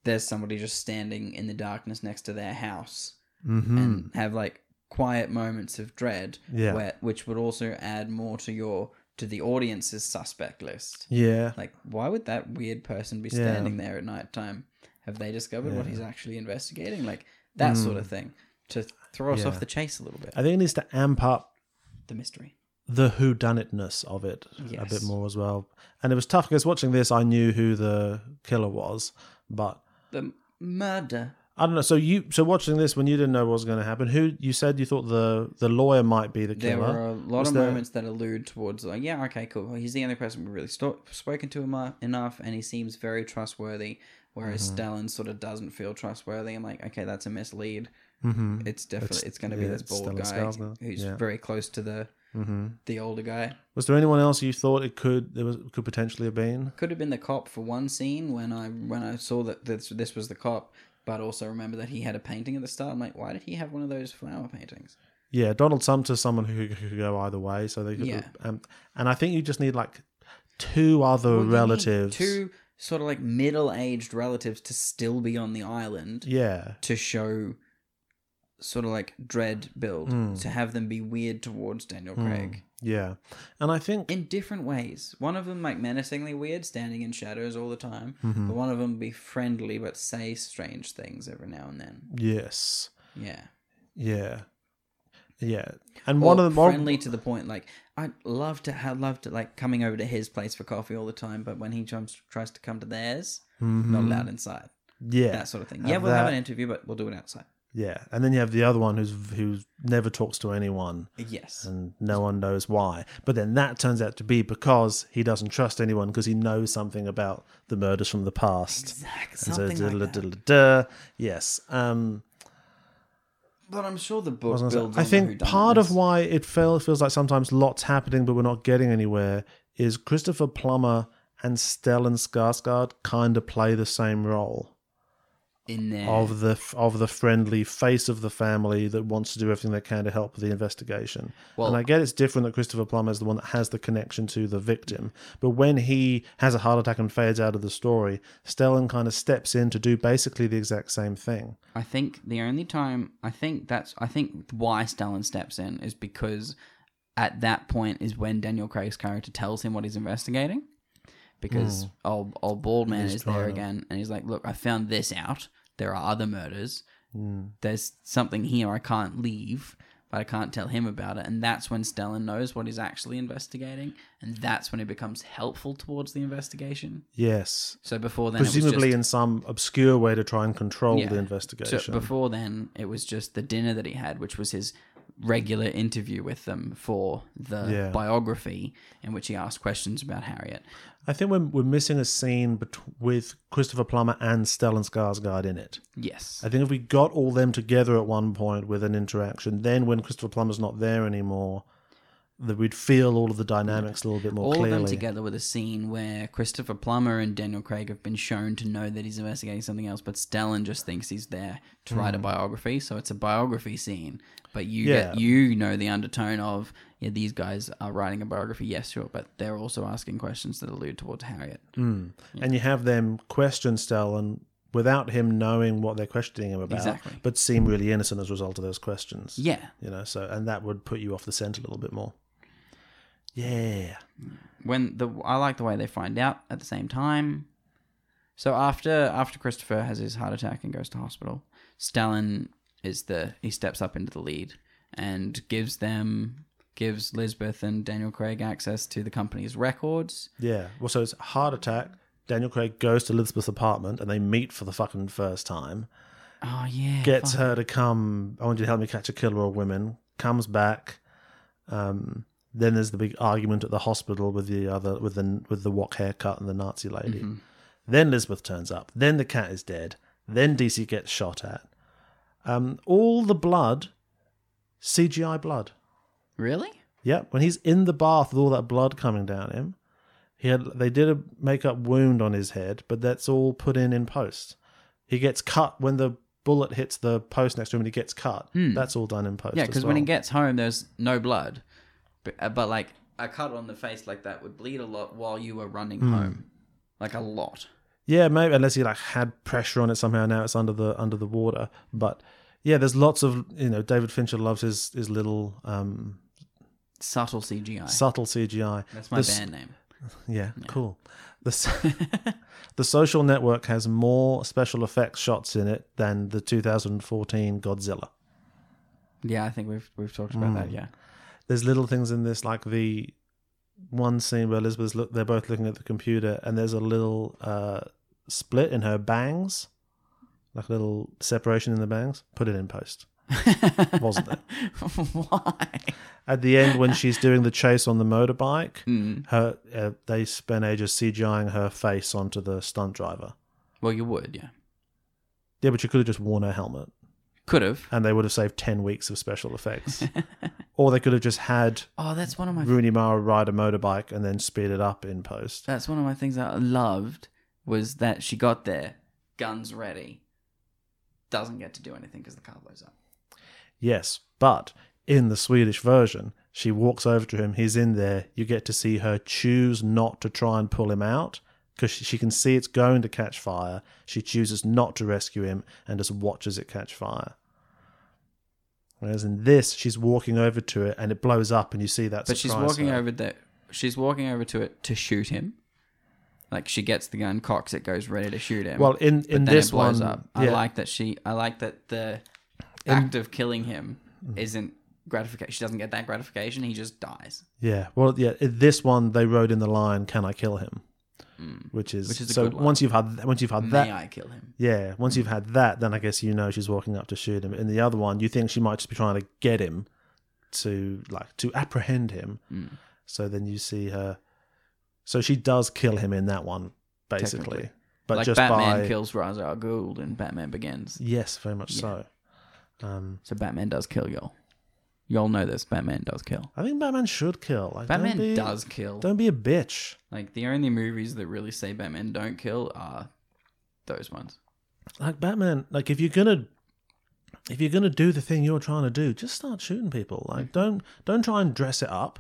there's somebody just standing in the darkness next to their house and have like quiet moments of dread
Mm-hmm. Yeah.
where, which would also add more to your to the audience's suspect list
Yeah.
like why would that weird person be standing there at night time have they discovered what he's actually investigating like that sort of thing to throw us off
Mm. Yeah.
the chase a little bit
I think it needs to amp up
the mystery
the whodunitness of it a
Yes.
bit more as well. And it was tough because watching this, I knew who the killer was, but
the murder
I don't know. So you, so watching this when you didn't know what was going to happen, who you said you thought the the lawyer might be the
There
killer.
were uh, a lot
Was
of
there-
moments that allude towards like, yeah, okay, cool. Well, he's the only person we really sto- spoken to emo- enough, and he seems very trustworthy. Whereas
Mm-hmm.
Stalin sort of doesn't feel trustworthy. I'm like, okay, that's a mislead.
Mhm.
It's definitely it's, going to be
yeah,
this
it's
bald
Stellan
guy
Skarsgård,
who's
yeah. Mm-hmm.
very close to the the older guy.
Was there anyone else you thought it could there was could potentially have been?
Could have been the cop for one scene when I when I saw that this this was the cop. But also remember that he had a painting at the start. I'm like, why did he have one of those flower paintings?
Yeah, Donald Sumter's someone who could- could go either way. So they could,
Yeah.
um, and I think you just need like two other
Well, you need
relatives.
Two sort of like middle aged relatives to still be on the island
Yeah,
to show sort of like dread build,
Mm.
to have them be weird towards Daniel
Hmm.
Craig.
yeah, and I think
in different ways. One of them like menacingly weird, standing in shadows all the time.
Mhm.
But one of them be friendly but say strange things every now and then.
yes,
Yeah,
yeah, yeah, and
Or
one of them one-
friendly to the point. Like I love to have loved to like coming over to his place for coffee all the time. But when he jumps, tries to come to theirs,
Mm-hmm.
not allowed inside.
Yeah,
That sort of thing.
Have
Yeah, we'll have
that.
an interview, but we'll do it outside.
yeah, and then you have the other one who's who never talks to anyone.
Yes.
and no one knows why. But then that turns out to be because he doesn't trust anyone because he knows something about the murders from the past.
Exact-
And
Something like
da-
that.
da- da- da. Yes. Um,
But I'm sure the
I
book
was gonna say,
builds.
I
on the
think
whodunits.
part of why it feel, feels like sometimes lots happening but we're not getting anywhere is Christopher Plummer and Stellan Skarsgård kind of play the same role
in there
of the of the friendly face of the family that wants to do everything they can to help with the investigation. and I get it's different that Christopher Plummer is the one that has the connection to the victim, but when he has a heart attack and fades out of the story, Stellan kind of steps in to do basically the exact same thing.
I think the only time I think that's I think why Stalin steps in is because at that point is when Daniel Craig's character tells him what he's investigating. Because old old bald man is there again and he's like, Look, I found this out. There are other murders. There's something here I can't leave, but I can't tell him about it. And that's when Stellan knows what he's actually investigating, and that's when he becomes helpful towards the investigation.
Yes.
So before then, it was just-
Presumably in some obscure way to try and control
Yeah.
the
So
investigation.
So before then, it was just the dinner that he had, which was his regular interview with them for the
Yeah.
biography, in which he asked questions about Harriet.
I think we're, we're missing a scene bet- with Christopher Plummer and Stellan Skarsgård in it.
Yes,
I think if we got all them together at one point with an interaction, then when Christopher Plummer's not there anymore, that we'd feel all of the dynamics a little bit more
all
clearly.
of them together with a scene where Christopher Plummer and Daniel Craig have been shown to know that he's investigating something else, but Stellan just thinks he's there to write a biography. So it's a biography scene, but you
Hmm. Yeah.
get you know the undertone of yeah, these guys are writing a biography. Yes, sure, but they're also asking questions that allude towards Harriet.
Hmm. And you have them question Stellan without him knowing what they're questioning him about,
Exactly.
but seem really innocent as a result of those questions.
Yeah,
You know, so, and that would put you off the scent a little bit more. Yeah.
when the I like the way they find out at the same time. So after after Christopher has his heart attack and goes to hospital, Stalin is the he steps up into the lead and gives them gives Lisbeth and Daniel Craig access to the company's records.
Yeah. Well, so it's heart attack. Daniel Craig goes to Elizabeth's apartment and they meet for the fucking first time.
Oh yeah,
Gets
fuck.
her to come. I want you to help me catch a killer of women. Comes back. Um, then there's the big argument at the hospital with the other with the with the wok haircut and the Nazi lady. Then Elizabeth turns up. Then the cat is dead. Then DC gets shot at. Um, all the blood, CGI blood.
really.
Yeah, when he's in the bath with all that blood coming down him, he had they did a makeup wound on his head, but that's all put in in post. He gets cut when the bullet hits the post next to him, and he gets cut. That's all done in post.
Hmm. Yeah,
as
because when he
well.
gets home, there's no blood, but, uh, but like a cut on the face like that would bleed a lot while you were running
Hmm.
home, like a lot.
yeah, maybe unless he like had pressure on it somehow. Now it's under the under the water, but yeah, there's lots of you know David Fincher loves his his little um,
Subtle CGI.
subtle CGI.
That's my
The s-
band name.
Yeah, cool. The s- [LAUGHS] the social network has more special effects shots in it than the 2014 Godzilla.
Yeah, I think we've we've talked about that.
Hmm.
Yeah,
There's little things in this like the one scene where Elizabeth's look they're both looking at the computer and there's a little uh split in her bangs. Like a little separation in the bangs. Put it in post. [LAUGHS] Wasn't there?
[LAUGHS] Why?
At the end when she's doing the chase on the motorbike,
Hmm.
her uh, they spent ages CGIing her face onto the stunt driver.
Well, you would, yeah.
Yeah, but you could have just worn her helmet.
Could have.
and they would have saved 10 weeks of special effects. or they could have just had
Oh, that's one of my
Rooney Mara ride a motorbike and then speed it up in post.
that's one of my things I loved was that she got there, guns ready, doesn't get to do anything because the car blows up.
Yes, but in the Swedish version, she walks over to him. He's in there. You get to see her choose not to try and pull him out because she, she can see it's going to catch fire. She chooses not to rescue him and just watches it catch fire. Whereas in this, she's walking over to it and it blows up, and you see that.
But she's
surprise
walking
there.
over the she's walking over to it to shoot him. Like she gets the gun, cocks it, goes ready to shoot him.
Well, in
but
in
then
this
it blows
one,
up. I
yeah,
like that she. I like that the act of killing him
Mm-hmm.
isn't gratification. She doesn't get that gratification. He just dies.
yeah. Well, yeah. in This one, they wrote in the line, "Can I kill him?" Which is,
Mm. Which is a
so.
good one.
Once you've had once you've had that,
May I Mm. kill him?
Yeah, once you've had that, then I guess you know she's walking up to shoot him. In the other one, you think she might just be trying to get him to like to apprehend him.
Mm.
So then you see her. So she does kill him in that one, basically.
Technically.
But
like
just
Batman
by Mm.
kills Ra's al Ghul and Batman Begins.
yes, very much so. Um,
So Batman does kill y'all. Y'all know this. Batman does kill.
I think Batman should kill. Like,
Batman
don't be,
does kill.
Don't be a bitch.
Like the only movies that really say Batman don't kill are those ones.
Like Batman. Like if you're gonna. If you're gonna do the thing you're trying to do, just start shooting people.
Mm.
Like, don't don't try and dress it up.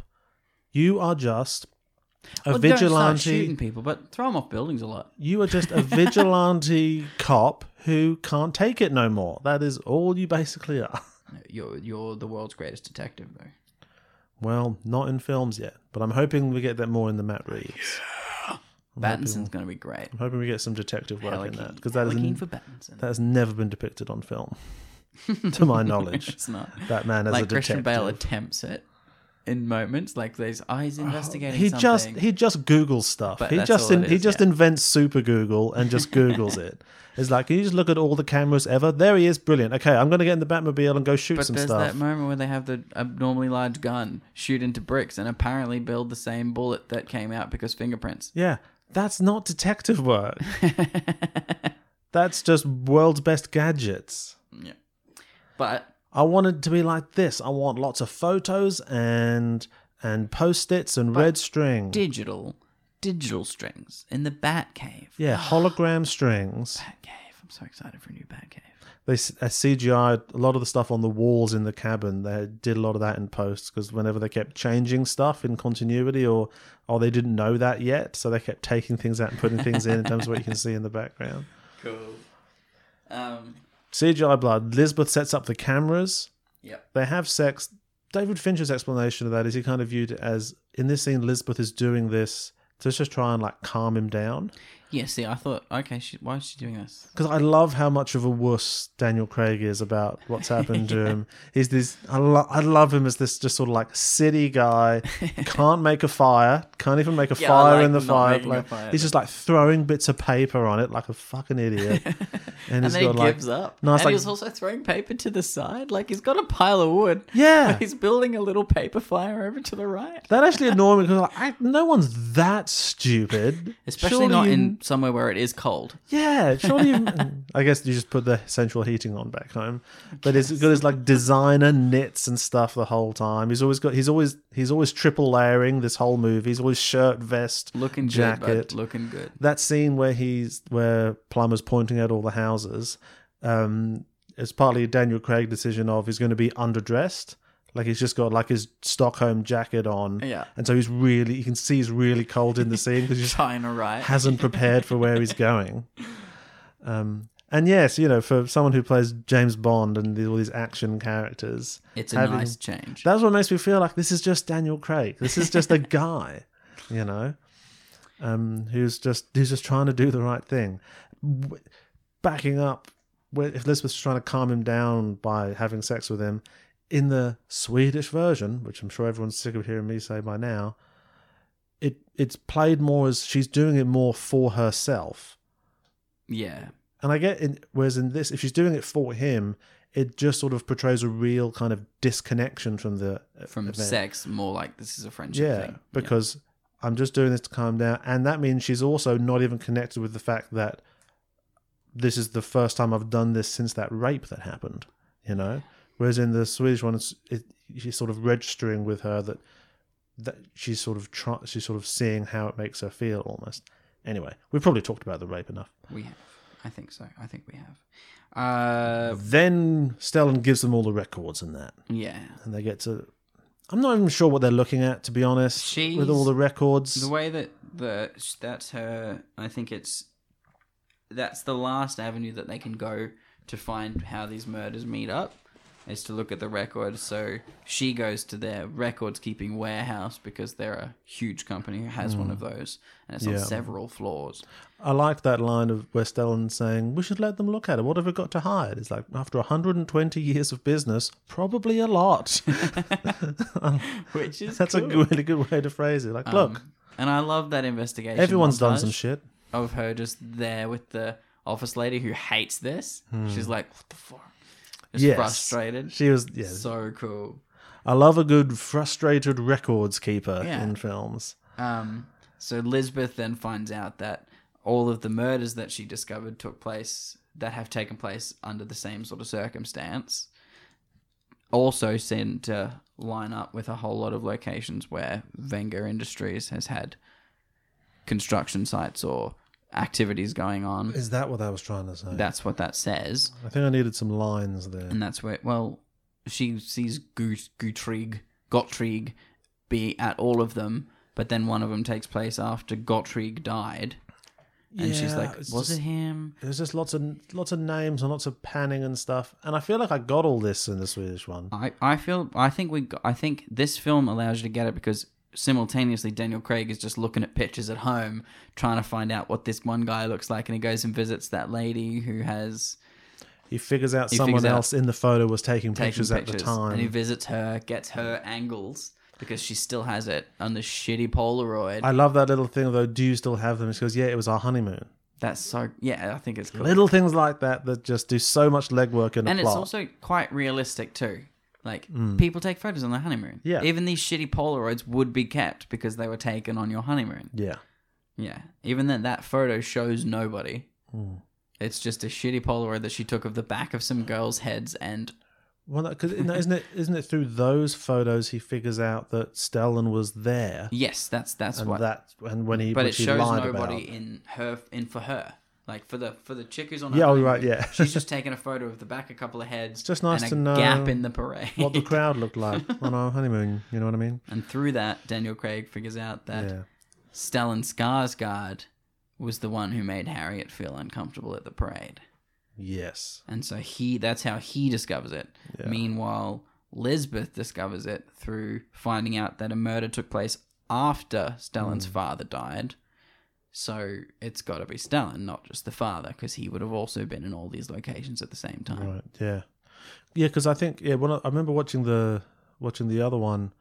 You are just a
Well, don't start
vigilante.
shooting people, but throw them off buildings a lot.
[LAUGHS] You are just a vigilante cop who can't take it no more. That is all you basically are. [LAUGHS]
You're you're the world's greatest detective though.
Well, not in films yet, but I'm hoping we get that more in the Matt Reeves.
Battinson's gonna be great.
I'm hoping we get some detective work
Hella
in that
keen-
because that
hella
is
keen
n-
for Pattinson.
that has never been depicted on film, to
[LAUGHS]
my knowledge.
[LAUGHS] it's not
Batman as
like
a
Christian
detective.
Bale attempts it in moments like these. Oh, he's investigating.
he
something.
just he just Googles stuff.
But
he
that's
just
all
in,
it
he
is,
just
yeah.
invents super Google and just Googles
[LAUGHS]
it. It's like can you just look at all the cameras ever? There he is, brilliant. Okay, I'm gonna get in the Batmobile and go shoot
But
some
there's
stuff.
that moment where they have the abnormally large gun shoot into bricks and apparently build the same bullet that came out because fingerprints.
Yeah, that's not detective
[LAUGHS]
work. that's just world's best gadgets.
Yeah. But
I wanted to be like this. I want lots of photos and and post-its and red string.
digital, digital strings in the Bat Cave.
yeah, hologram strings.
Bat Cave. I'm so excited for a new Bat Cave.
They s- uh, CGI'd a lot of the stuff on the walls in the cabin. They did a lot of that in post because whenever they kept changing stuff in continuity or or they didn't know that yet, so they kept taking things out and putting things in in terms of what you can see in the background. [LAUGHS]
Cool. Um.
CGI blood. Lisbeth sets up the cameras.
Yep.
they have sex. David Fincher's explanation of that is he kind of viewed it as in this scene, Lisbeth is doing this to just try and like calm him down.
Yeah. See, I thought, okay, she, why is she doing this?
Because I love how much of a wuss Daniel Craig is about what's happened to
[LAUGHS]
him. He's this, I, lo- I love him as this just sort of like
[LAUGHS]
city guy, can't make a fire, can't even make a
Yeah, I
fire
like
in the
not
fireplace.
making a fire,
he's just like throwing bits of paper on it like a
[LAUGHS]
fucking idiot. And,
And
he's
then he
got, like-
gives up.
No,
and
it's like-
he was also throwing paper to the side. Like he's got a pile of [LAUGHS] wood.
Yeah.
But he's building a little paper fire over to the right.
That actually annoyed me because like, I, no one's that stupid.
Especially
Surely
not
you-
in somewhere where it is cold.
Yeah, surely. you- I guess you just put the central heating on back home, but he's got his like designer knits and stuff the whole time. He's always got. He's always he's always triple layering this whole movie. He's always shirt, vest,
Looking good.
jacket.
Bud. Looking good.
that scene where he's where Plummer's pointing out all the houses, um, it's partly a Daniel Craig decision of he's going to be underdressed. Like he's just got like his Stockholm jacket on,
Yeah.
and so he's really you can see he's really cold in the scene because he's
China right.
[LAUGHS] hasn't prepared for where he's going. Um, and yes, you know, for someone who plays James Bond and the- all these action characters,
It's a
having-
nice change.
That's what makes me feel like this is just Daniel Craig. This is just a guy, you know, um, who's just who's just trying to do the right thing. W- Backing up, where- if Lisbeth's trying to calm him down by having sex with him, in the Swedish version, which I'm sure everyone's sick of hearing me say by now, it it's played more as she's doing it more for herself.
yeah.
And I get in, whereas in this, if she's doing it for him, it just sort of portrays a real kind of disconnection from the
From
event.
sex, more like this is a friendship
Yeah,
thing.
because I'm just doing this to calm down, and that means she's also not even connected with the fact that this is the first time I've done this since that rape that happened. You know, whereas in the Swedish one, it's, it, she's sort of registering with her that that she's sort of try, she's sort of seeing how it makes her feel almost. Anyway, we've probably talked about the rape enough.
We have. I think so. I think we have. Uh,
Then Stellan gives them all the records and that,
yeah.
and they get to. I'm not even sure what they're looking at, to be honest. with all
She's-
the records,
The way that the that's her. I think it's that's the last avenue that they can go to find how these murders meet up is to look at the record. So she goes to their records keeping warehouse because they're a huge company who has one of those, and it's on
Hmm. Yeah.
several
[LAUGHS]
floors.
I like that line of where Stellan saying, "We should let them look at it. What have we got to hide?" It's like after 120 years of business, probably
[LAUGHS]
a lot.
Which is
[LAUGHS] That's a
cool. Um,
really good way to phrase it. Like, look,
And I love that investigation.
everyone's done some
montage.
shit.
of her just there with the office lady who hates this. She's like, "What the fuck?" Just
Hmm. Yes.
frustrated.
She was, yeah.
so cool.
I love a good frustrated records keeper
Yeah.
in films.
Um, so Lisbeth then finds out that all of the murders that she discovered took place that have taken place under the same sort of circumstance. Also, seem to line up with a whole lot of locations where Venga Industries has had construction sites or activities going on.
Is that what I was trying to say?
That's what that says.
I think I needed some lines there.
and that's where well she sees Gut- Gutrig Gottrig be at all of them but then one of them takes place after Gottrig died and she's
Yeah,
like
it's
was
just-
it him
There's just lots of lots of names and lots of panning and stuff, and I feel like I got all this in the Swedish one.
I, I feel I think we got- I think this film allows you to get it because simultaneously Daniel Craig is just looking at pictures at home trying to find out what this one guy looks like and he goes and visits that lady who has
He figures out
He
someone
figures out-
else in the photo was taking
taken
pictures, at the time.
and he visits her gets her angles because she still has it on the shitty Polaroid
I love that little thing though. Do you still have them? She goes, "Yeah, it was our honeymoon."
That's so yeah, I think it's cool.
Little things like that that just do so much legwork in a
and it's
plot. Hmm.
also quite realistic too. Like people take photos on their honeymoon.
Yeah.
Even these shitty Polaroids would be kept because they were taken on your honeymoon.
yeah,
Yeah. Even then that photo shows nobody.
Hmm.
It's just a shitty Polaroid that she took of the back of some girls' heads and
well, because isn't it isn't it through those photos he figures out that Stellan was there
yes, that's that's
and
what
that and when he
but it
which he
shows
lied
nobody
about.
in her in for her. Like for the for the chick who's on
Yeah,
her
oh, right,
honeymoon,
yeah.
she's
[LAUGHS]
just taking a photo of the back a couple of heads. It's
just nice
and a
to know
gap in the parade. [LAUGHS]
What the crowd looked like on our honeymoon. You know what I mean?
And through that, Daniel Craig figures out that
Yeah.
Stellan Skarsgård was the one who made Harriet feel uncomfortable at the parade.
Yes.
And so he that's how he discovers it.
Yeah.
Meanwhile, Lisbeth discovers it through finding out that a murder took place after Stellan's
Hmm.
father died. So it's got to be Stellan, not just the father, because he would have also been in all these locations at the same time.
Right. Yeah. Yeah, because I think yeah. When I, I remember watching the watching the other one,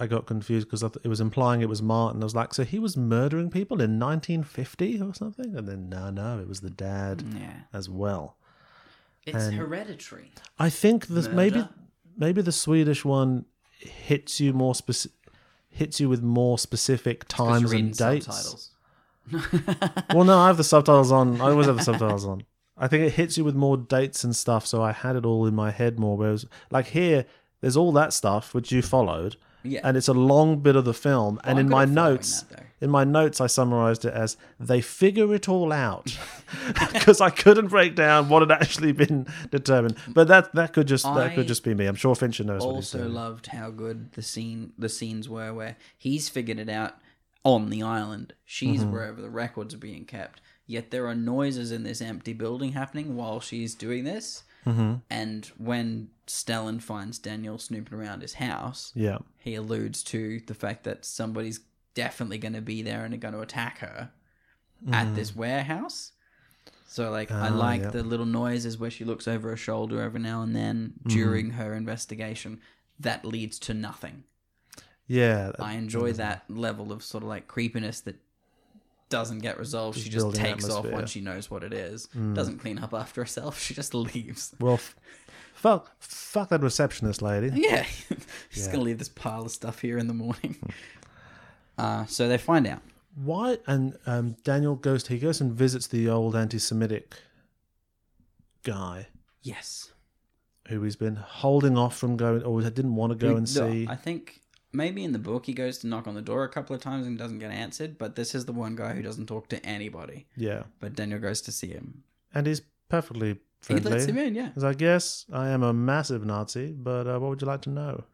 I got confused because th- it was implying it was Martin. I was like, so he was murdering people in 1950 or something, and then no, no, it was the dad
Yeah.
as well.
It's
And-
hereditary.
I think this maybe
Murder.
maybe the Swedish one hits you more specific. Hits you with more specific times and dates. Well, no, I have the subtitles on. I always have the subtitles on. I think it hits you with more dates and stuff, so I had it all in my head more. Whereas, like here, there's all that stuff which you followed,
Yeah.
and it's a long bit of the film.
I'm
and in
good
my
at following
notes,
that, though.
in my notes, I summarized it as they figure it all out [LAUGHS] because I couldn't break down what had actually been determined. But that that could just that
I
could just be me. I'm sure Fincher knows what he's
also
doing.
loved how good the scene the scenes were where he's figured it out on the island. She's
Mm-hmm.
wherever the records are being kept. Yet there are noises in this empty building happening while she's doing this.
Mm-hmm.
And when Stellan finds Daniel snooping around his house,
yeah,
he alludes to the fact that somebody's definitely going to be there and are going to attack her at this warehouse. So, like, I
Ah,
like
yeah.
the little noises where she looks over her shoulder every now and then during her investigation. That leads to nothing.
yeah.
I enjoy that level of sort of like creepiness that doesn't get resolved. She just
building
takes off
atmosphere.
once she knows what it is. Doesn't clean up after herself. [LAUGHS] She just leaves.
Well, f- fuck, fuck that receptionist lady.
Yeah. [LAUGHS] She's going to leave this pile of stuff here in the morning. uh, so they find out.
Why and um, Daniel goes he goes and visits the old anti-Semitic guy
Yes.
who he's been holding off from going or didn't want to go and
No,
see.
I think maybe in the book he goes to knock on the door a couple of times and doesn't get answered, but this is the one guy who doesn't talk to anybody.
yeah,
But Daniel goes to see him.
and he's perfectly
He
friendly.
lets him in, yeah.
He's like, yes, I am a massive Nazi, but uh, what would you like to know?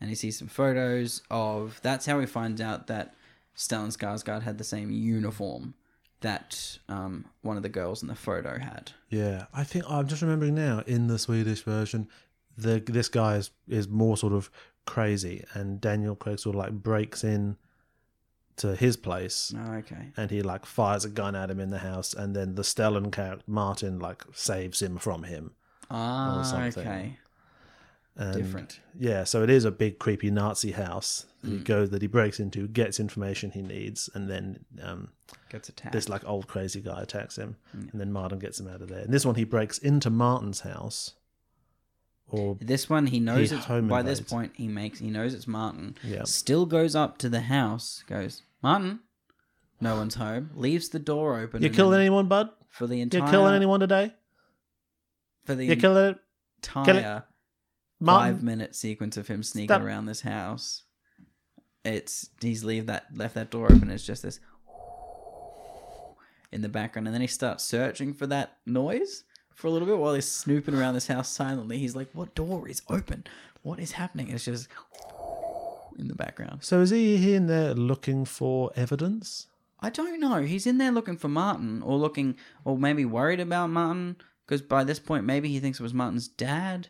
And he sees some photos of. That's how he finds out that Stellan Skarsgård had the same uniform that um, one of the girls in the photo had.
Yeah, I think I'm just remembering now. In the Swedish version, the this guy is is more sort of crazy, and Daniel Craig sort of like breaks in to his place,
Oh, okay.
and he like fires a gun at him in the house, and then the Stellan character Martin like saves him from him.
Ah,
something.
okay.
And
Different. Hmm.
Yeah, so it is a big creepy Nazi house that he goes that he breaks into, gets information he needs, and then um,
Gets attacked.
this like old crazy guy attacks him,
Hmm.
and then Martin gets him out of there. And this one, he breaks into Martin's house, or
This one he knows
He
it's
home
by this
invades.
point he makes he knows it's Martin.
Yeah.
Still goes up to the house, goes, Martin, no one's home, leaves the door open.
you
and
killing
then
anyone, bud?
for the
You
entire
killing anyone today?
for the
You killing it,
entire
kill it,
five
Martin?
minute sequence of him sneaking
Stop.
around this house. It's he's leave that left that door open, it's just this in the background, and then he starts searching for that noise for a little bit while he's snooping around this house silently. He's like, What door is open? What is happening? It's just in the background.
So is he in there looking for evidence?
I don't know. He's in there looking for Martin, or looking, or maybe worried about Martin, because by this point maybe he thinks it was Martin's dad.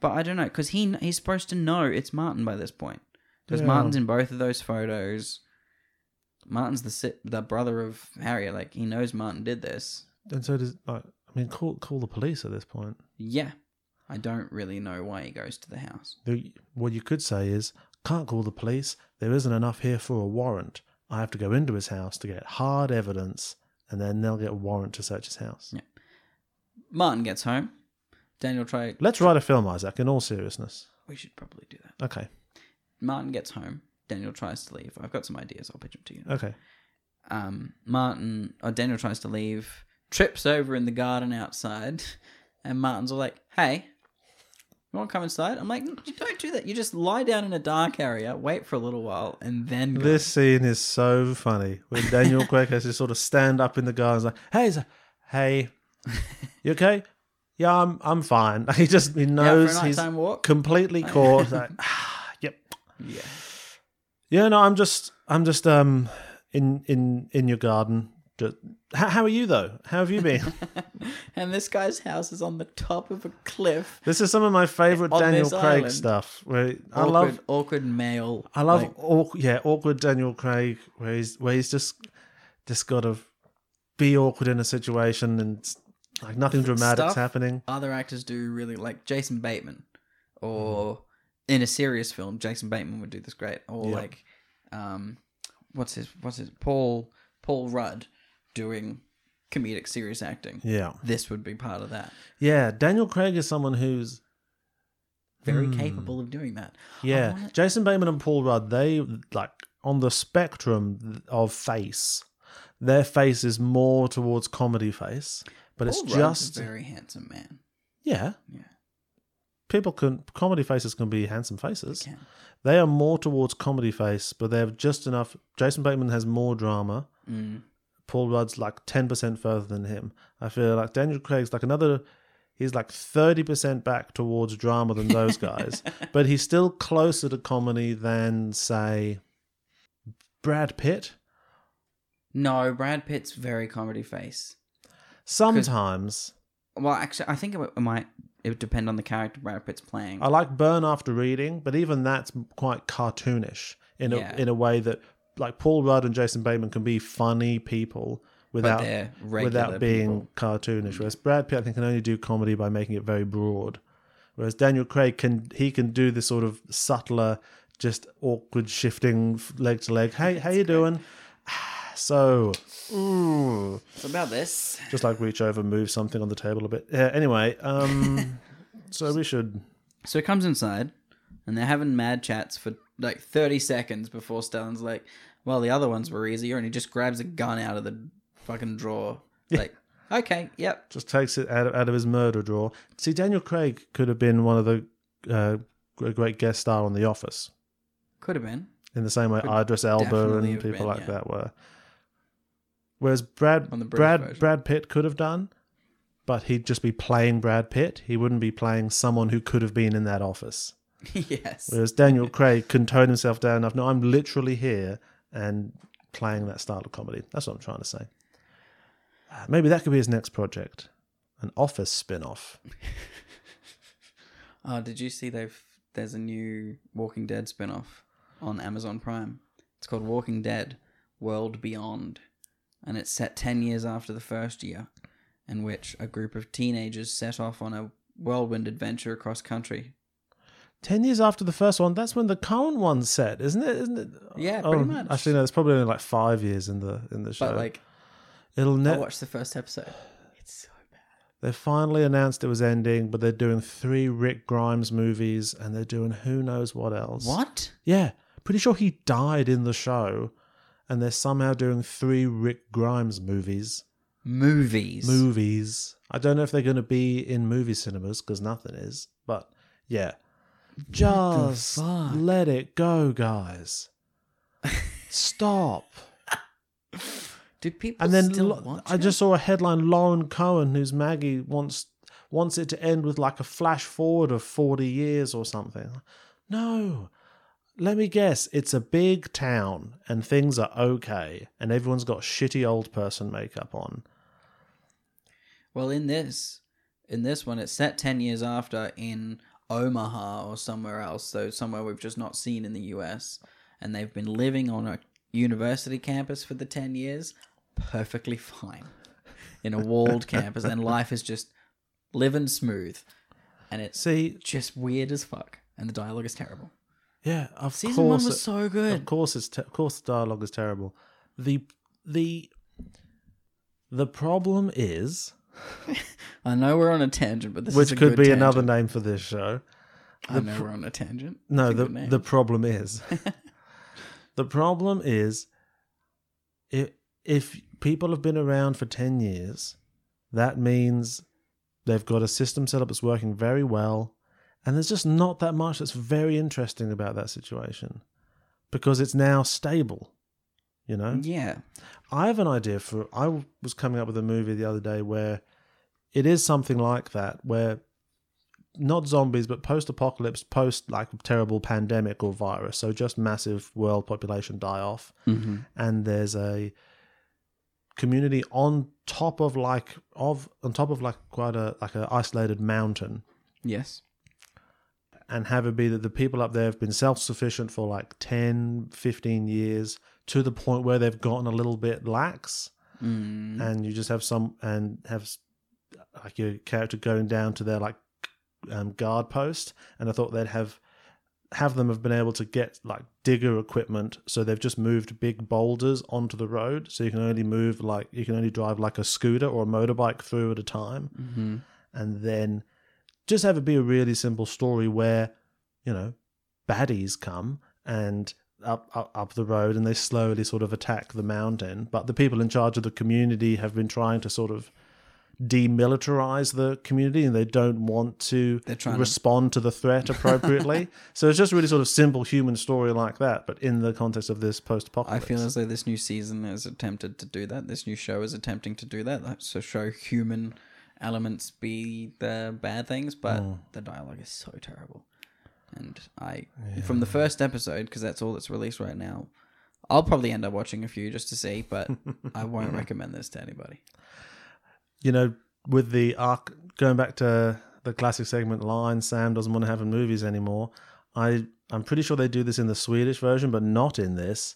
But I don't know, because he he's supposed to know it's Martin by this point, because
Yeah.
Martin's in both of those photos. Martin's the si- the brother of Harriet. Like he knows Martin did this.
And so does like, I mean, call call the police at this point.
Yeah, I don't really know why he goes to the house.
The- What you could say is, can't call the police. There isn't enough here for a warrant. I have to go into his house to get hard evidence, and then they'll get a warrant to search his house.
Yeah. Martin gets home. Daniel try.
Let's write a film, Isaac. In all seriousness,
We should probably do that.
okay,
Martin gets home. Daniel tries to leave. I've got some ideas. I'll pitch them to you.
okay.
um, Martin or Daniel tries to leave, trips over in the garden outside, and Martin's all like, "Hey, you want to come inside?" I'm like, "N- you "Don't do that. You just lie down in a dark area, wait for a little while, and then go."
This scene is so funny when
[LAUGHS]
Daniel Craig has to sort of stand up in the garden, like, "Hey, so-
[LAUGHS]
hey, you okay? Yeah, I'm, I'm fine." [LAUGHS] He just he
Out for a
knows he's
nighttime walk. Oh,
completely caught.
[LAUGHS]
He's like, "Ah, yep,
yeah,
yeah, no, I'm just, I'm just, um, in, in, in your garden. Just, how, how are you though? How have
[LAUGHS]
you been?
and this guy's house is on the top of a cliff.
this is some of my favorite
On
Daniel
this
Craig
island.
stuff. Where I
Awkward,
love,
awkward male.
I love,
like,
awk- yeah, awkward Daniel Craig, where he's where he's just just got to be awkward in a situation and s- like nothing dramatic's
stuff.
happening.
other actors do really like Jason Bateman, or
Mm-hmm.
in a serious film, Jason Bateman would do this great, or
Yeah.
like, um, what's his what's his Paul Paul Rudd doing comedic serious acting.
Yeah,
This would be part of that.
yeah. Daniel Craig is someone who's
Very capable of doing that. I
Hmm. yeah.
wanna-
Jason Bateman and Paul Rudd, they like on the spectrum of face. Their face is more towards comedy face, but it's
Paul Rudd's
just
a very handsome man.
yeah.
Yeah,
People can comedy faces can be handsome faces.
can.
They are more towards comedy face, but they have just enough. Jason Bateman has more drama.
Mm.
Paul Rudd's like ten percent further than him. I feel like Daniel Craig's like another. He's like thirty percent back towards drama than those
[LAUGHS]
guys, but he's still closer to comedy than say Brad Pitt.
No, Brad Pitt's very comedy face.
Sometimes
Well, actually, I think it might. It would depend on the character Brad Pitt's playing.
I like Burn After Reading, but even that's quite cartoonish in a
Yeah.
in a way that like Paul Rudd and Jason Bateman can be funny people without
they're regular
without being
people.
cartoonish. Whereas Brad Pitt, I think, can only do comedy by making it very broad. Whereas Daniel Craig can he can do this sort of subtler, just awkward shifting f- leg to leg. Hey, how you doing? [SIGHS] Ah, So, ooh,
It's about this.
just like reach over, move something on the table a bit. Yeah. Anyway,
[LAUGHS]
um, so we should.
So he comes inside, and they're having mad chats for like 30 seconds before Stellan's like, well, the other ones were easier, and he just grabs a gun out of the fucking drawer. Like, okay, yep.
just takes it out of, out of his murder drawer. See, Daniel Craig could have been one of the uh, a great guest star on The Office,
Could have been. [LAUGHS]
in the same way Idris Elba
definitely
and
have
people
been,
like
yeah.
that were. Whereas Brad
On the British
Brad
version.
Brad Pitt could have done, but he'd just be playing Brad Pitt. He wouldn't be playing someone who could have been in that office.
yes.
Whereas Daniel Craig can tone himself down enough. No, I'm literally here and playing that style of comedy. That's what I'm trying to say. Uh, Maybe that could be his next project, an Office spin-off.
Oh, did you see they've there's a new Walking Dead spin-off on Amazon Prime. It's called Walking Dead: World Beyond, and it's set 10 years after the first year in which a group of teenagers set off on a whirlwind adventure across country.
Ten years after the first one, that's when the current one's set, isn't it? Isn't it? Um,
Yeah, pretty much.
Actually, no, it's probably only like five years in the in the show.
But like
it'll
I
never.
watched the first episode. It's so bad.
They finally announced it was ending, but they're doing three Rick Grimes movies, and they're doing who knows what else.
What?
Yeah, pretty sure he died in the show, and they're somehow doing three Rick Grimes movies.
Movies.
Movies. I don't know if they're going to be in movie cinemas because nothing is. But yeah, just
fuck?
let it
[LAUGHS]
go, guys. Stop.
Do people
And then
still
lo-
watch
I
it?
just saw a headline: Lauren Cohen, who's Maggie, wants wants it to end with like a flash forward of forty years or something. No, let me guess: it's a big town and things are okay, and everyone's got shitty old person makeup on.
Well, in this, in this one, it's set ten years after in Omaha or somewhere else, so somewhere we've just not seen in the U.S. And they've been living on a university campus for the ten years, perfectly fine, in a walled
[LAUGHS]
campus, and life is just living smooth, and it's
See,
just weird as fuck, and the dialogue is terrible.
yeah, of
Season
course.
one was so
Of
good.
course, it's te- of course the dialogue is terrible. the the The problem is,
I know we're on a tangent, but this
which
is a
could
good
be
tangent.
another name for this show.
I know we're on a tangent.
No,
It's a
the
good name.
the
[LAUGHS]
problem is the problem is if if people have been around for ten years, that means they've got a system set up that's working very well, and there's just not that much that's very interesting about that situation because it's now stable. You know,
yeah,
I have an idea for. I was coming up with a movie the other day where it is something like that, where not zombies, but post-apocalypse, post like terrible pandemic or virus, so just massive world population die off,
Mhm.
and there's a community on top of like of on top of like quite a like a isolated mountain
yes,
and have it be that the people up there have been self-sufficient for like 10 15 years to the point where they've gotten a little bit lax
Mm-hmm.
and you just have some and have s- like your character going down to their like um, guard post and i thought they'd have have them have been able to get like digger equipment so they've just moved big boulders onto the road so you can only move like you can only drive like a scooter or a motorbike through at a time and then just have it be a really simple story where you know baddies come and up, up up the road and they slowly sort of attack the mountain but the people in charge of the community have been trying to sort of demilitarize the community and they don't want to
They're trying to-
respond to
[LAUGHS]
the threat appropriately so it's just really sort of simple human story like that but in the context of this
I
post-apocalypse
feel as though this new season has attempted to do that. This new show is attempting to do that. like, So show human elements be the bad things, but
Mm.
the dialogue is so terrible. And I, from the first episode, because that's all that's released right now, I'll probably end up watching a few just to see,
[LAUGHS]
but I won't recommend this to anybody.
you know, with the arc going back to the classic segment line, Sam doesn't want to have in movies anymore. I I'm pretty sure they do this in the Swedish version, but not in this,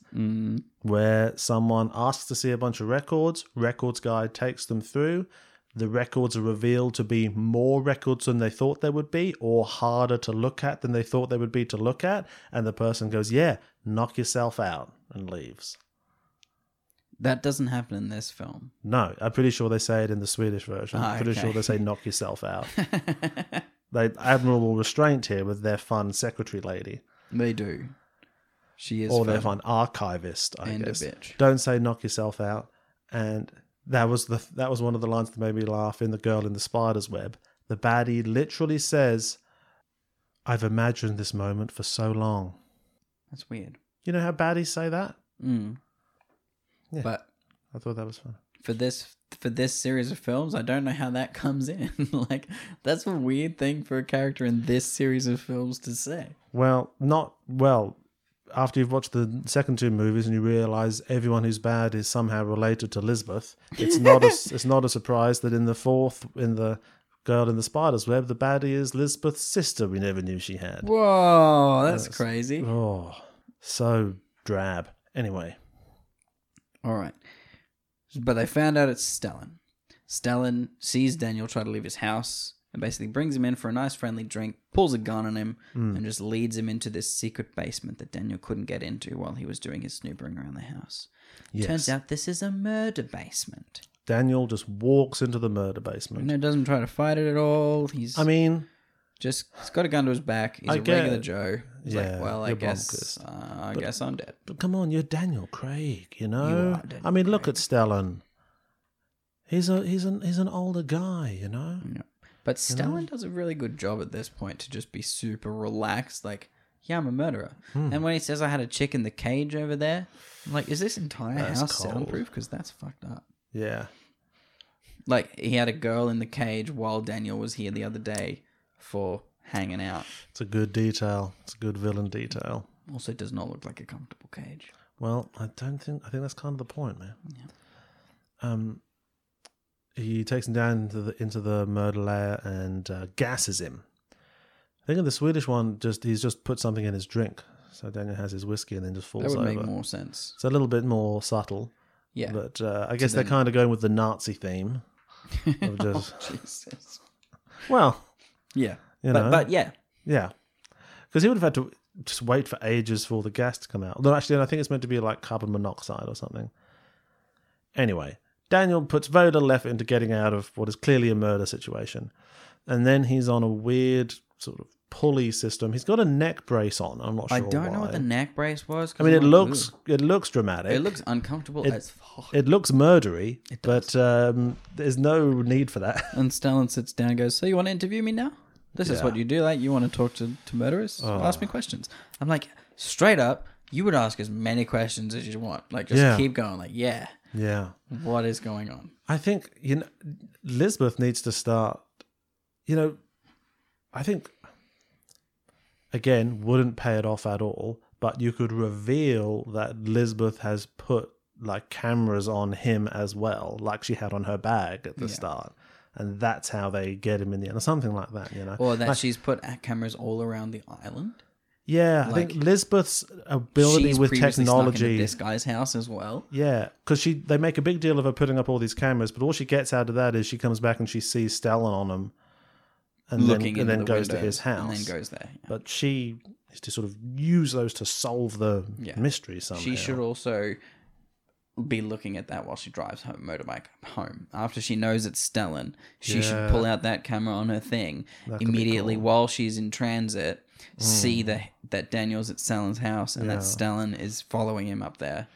where someone asks to see a bunch of records. Records guy takes them through. The records are revealed to be more records than they thought they would be, or harder to look at than they thought they would be to look at. And the person goes, "Yeah, knock yourself out," and leaves.
That doesn't happen in this film.
No, I'm pretty sure they say it in the Swedish version.
Ah,
I'm pretty
okay.
sure they say knock yourself
[LAUGHS]
out. they admirable restraint here with their fun secretary lady.
They do. She is
or their
fun.
fun archivist, I
And a
guess.
bitch.
Don't say knock yourself out. And that was the that was one of the lines that made me laugh in The Girl in the Spider's Web. The baddie literally says, I've imagined this moment for so long.
That's weird.
You know how baddies say that?
Mm.
Yeah.
But
I thought that was fun.
for this for this series of films. I don't know how that comes in. [LAUGHS] like, that's a weird thing for a character in this series of films to say.
Well, not well. After you've watched the second two movies and you realize everyone who's bad is somehow related to Lisbeth, it's
[LAUGHS]
not a, it's not a surprise that in the fourth, in the Girl in the Spider's Web, the baddie is Lisbeth's sister. We never knew she had.
Whoa, that's crazy.
Oh, so drab. Anyway,
All right. But they found out it's Stellan. Stellan sees Daniel try to leave his house and basically brings him in for a nice friendly drink, pulls a gun on him, and just leads him into this secret basement that Daniel couldn't get into while he was doing his snoopering around the house.
yes.
Turns out this is a murder basement.
Daniel just walks into the murder basement.
No, doesn't try to fight it at all. He's
I mean,
just he's got a gun to his back. He's
I
a regular
get-
Joe. He's
yeah,
like, well, I
you're
guess uh, I guess I'm dead.
but come on, you're Daniel Craig. You know,
are Daniel
I mean, look at Stellan. He's a he's an he's an older guy. You know.
Mm. But Stellan does a really good job at this point to just be super relaxed, like, yeah, I'm a murderer.
Hmm.
And when he says I had a chick in the cage over there, I'm like, is this entire
That's
house
cold.
soundproof? Because that's fucked up.
Yeah.
Like, he had a girl in the cage while Daniel was here the other day for hanging out.
It's a good detail. It's a good villain detail.
Also, does not look like a comfortable cage.
Well, I don't think I think that's kind of the point, man. Um, he takes him down into the into the murder lair and uh, gasses him. I think in the Swedish one, just he's just put something in his drink, so Daniel has his whiskey and then just
That
falls
would
over.
make more sense.
It's a little bit more subtle,
Yeah.
but uh, I guess they're kind of going with the Nazi theme.
[LAUGHS]
Of
[LAUGHS]
just,
Jesus.
well,
Yeah.
You
but,
know.
but yeah.
Yeah, because he would have had to just wait for ages for the gas to come out. Although actually, I think it's meant to be like carbon monoxide or something. Anyway, Daniel puts very little effort into getting out of what is clearly a murder situation, and then he's on a weird sort of pulley system. He's got a neck brace on. I'm not sure.
I don't know
why.
what the neck brace was.
I mean, it looks it looks dramatic.
It looks uncomfortable as fuck.
it looks murdery, but um, there's no need for that.
[LAUGHS] And Stalin sits down and goes, So you want to interview me now? This is what you do. Like, you want to talk to, to murderers?
Oh.
Ask me questions. I'm like, straight up, you would ask as many questions as you want. Like, just
Yeah.
keep going. Like, yeah,
yeah.
what is going on?
I think you know Lisbeth needs to start. You know, I think again wouldn't pay it off at all, but you could reveal that Lisbeth has put like cameras on him as well, like she had on her bag at the start, and that's how they get him in the end, or something like that. You know,
Or that
Like,
she's put uh, cameras all around the island.
yeah, I
like,
think Lisbeth's ability
she's
with
previously snuck into
technology
this guy's house as well.
Yeah, because she they make a big deal of her putting up all these cameras, but all she gets out of that is she comes back and she sees Stellan on them, and
looking into
then, and then
the
goes to
windows
his house.
And then goes there.
But she is to sort of use those to solve the
Yeah.
mystery somehow.
She should also be looking at that while she drives her motorbike home. After she knows it's Stellan, she should
Yeah.
pull out that camera on her thing immediately while she's in transit. See that that Daniel's at Stellan's house and that Stellan is following him up there.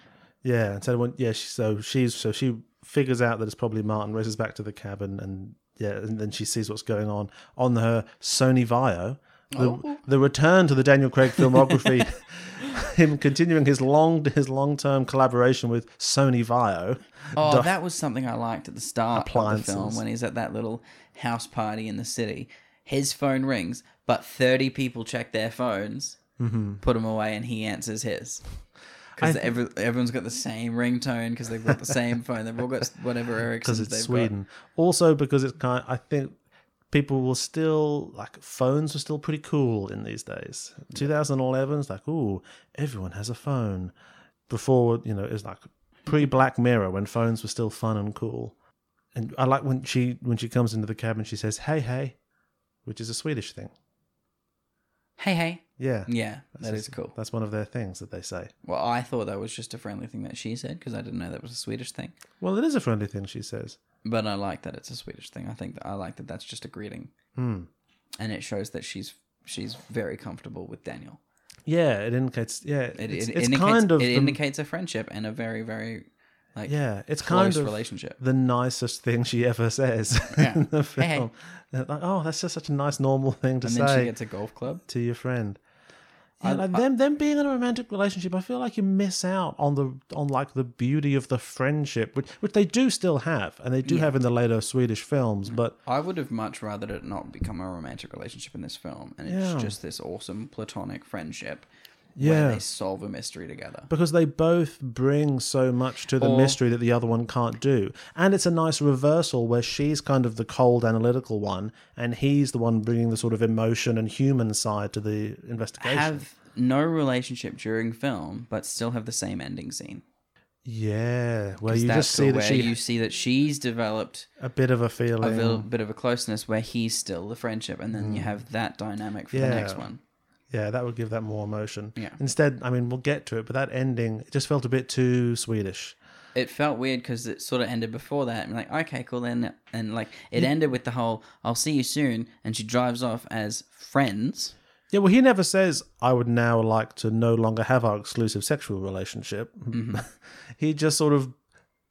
Yeah, and so when, yeah, she, so she's so she figures out that it's probably Martin, races back to the cabin, and yeah, and then she sees what's going on on her Sony Vio. The, the return to the Daniel Craig filmography, [LAUGHS] him continuing his long his long term collaboration with Sony Vio.
Oh, that was something I liked at the start of the film
Appliances.
when he's at that little house party in the city. His phone rings, but thirty people check their phones,
Mm-hmm.
put them away, and he answers his. Because every, everyone's got the same ringtone because they've got the same phone. They've all got whatever
[LAUGHS]
Ericsson's
because it's
they've
Sweden. Also because it's kind. I think people will still like phones are still pretty cool in these days. 2011 is like, ooh, everyone has a phone. Before you know, it was like pre Black Mirror when phones were still fun and cool. And I like when she when she comes into the cabin, she says, "Hey, hey," which is a Swedish thing.
got. Hey, hey.
Yeah,
Yeah, that is cool.
That's one of their things that they say.
Well, I thought that was just a friendly thing that she said because I didn't know that was a Swedish thing.
Well, it is a friendly thing, she says.
But I like that it's a Swedish thing. I think that I like that that's just a greeting,
Hmm.
and it shows that she's she's very comfortable with Daniel.
Yeah, it indicates. Yeah,
It,
it's,
it
it's
indicates
kind of
it
the-
indicates a friendship and a very very like
Yeah, it's
close
kind of
relationship.
the nicest thing she ever says [LAUGHS]
Yeah.
in the
Hey, hey.
film. Like, oh, that's just such a nice, normal thing to
And then
say
she gets a golf club.
to your friend. Yeah, like them them being in a romantic relationship, I feel like you miss out on the on like the beauty of the friendship, which which they do still have, and they do have in the later Swedish films. But
I would have much rather it not become a romantic relationship in this film, and it's
Yeah.
just this awesome platonic friendship where
yeah,
they solve a mystery together.
because they both bring so much to the
Or-
mystery that the other one can't do, and it's a nice reversal where she's kind of the cold analytical one, and he's the one bringing the sort of emotion and human side to the investigation.
Have no relationship during film, but still have the same ending scene.
yeah, where
'Cause
you
that's
just see
where
that she
you see that she's developed
a bit of a
a
feeling.
little bit of a closeness where he's still the friendship, and then you have that dynamic for the next
Yeah.
one.
Yeah, that would give that more emotion.
Yeah.
Instead, I mean, we'll get to it, but that ending it just felt a bit too Swedish.
It felt weird because it sort of ended before that. and like, okay, cool then, and like it ended with the whole "I'll see you soon," and she drives off as friends.
Yeah, well, he never says I would now like to no longer have our exclusive sexual relationship.
Mm-hmm.
[LAUGHS] he just sort of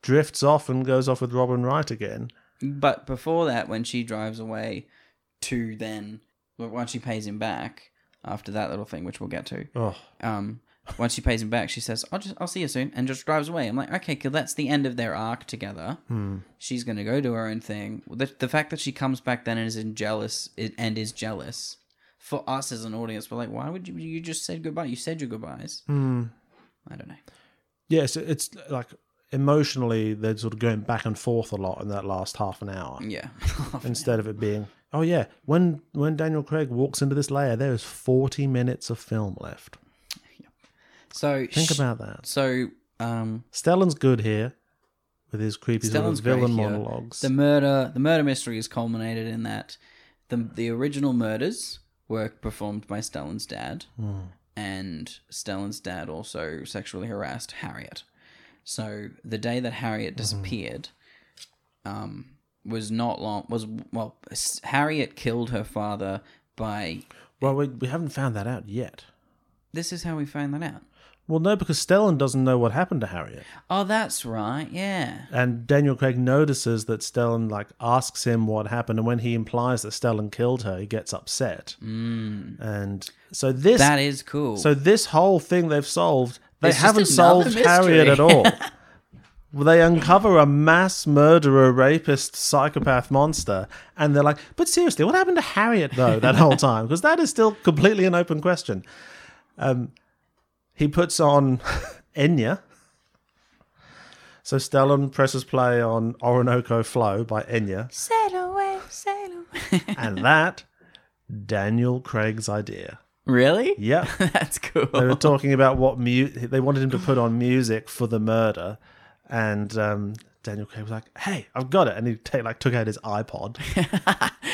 drifts off and goes off with Robin Wright again.
But before that, when she drives away to then, well, once she pays him back after that little thing, which we'll get to,
Oh,
um, once she pays him back, she says, "I'll just, I'll see you soon," and just drives away. I'm like, okay, cool. That's the end of their arc together.
Hmm.
She's gonna go do her own thing. The, the fact that she comes back then and is in jealous and is jealous for us as an audience, we're like, why would you? You just said goodbye. You said your goodbyes.
Hmm.
I don't know.
yes, it's like emotionally they're sort of going back and forth a lot in that last half an hour.
Yeah. [LAUGHS]
Instead of it being, oh yeah, when when Daniel Craig walks into this layer, there is forty minutes of film left.
so
Think
sh-
about that.
So um,
Stellan's good here with his creepy sort of
Stellan's great
villain
here.
monologues.
The murder, the murder mystery is culminated in that the the original murders were performed by Stellan's dad,
Hmm.
and Stellan's dad also sexually harassed Harriet. So the day that
Hmm.
Harriet disappeared, um, was not long. Was well, s- Harriet killed her father by.
well, we, we haven't found that out yet.
This is how we found that out.
Well, no, because Stellan doesn't know what happened to Harriet,
Oh, that's right. Yeah.
and Daniel Craig notices that Stellan like asks him what happened, and when he implies that Stellan killed her, he gets upset. Mm. And so this,
That is cool.
so this whole thing they've solved, they
It's just
haven't
another
solved
mystery.
Harriet
[LAUGHS]
at all. Well, they uncover a mass murderer, rapist, psychopath monster, and they're like, but seriously, what happened to Harriet though
[LAUGHS]
that whole time? Because that is still completely an open question. Um, he puts on [LAUGHS] Enya. So Stellan presses play on Orinoco Flow by Enya. Sail away, sail away. and that, Daniel Craig's idea.
really?
Yep.
[LAUGHS] That's cool. [LAUGHS]
They were talking about what mu- they wanted him to put on music for the murder, and um, Daniel Craig was like, "Hey, I've got it," and he ta- like took out
[LAUGHS]
his iPod.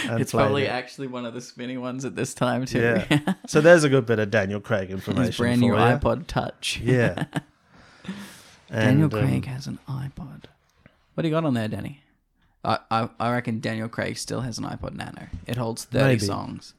and
It's
played
probably
it.
actually one of the spinny ones at this time too.
yeah. so there's a good bit of Daniel Craig
[LAUGHS]
information.
His brand new
for you.
iPod Touch. [LAUGHS]
Yeah.
Daniel
And, um,
Craig has an iPod. What do you got on there, Danny? I, I I reckon Daniel Craig still has an iPod Nano. It holds thirty
Maybe.
songs.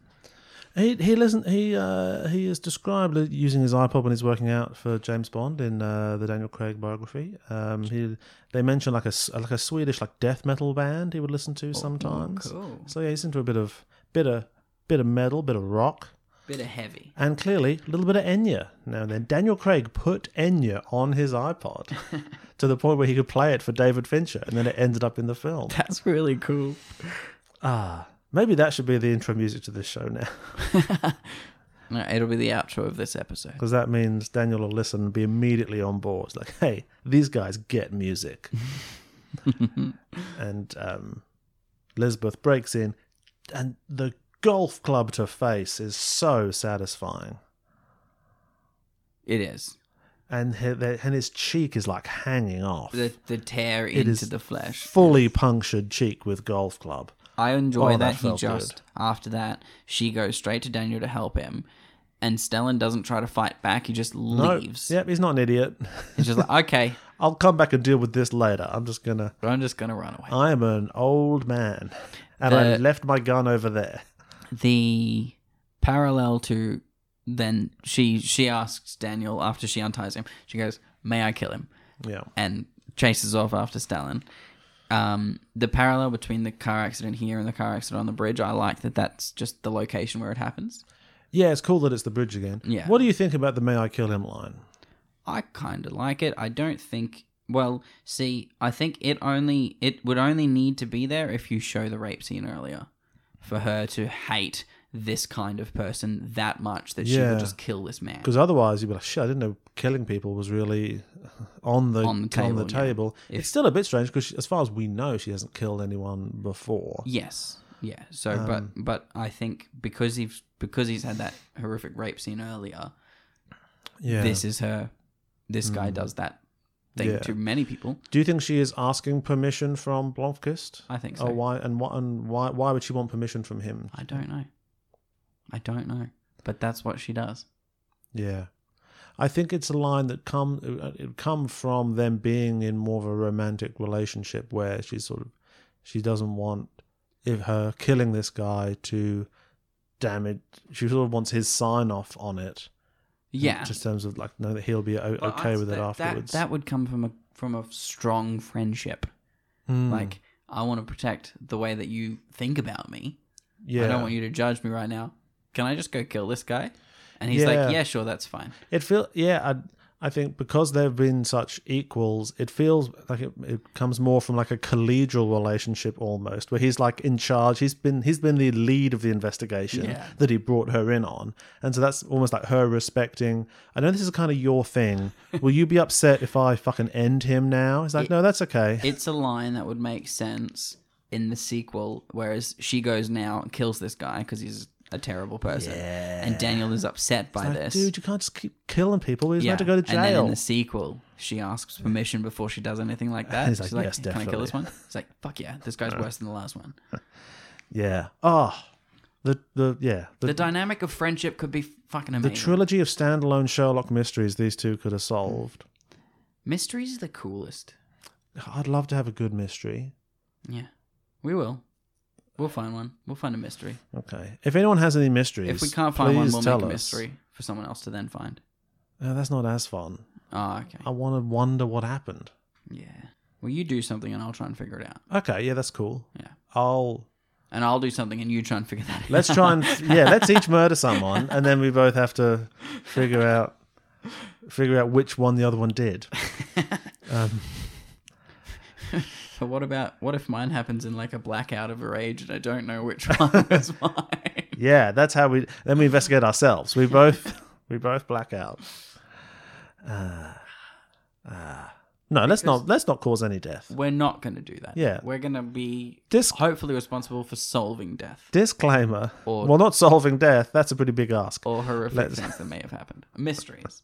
he he listen he uh, he is described as using his iPod when he's working out for James Bond in uh, the Daniel Craig biography. Um, he they mention like a s- like a Swedish like death metal band he would listen
Oh,
to sometimes.
cool.
So yeah, he's into a bit of bit of bit of metal, bit of rock.
Bit of
[LAUGHS]
heavy.
And clearly, a little bit of Enya. Now and then, Daniel Craig put Enya on his iPod to the point where he could play it for David Fincher, and then it ended up in the film.
That's really cool.
Maybe that should be the intro music to this show now, [LAUGHS]
No, it'll be the outro of this episode.
because that means Daniel will listen and be immediately on board. It's like, hey, these guys get music. and um, Lisbeth breaks in, and the golf club to face is so satisfying.
It is
And, he, and his cheek is like hanging off.
the the tear
It is
into the flesh.
fully punctured cheek with golf club.
I enjoy
Oh, that
that, he
felt
just
good.
after that she goes straight to Daniel to help him, and Stellan doesn't try to fight back. He just leaves.
Nope. Yep, he's not an idiot. [LAUGHS]
He's just like, okay,
I'll come back and deal with this later. I'm just gonna.
I'm just gonna run away.
I am an old man, and I
The-
left my gun over there.
the parallel to then she she asks Daniel after she unties him. She goes, "May I kill him?"
Yeah,
and chases off after Stalin. Um, the parallel between the car accident here and the car accident on the bridge, I like that. That's just the location where it happens.
Yeah, it's cool that it's the bridge again.
Yeah.
What do you think about the "May I kill him" line?
I kind of like it. I don't think. Well, see, I think it only it would only need to be there if you show the rape scene earlier, for her to hate this kind of person that much that she
Yeah.
would just kill this man.
Because otherwise, you'd be like, "Shit, I didn't know killing people was really on the
On the table, yeah.
table."
If-
It's still a bit strange because, as far as we know, she hasn't killed anyone before.
Yes. Yeah. So,
Um,
but but I think because he's because he's had that horrific rape scene earlier,
Yeah. Mm.
this is her. This guy does that thing
Yeah.
to many people.
do you think she is asking permission from Blomkist?
I think
Or
so.
Oh, why? And what? And why? Why would she want permission from him?
I don't know. I don't know. But that's what she does.
Yeah, I think it's a line that come it would come from them being in more of a romantic relationship where she's sort of she doesn't want if her killing this guy to damage. She sort of wants his sign off on it.
Yeah.
just in terms of like know that he'll be o-
But
okay
I'd-
with
that-
it
that-
afterwards.
That, would come from a from a strong friendship.
Mm,
Like I want to protect the way that you think about me.
yeah,
I don't want you to judge me right now. Can I just go kill this guy? And he's
Yeah.
like, yeah, sure, that's fine.
It feels yeah. I I think because they've been such equals, it feels like it, it comes more from like a collegial relationship almost, where he's like in charge. He's been he's been the lead of the investigation
Yeah.
that he brought her in on, and so that's almost like her respecting. I know this is kind of your
[LAUGHS]
thing. Will you be upset if I fucking end him now? He's like, no, that's okay.
It's a line that would make sense in the sequel, whereas she goes now and kills this guy because he's a terrible person, and Daniel is upset by
Like,
this.
dude, you can't just keep killing people. He's meant to go to jail.
And then in the sequel, she asks permission before she does anything like that.
[LAUGHS] He's like,
She's like,
"Yes,
can I kill this
definitely."
one? He's like, fuck yeah, this guy's worse than the last one.
yeah. Oh, the the yeah
The dynamic of friendship could be fucking
the
amazing.
trilogy of standalone Sherlock mysteries these two could have solved.
Mysteries are the coolest.
I'd love to have a good mystery.
Yeah, we will. We'll find one. We'll find a mystery.
Okay. If anyone has any mysteries,
if we can't find one,
please
we'll
tell
make a
us.
mystery for someone else to then find.
No, that's not as fun.
Oh, okay.
I want to wonder what happened.
Yeah. Well, you do something and I'll try and figure it out.
Okay, yeah, that's cool.
Yeah.
I'll
And I'll do something and you try and figure that out. [LAUGHS]
let's try and yeah, let's each murder someone, and then we both have to figure out figure out which one the other one did.
But what about what if mine happens in like a blackout of a rage and I don't know which
[LAUGHS]
one was mine? [LAUGHS]
Yeah, that's how we then we investigate ourselves. We both we both black out. Uh, uh, no, let's not let's not cause any death.
We're not going to do that.
Yeah.
We're going to be
This-
hopefully responsible for solving death
Disclaimer.
Or-
well, not solving death. That's a pretty big ask.
or horrific
Let's-
things that may have happened. Mysteries.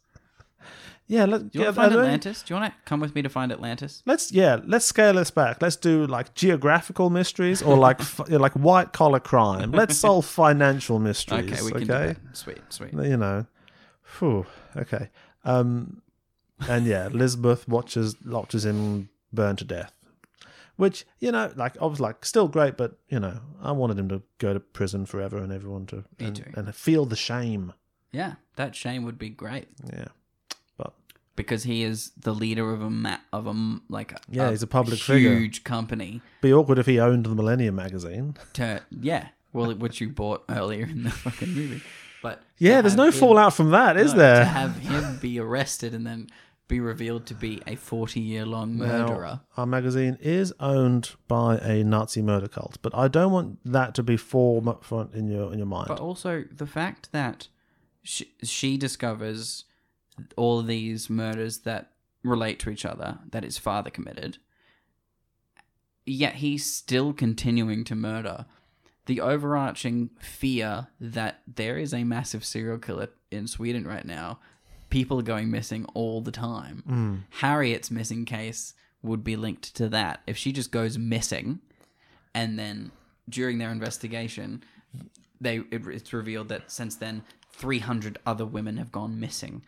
yeah, let,
Do you
yeah,
want to find
I don't-
Atlantis? Do you want to come with me to find Atlantis?
Let's yeah, let's scale this back. Let's do like geographical mysteries or like [LAUGHS] f- you know, like white collar crime. Let's solve financial
[LAUGHS]
mysteries.
Okay, we can
okay?
do that. Sweet, sweet.
You know, Phew, okay. Um, and yeah, Lisbeth watches watches him burn to death, which you know, like I was like, still great, but you know, I wanted him to go to prison forever and everyone to
Me
and,
too.
and feel the shame.
Yeah, that shame would be great
Yeah, but
because he is the leader of a ma- of a m- like a,
Yeah, he's a public
huge
figure.
company.
Be awkward if he owned the Millennium magazine.
[LAUGHS] To yeah, well, which you bought earlier in the [LAUGHS] fucking movie, but
Yeah,
to
there's
have
no
him-
fallout from that, is
no, To
there?
have him be arrested and then be revealed to be a forty-year-long murderer.
Our magazine is owned by a Nazi murder cult, but I don't want that to be form up front in your in your mind.
But also the fact that she, she discovers all of these murders that relate to each other that his father committed, yet he's still continuing to murder. The overarching fear that there is a massive serial killer in Sweden right now. People are going missing all the time. Harriet's missing case would be linked to that. If she just goes missing and then during their investigation, they it, it's revealed that since then 300 other women have gone missing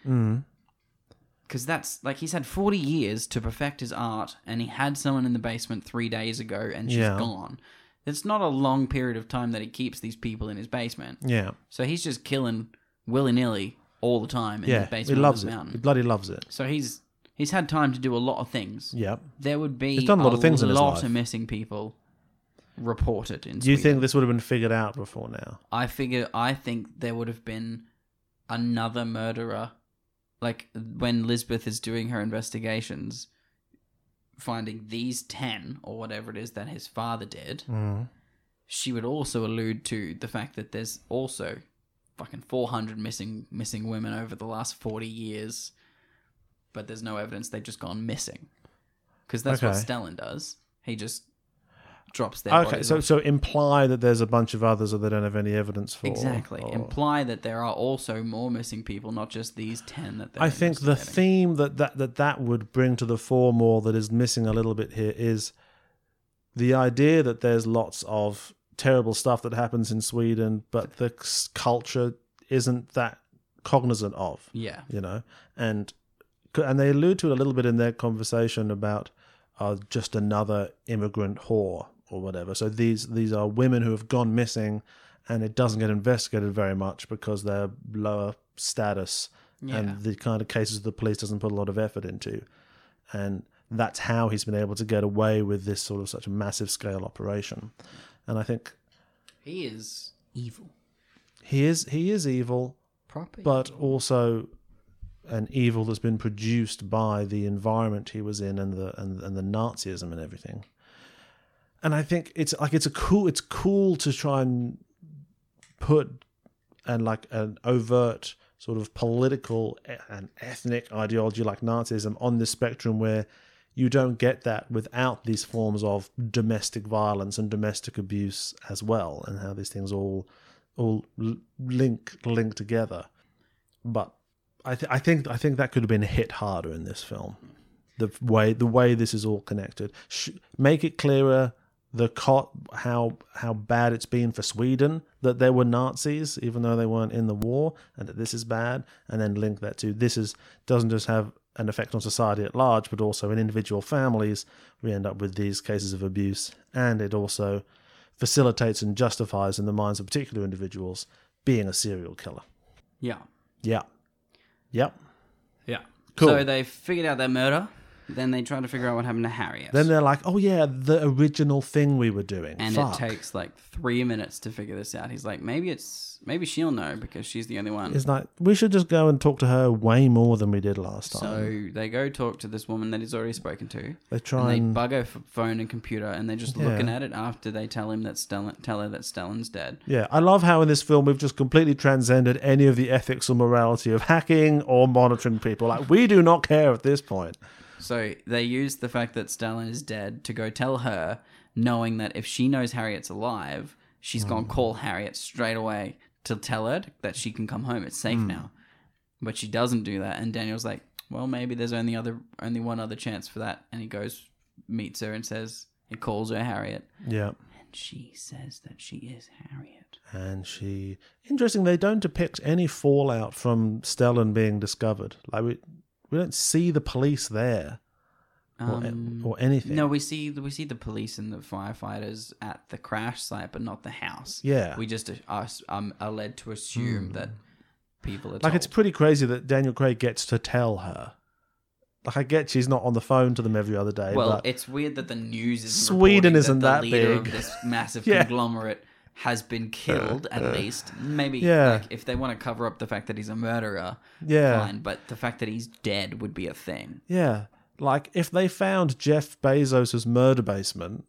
because that's like he's had 40 years to perfect his art and he had someone in the basement three days ago and she's
Yeah.
gone it's not a long period of time that he keeps these people in his basement
yeah,
so he's just killing willy-nilly all the time in
yeah,
his
he
basement
loves
of
it.
this
He
mountain
bloody loves it.
so he's he's had time to do a lot of things
Yep.
there would be
He's done a lot of things in his
lot
life.
of missing people report it in
Do you
Sweden.
think this would have been figured out before now?
I figure I think there would have been another murderer like when Lisbeth is doing her investigations finding these 10 or whatever it is that his father did
Mm.
she would also allude to the fact that there's also fucking 400 missing missing women over the last 40 years but there's no evidence they've just gone missing because that's what
Okay.
Stellan does he just drops their
Ah, Okay,
bodies
so
off.
so imply that there's a bunch of others that they don't have any evidence for.
Exactly.
or-
Imply that there are also more missing people, not just these ten that they're
I think the
investigating.
theme that that, that that would bring to the fore more that is missing a little bit here is the idea that there's lots of terrible stuff that happens in Sweden, but the c- culture isn't that cognizant of,
Yeah.
you know, and and they allude to it a little bit in their conversation about uh, just another immigrant whore or whatever. So these these are women who have gone missing, and it doesn't get investigated very much because they're lower status
Yeah.
and the kind of cases the police doesn't put a lot of effort into. And that's how he's been able to get away with this sort of such a massive scale operation. And I think
He is evil.
he is he is evil,
Proper.
but also an evil that's been produced by the environment he was in and the and, and the Nazism and everything. And I think it's like it's a cool it's cool to try and put and like an overt sort of political e- and ethnic ideology like Nazism on this spectrum where you don't get that without these forms of domestic violence and domestic abuse as well, and how these things all all l- link link together. But I, th- I think I think that could have been hit harder in this film. The f- way the way this is all connected, Sh- make it clearer the cot how how bad it's been for Sweden that there were Nazis even though they weren't in the war and that this is bad, and then link that to this is doesn't just have an effect on society at large, but also in individual families. We end up with these cases of abuse, and it also facilitates and justifies in the minds of particular individuals being a serial killer.
yeah.
Yeah. Yep.
Yeah.
Cool.
So they figured out their murder. Then they try to figure out what happened to Harriet.
Then they're like, oh yeah, the original thing we were doing.
and
Fuck.
it takes like three minutes to figure this out. He's like, maybe it's maybe she'll know because she's the only one.
It's like we should just go and talk to her way more than we did last time.
so they go talk to this woman that he's already spoken to.
they
And
try
they
and,
bug her f- phone and computer, and they're just
Yeah.
looking at it after they tell him that Stellan, tell her that Stellan's dead.
yeah. I love how in this film we've just completely transcended any of the ethics or morality of hacking or monitoring people. Like we do not care at this point.
So they use the fact that Stalin is dead to go tell her, knowing that if she knows Harriet's alive, she's gonna call Harriet straight away to tell her that she can come home. It's safe now. But she doesn't do that, and Daniel's like, "Well, maybe there's only other only one other chance for that." And he goes, meets her, and says, he calls her Harriet,
Yeah.
and she says that she is Harriet.
and she interesting they don't depict any fallout from Stellan being discovered like we we don't see the police there or,
Um,
or anything
No, we see we see the police and the firefighters at the crash site, but not the house.
Yeah. Hmm.
we just are, um, are led to assume that people are
like it's
told.
pretty crazy that Daniel Craig gets to tell her like I get she's not on the phone to them every other day
well,
but
it's weird that the news is
Sweden
reporting
isn't
that,
that
the leader
big.
of
[LAUGHS]
this massive
Yeah. Uh,
conglomerate has been killed at least. Maybe
Yeah.
like, if they want to cover up the fact that he's a murderer,
Yeah.
fine. But the fact that he's dead would be a thing.
yeah like if they found Jeff Bezos's murder basement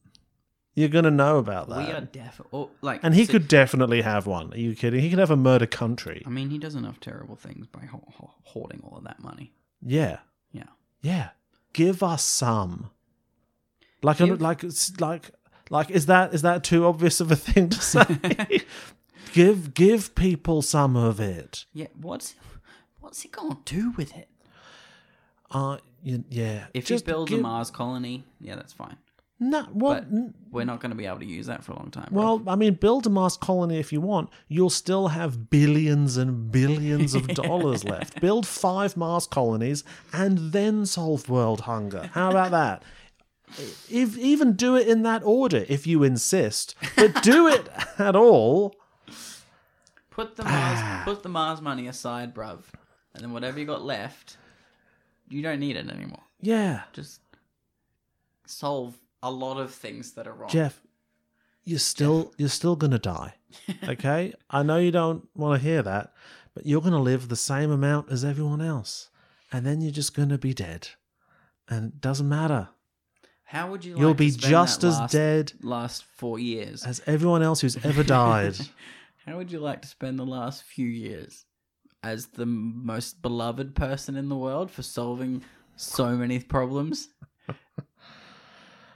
you're going to know about that
We are deaf. Or, like,
and he
so-
could definitely have one are you kidding he could have a murder country
I mean, he does enough terrible things by ho- ho- hoarding all of that money.
yeah
Yeah.
Yeah, give us some. Like,
Give-
like, like, like, is that is that too obvious of a thing to
[LAUGHS]
say? [LAUGHS] give give people some of it.
Yeah, what's what's he gonna do with it?
Uh, y- yeah.
If
just
he builds
give-
a Mars colony, yeah, that's fine.
no, well,
But
n-
we're not gonna be able to use that for a long time. bro.
well, I mean, build a Mars colony if you want. You'll still have billions and billions
[LAUGHS]
of dollars left. Build five Mars colonies and then solve world hunger. How about that? if even do it in that order if you insist, but do it at all.
put the
[SIGHS]
Mars put the Mars money aside, bruv, and then whatever you got left, you don't need it anymore.
Yeah,
Just solve a lot of things that are wrong.
Jeff, you're still you're still
[LAUGHS]
gonna die. Okay? I know you don't want to hear that, but you're gonna live the same amount as everyone else. And then you're just gonna be dead. And it doesn't matter.
How would you? Like
You'll
to
be
spend
just
that
as
last- [LAUGHS]
dead-
Last four years.
As everyone else who's
[LAUGHS]
ever died.
How would you like to spend the last few years as the m- most beloved person in the world for solving so many problems?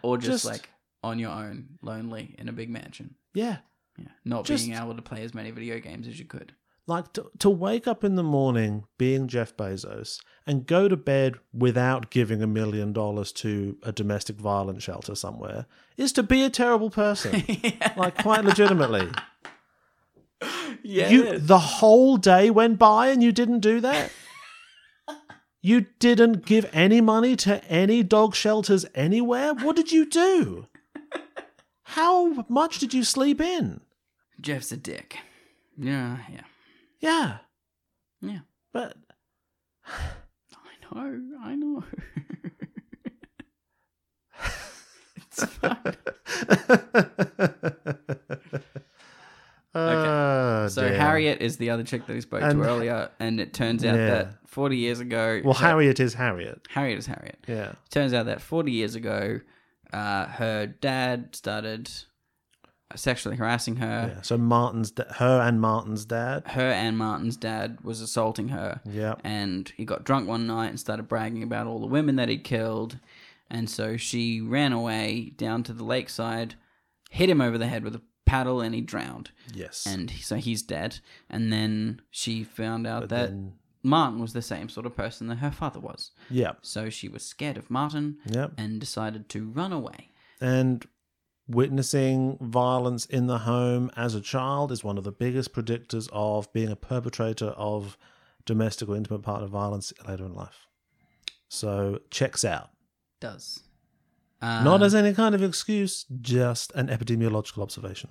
Or just,
Just-
like on your own, lonely in a big mansion.
yeah.
Yeah. Not
Just-
being able to play as many video games as you could.
Like to, to wake up in the morning being Jeff Bezos and go to bed without giving a million dollars to a domestic violence shelter somewhere is to be a
[LAUGHS]
terrible person. Like quite legitimately.
Yeah.
You the whole day went by and you didn't
[LAUGHS]
do that. you didn't give any money to any dog shelters anywhere. What did you do? How much did you sleep in?
Jeff's a dick. Yeah, yeah.
Yeah,
Yeah.
but
I know, I know. [LAUGHS] it's fine.
Ah,
So
dear.
Harriet is the other chick that we spoke
And-
to earlier, and it turns out
Yeah.
that 40 years ago.
Well,
that-
Harriet is Harriet.
Harriet is Harriet.
Yeah.
Turns out that 40 years ago, uh, her dad started uh, sexually harassing her.
yeah. So Martin's, da- her and Martin's dad.
Her and Martin's dad was assaulting her.
Yeah.
And he got drunk one night and started bragging about all the women that he'd killed. And so she ran away down to the lakeside, hit him over the head with a paddle, and he drowned.
Yes.
And he- so he's dead. And then she found out
But
that
then-
Martin was the same sort of person that her father was.
yeah.
So she was scared of Martin
Yeah.
and decided to run away.
And witnessing violence in the home as a child is one of the biggest predictors of being a perpetrator of domestic or intimate partner violence later in life. So checks out.
Does. Uh,
Not as any kind of excuse, just an epidemiological observation.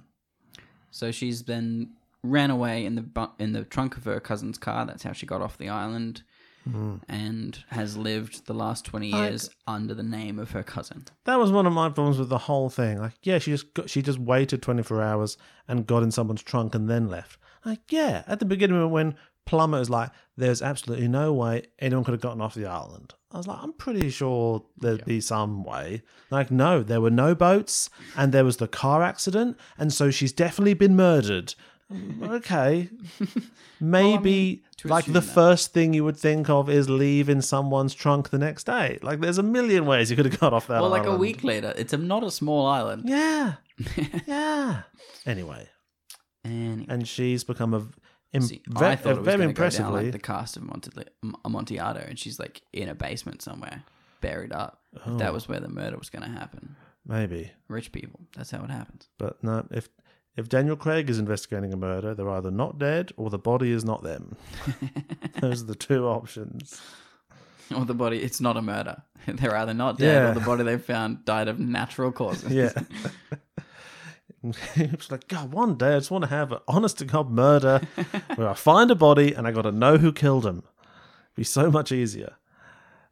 so she's then ran away in the bu- in the trunk of her cousin's car. That's how she got off the island,
Hmm.
and has lived the last twenty years under the name of her cousin.
That was one of my problems with the whole thing. Like, yeah, she just got, she just waited 24 hours and got in someone's trunk and then left. Like, yeah, at the beginning when Plummer is like, there's absolutely no way anyone could have gotten off the island. I was like, I'm pretty sure there'd be some way. Like, no, there were no boats and there was the car accident, and so she's definitely
[LAUGHS]
been murdered. okay, maybe
to
like
assume
the
that.
first thing you would think of is leave in someone's trunk the next day. Like, there's a million ways you could have got off that.
Well, like a
island.
week later, it's a, not a small island.
Yeah.
[LAUGHS]
yeah. Anyway,
Anyway,
and she's become a v- im-
see,
ve-
I thought it was
very
very impressively
impressively.
like the cast of Monte- M- Amontillado, and she's like in a basement somewhere, buried up. If
Oh.
That was where the murder was going to happen.
maybe,
Rich people. That's how it happens.
but no. If if Daniel Craig is investigating a murder, they're either not dead or the body is
[LAUGHS]
not them. Those are the two options.
Or the body, it's not a murder. [LAUGHS] They're either not dead
Yeah.
or the body they found died of natural causes.
[LAUGHS] Yeah. it's like God. One day, I just want to have an honest to God murder where I find a body and I got to know who killed him. Be so much easier.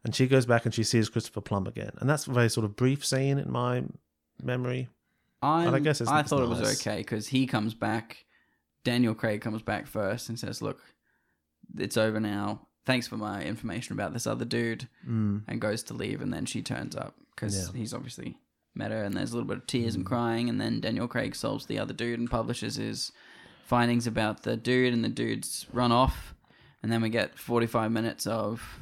And she goes back and she sees Christopher Plum again, and that's a very sort of brief scene in my memory.
I'm,
I guess it's-
I
it's
thought it was
nice.
okay because he comes back. Daniel Craig comes back first and says, Look, it's over now. Thanks for my information about this other dude. Mm. And goes to leave. And then she turns up because he's obviously met her. And there's a little bit of tears
Mm.
and crying. And then Daniel Craig solves the other dude and publishes his findings about the dude. And the dude's run off. And then we get 45 minutes of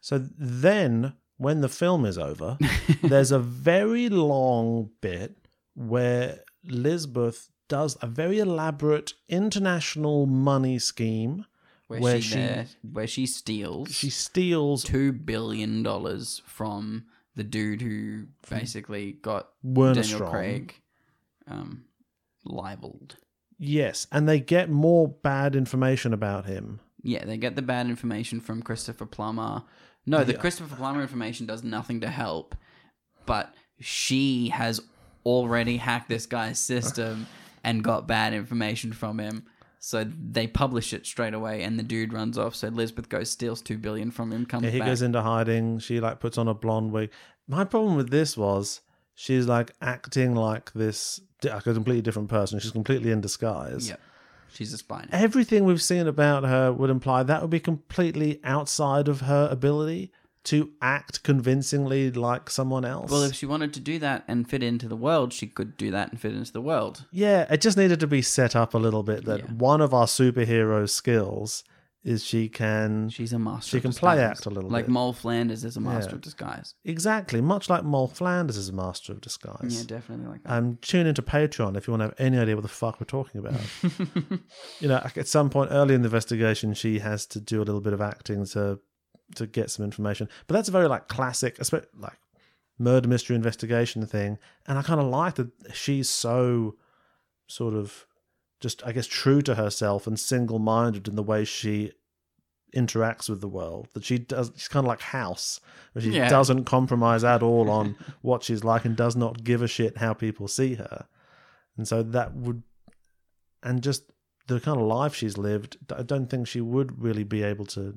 So then, when the film
[LAUGHS]
is over, there's a very long bit where Lisbeth does a very elaborate international money scheme
where,
Where
she,
she-
there- where she steals
She steals
two billion dollars from the dude who basically got
Werner
Daniel
Strong.
Craig um, libeled.
Yes, and they get more bad information about him.
Yeah, they get the bad information from Christopher Plummer. No, the Christopher Plummer information does nothing to help, but she has already hacked this guy's system and got bad information from him. So they publish it straight away, and the dude runs off. So Lisbeth goes, steals two billion from him, comes
Yeah, he
back.
goes into hiding. She like puts on a blonde wig. My problem with this was she's like acting like this like a completely different person. She's completely in disguise.
Yep. She's a spy now.
Everything we've seen about her would imply that would be completely outside of her ability to act convincingly like someone else.
Well, if she wanted to do that and fit into the world, she could do that and fit into the world.
yeah, it just needed to be set up a little bit that
Yeah.
one of our superhero skills is she can
She's a master.
She
of
can play
disguise.
act a little
like
bit.
Mole Flanders is a master
Yeah.
of disguise.
exactly much like Mole Flanders is a master of disguise.
Yeah, definitely like that.
um, tune into Patreon if you want to have any idea what the fuck we're
[LAUGHS]
talking about. you know, at some point early in the investigation, she has to do a little bit of acting to to get some information. But that's a very like classic, espe- like murder mystery investigation thing. And I kind of like that she's so sort of just, I guess, true to herself and single minded in the way she interacts with the world that she does she's kind of like house where she
Yeah.
doesn't compromise at all on what she's like and does not give a shit how people see her and so that would and just the kind of life she's lived i don't think she would really be able to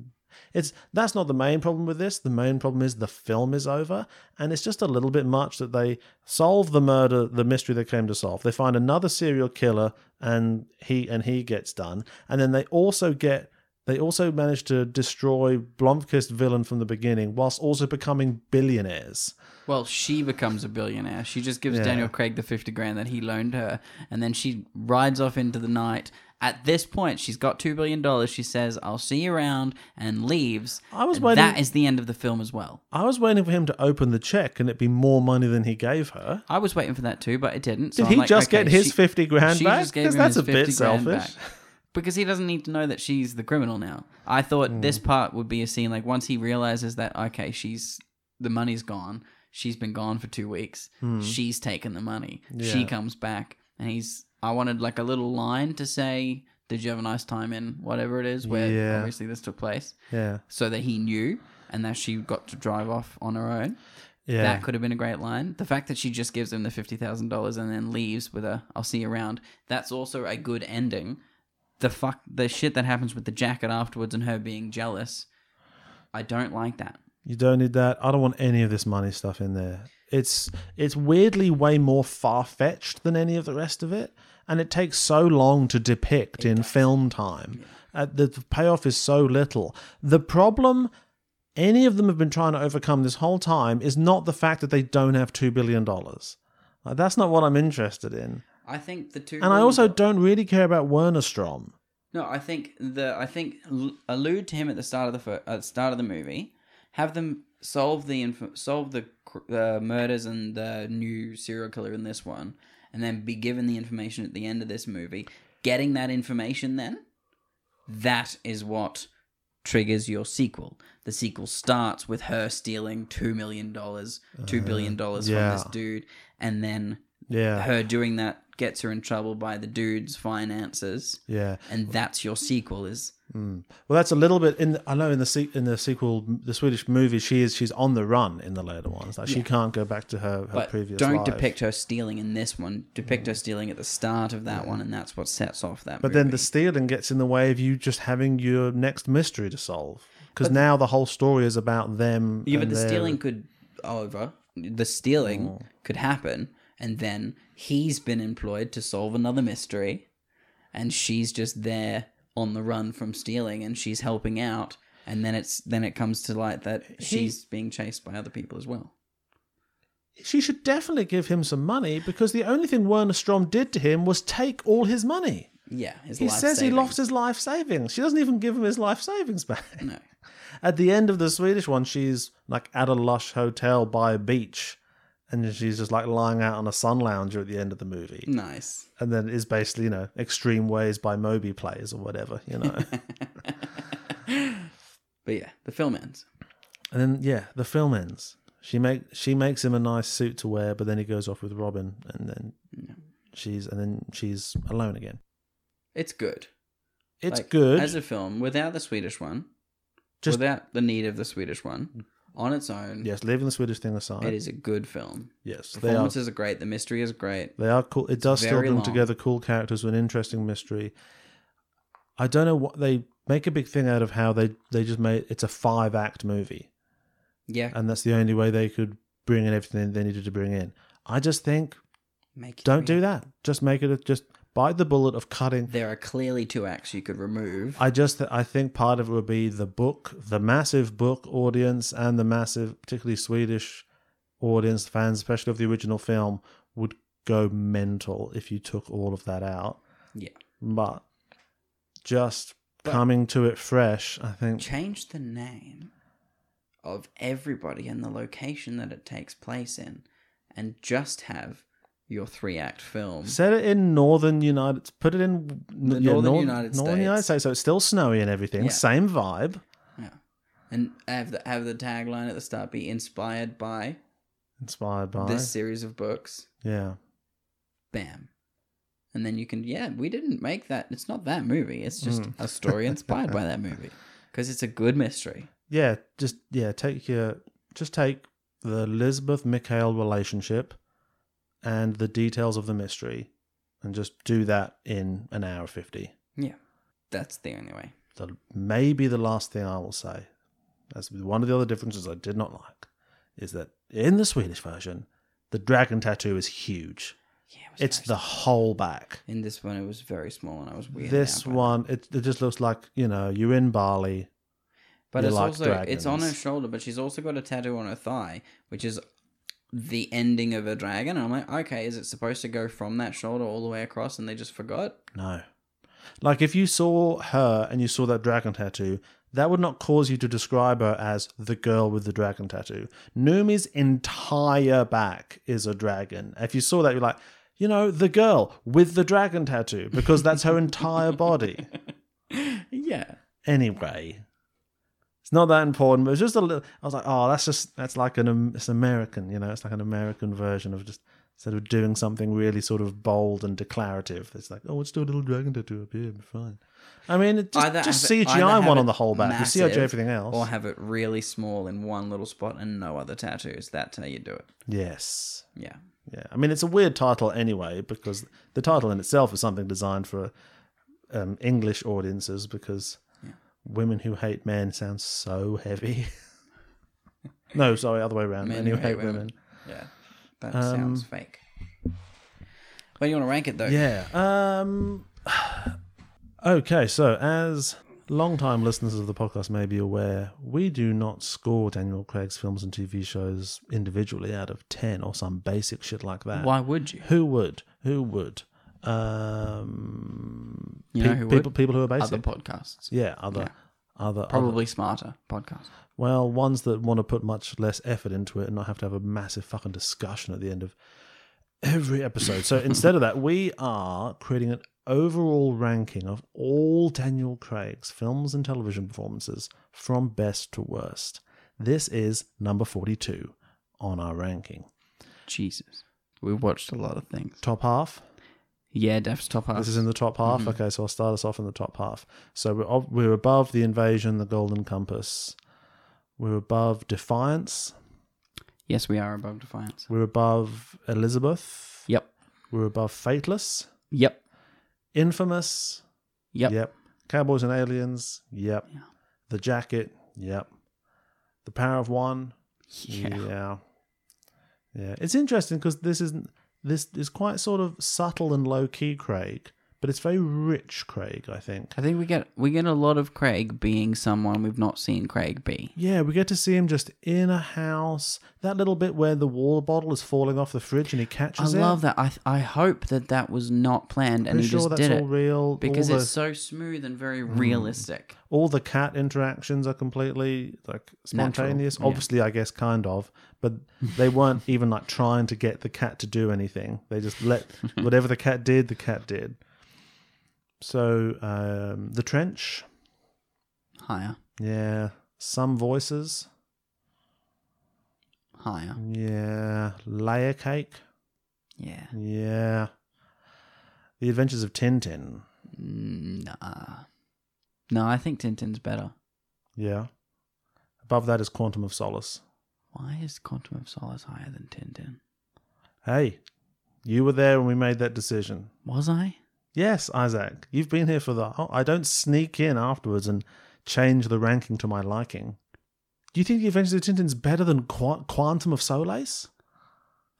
it's that's not the main problem with this the main problem is the film is over and it's just a little bit much that they solve the murder the mystery they came to solve they find another serial killer and he and he gets done and then they also get they also manage to destroy Blomkist villain from the beginning whilst also becoming billionaires
Well, she becomes a billionaire. She just gives
Yeah.
Daniel Craig the 50 grand that he loaned her, and then she rides off into the night. At this point, she's got $2 billion. She says, I'll see you around, and leaves.
I was
And
waiting-
That is the end of the film as well.
i was waiting for him to open the check and it'd be more money than he gave her
I was waiting for that too, but it didn't. So
Did
I'm
he
like,
just
okay,
get his
she-
50 grand
she
back?
just gave
'Cause
him
that's
his
a bit
50 grand
selfish.
back. Because he doesn't need to know that she's the criminal now. I thought
Hmm.
this part would be a scene like once he realizes that okay, she's the money's gone. She's been gone for two weeks. She's taken the money. She
Hmm. Yeah.
comes back, and he's. I wanted like a little line to say, "Did you have a nice time in whatever it is where
Yeah.
obviously this took place?"
yeah
So that he knew, and that she got to drive off on her own.
yeah
That could have been a great line. The fact that she just gives him the fifty thousand dollars and then leaves with a "I'll see you around." That's also a good ending. The fuck, the shit that happens with the jacket afterwards and her being jealous. I don't like that.
You don't need that. I don't want any of this money stuff in there. It's it's weirdly way more far fetched than any of the rest of it, and it takes so long to depict in film time. Uh, the payoff is so little. The problem any of them have been trying to overcome this whole time is not the fact that they don't have two billion dollars. Uh, that's not what I'm interested in,
I think the two.
and I also don't really care about Werner Strom.
No, I think the I think l- allude to him at the start of the fir- at the start of the movie. Have them solve the inf- solve the cr- the murders and the new serial killer in this one, and then be given the information at the end of this movie. Getting that information, then that is what triggers your sequel. The sequel starts with her stealing two million dollars, two billion dollars
yeah.
from this dude, and then [LAUGHS]
Yeah,
her doing that gets her in trouble by the dude's finances
yeah.
and that's your sequel is
Well, that's a little bit in. I know in the se- in the sequel, the Swedish movie, she is she's on the run in the later ones. Like she can't go back to her, her
but
previous.
don't
life.
depict her stealing in this one depict her stealing at the start of that one and that's what sets off that
But then the stealing gets in the way of you just having your next mystery to solve. Because now the whole story is about them.
yeah, but
and Oh.
the
their-
stealing could over the stealing could happen and then he's been employed to solve another mystery and she's just there on the run from stealing and she's helping out and then it's then it comes to light that she's being chased by other people as well
She should definitely give him some money because the only thing Werner Strom did to him was take all his money.
yeah his
He
life
says he
savings.
lost his life savings. She doesn't even give him his life savings back.
no
At the end of the Swedish one, she's like at a lush hotel by a beach, and she's just like lying out on a sun lounger at the end of the movie,
nice
and then is basically you know extreme ways by Moby plays or whatever, you
[LAUGHS]
know.
but yeah the film ends
and then yeah, the film ends. She make she makes him a nice suit to wear, but then he goes off with Robin, and then she's and then she's alone again.
It's good.
It's
Like,
good.
as a film without the Swedish one,
Just- Mm.
without the need of the Swedish one on its own.
yes, leaving the Swedish thing aside.
It is a good film.
Yes, they are.
Performances are great. The mystery is great.
They are cool. It does still
very
bring
long.
together cool characters with an interesting mystery. I don't know what they make a big thing out of how they they just made it's a five act movie,
Yeah,
Uh, and that's the only way they could bring in everything they needed to bring in. I just think
Make it
don't do that. Just make it. A, just bite the bullet of cutting.
There are clearly two acts you could remove.
I just I think part of it would be the book, the massive book audience, and the massive, particularly Swedish audience fans, especially of the original film, would go mental if you took all of that out.
yeah.
But just coming to it fresh, I think.
Change the name of everybody and the location that it takes place in, and just have your three act film.
Set it in northern United. Put it in
The northern United
northern United
States.
States. So it's still snowy and everything.
Yeah.
Same vibe.
Yeah. And have the, have the tagline at the start be inspired by
Inspired by.
this series of books.
yeah.
Bam. And then you can, yeah, we didn't make that. It's not that movie. It's just
Hmm.
a story
[LAUGHS]
inspired by that movie. Because it's a good mystery.
yeah, just yeah, take your just take the Elizabeth Mikhail relationship and the details of the mystery, and just do that in an hour fifty.
Yeah. That's the only way.
That may be the last thing I will say. That's one of the other differences I did not like, is that in the Swedish version, the dragon tattoo is huge.
Yeah. it was
It's
very
the whole back.
In this one, it was very small, and I was weird.
This one, it, it just looks like you know you're in Bali.
but
you
it's
like
also it's on her
dragons.
shoulder, but she's also got a tattoo on her thigh, which is the ending of a dragon. And I'm like, okay, is it supposed to go from that shoulder all the way across, and they just forgot?
No. Like if you saw her and you saw that dragon tattoo, that would not cause you to describe her as the girl with the dragon tattoo. Numi's entire back is a dragon. If you saw that, you're like, you know, the girl with the dragon tattoo, because that's her entire body.
Yeah,
Anyway, it's not that important, but it's just a little. I was like, oh, that's just that's like an um, it's American, you know, it's like an American version of just instead of doing something really sort of bold and declarative. It's like, oh, let's do a little dragon tattoo up here, it'll be fine. I mean, it just,
Either
just
have it- either
CGI
have
one
it
on the whole back. You see how
massive
everything else.
or have it really small in one little spot and no other tattoos. That's how you do it.
yes.
Yeah,
Yeah, I mean it's a weird title anyway because the title in itself is something designed for um, English audiences because women who hate men sounds so heavy. [LAUGHS] no, sorry, other way around. Men, who hate, women.
Yeah, that sounds fake. Well, you want to rank it though?
Um, Yeah. Um. [SIGHS] Okay, so as long-time listeners of the podcast may be aware, we do not score Daniel Craig's films and TV shows individually out of ten or some basic shit like that.
Why would you?
Who would? Who would? Um,
You
pe-
know who
people
would?
people who are
Other
basic.
podcasts,
yeah, other other other-
probably smarter podcasts.
well, ones that want to put much less effort into it and not have to have a massive fucking discussion at the end of every
[LAUGHS]
episode. So instead of that, we are creating an overall ranking of all Daniel Craig's films and television performances from best to worst. This is number 42 on our ranking.
Jesus, we watched a lot of things.
Top half,
Yeah, Def's top half. Mm-hmm.
This is in the top half. Okay, so I'll start us off in the top half. So we're ob- we're above the invasion, the Golden Compass. We're above Defiance.
yes, we are above Defiance.
We're above Elizabeth.
Yep,
We're above Fateless,
yep,
Infamous.
yep.
Yep. Cowboys and Aliens. Yep.
Yeah.
The Jacket. Yep. The Power of One.
Yeah.
Yeah. Yeah. It's interesting because this is this is quite sort of subtle and low key, Craig, but it's very rich, Craig. I think.
I think we get we get a lot of Craig being someone we've not seen Craig be.
Yeah, we get to see him just in a house. That little bit where the water bottle is falling off the fridge and
I
he catches it.
love that. I I hope that that was not planned and
Pretty
he
sure
just
that's
did
all
it
real.
because
all
it's
the, Mm.
so smooth and very realistic.
all the cat interactions are completely like spontaneous.
Natural, yeah.
Obviously, I guess kind of, but they weren't even like trying to get the cat to do anything. They just
[LAUGHS]
let whatever the cat did, the cat did. So um, the trench,
Higher,
yeah. Some voices,
higher.
yeah. Layer cake,
Yeah.
yeah. The Adventures of Tintin,
Nah. No, I think Tintin's better.
yeah. Above that is Quantum of Solace.
Why is Quantum of Solace higher than Tintin?
Hey, you were there when we made that decision.
Was I?
Yes, Isaac, you've been here for the. Oh, I don't sneak in afterwards and change the ranking to my liking. Do you think the Adventures of Tintin's better than Qu- Quantum of Solace?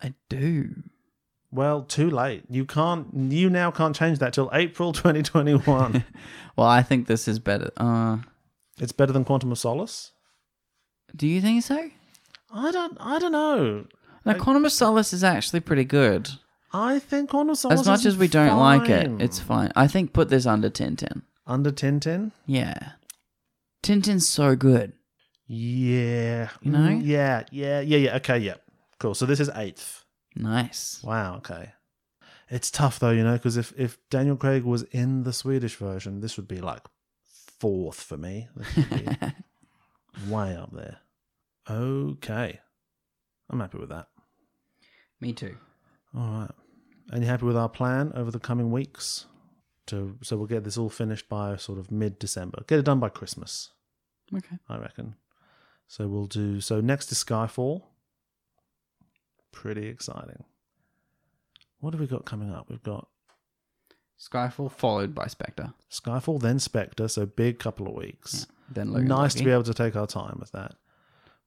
I do.
Well, too late. You can't. You now can't change that till April [LAUGHS] 2021.
Well, I think this is better. Uh,
it's better than Quantum of Solace.
do you think so?
I don't. I don't know.
No, Quantum of Solace is actually pretty good.
I think Quantum of Solace.
As much
is
as we don't like it,
fine.
it's fine. I think put this under Tintin.
under 1010.
Yeah. Tintin's so good.
Yeah.
You know?
Mm, Yeah. Yeah. Yeah. Yeah. Okay. Yeah. Cool. So this is eighth.
Nice.
Wow. Okay. It's tough though, you know, because if if Daniel Craig was in the Swedish version, this would be like fourth for me. This would
[LAUGHS]
be way up there. Okay. I'm happy with that.
Me too.
All right. And you happy with our plan over the coming weeks? To so we'll get this all finished by sort of mid December. Get it done by Christmas.
Okay.
I reckon. So we'll do. So next is Skyfall. Pretty exciting. What have we got coming up? We've got
Skyfall followed by Spectre.
Skyfall, then Spectre. So big couple of weeks.
Then Logan.
nice to
Lucky.
be able to take our time with that.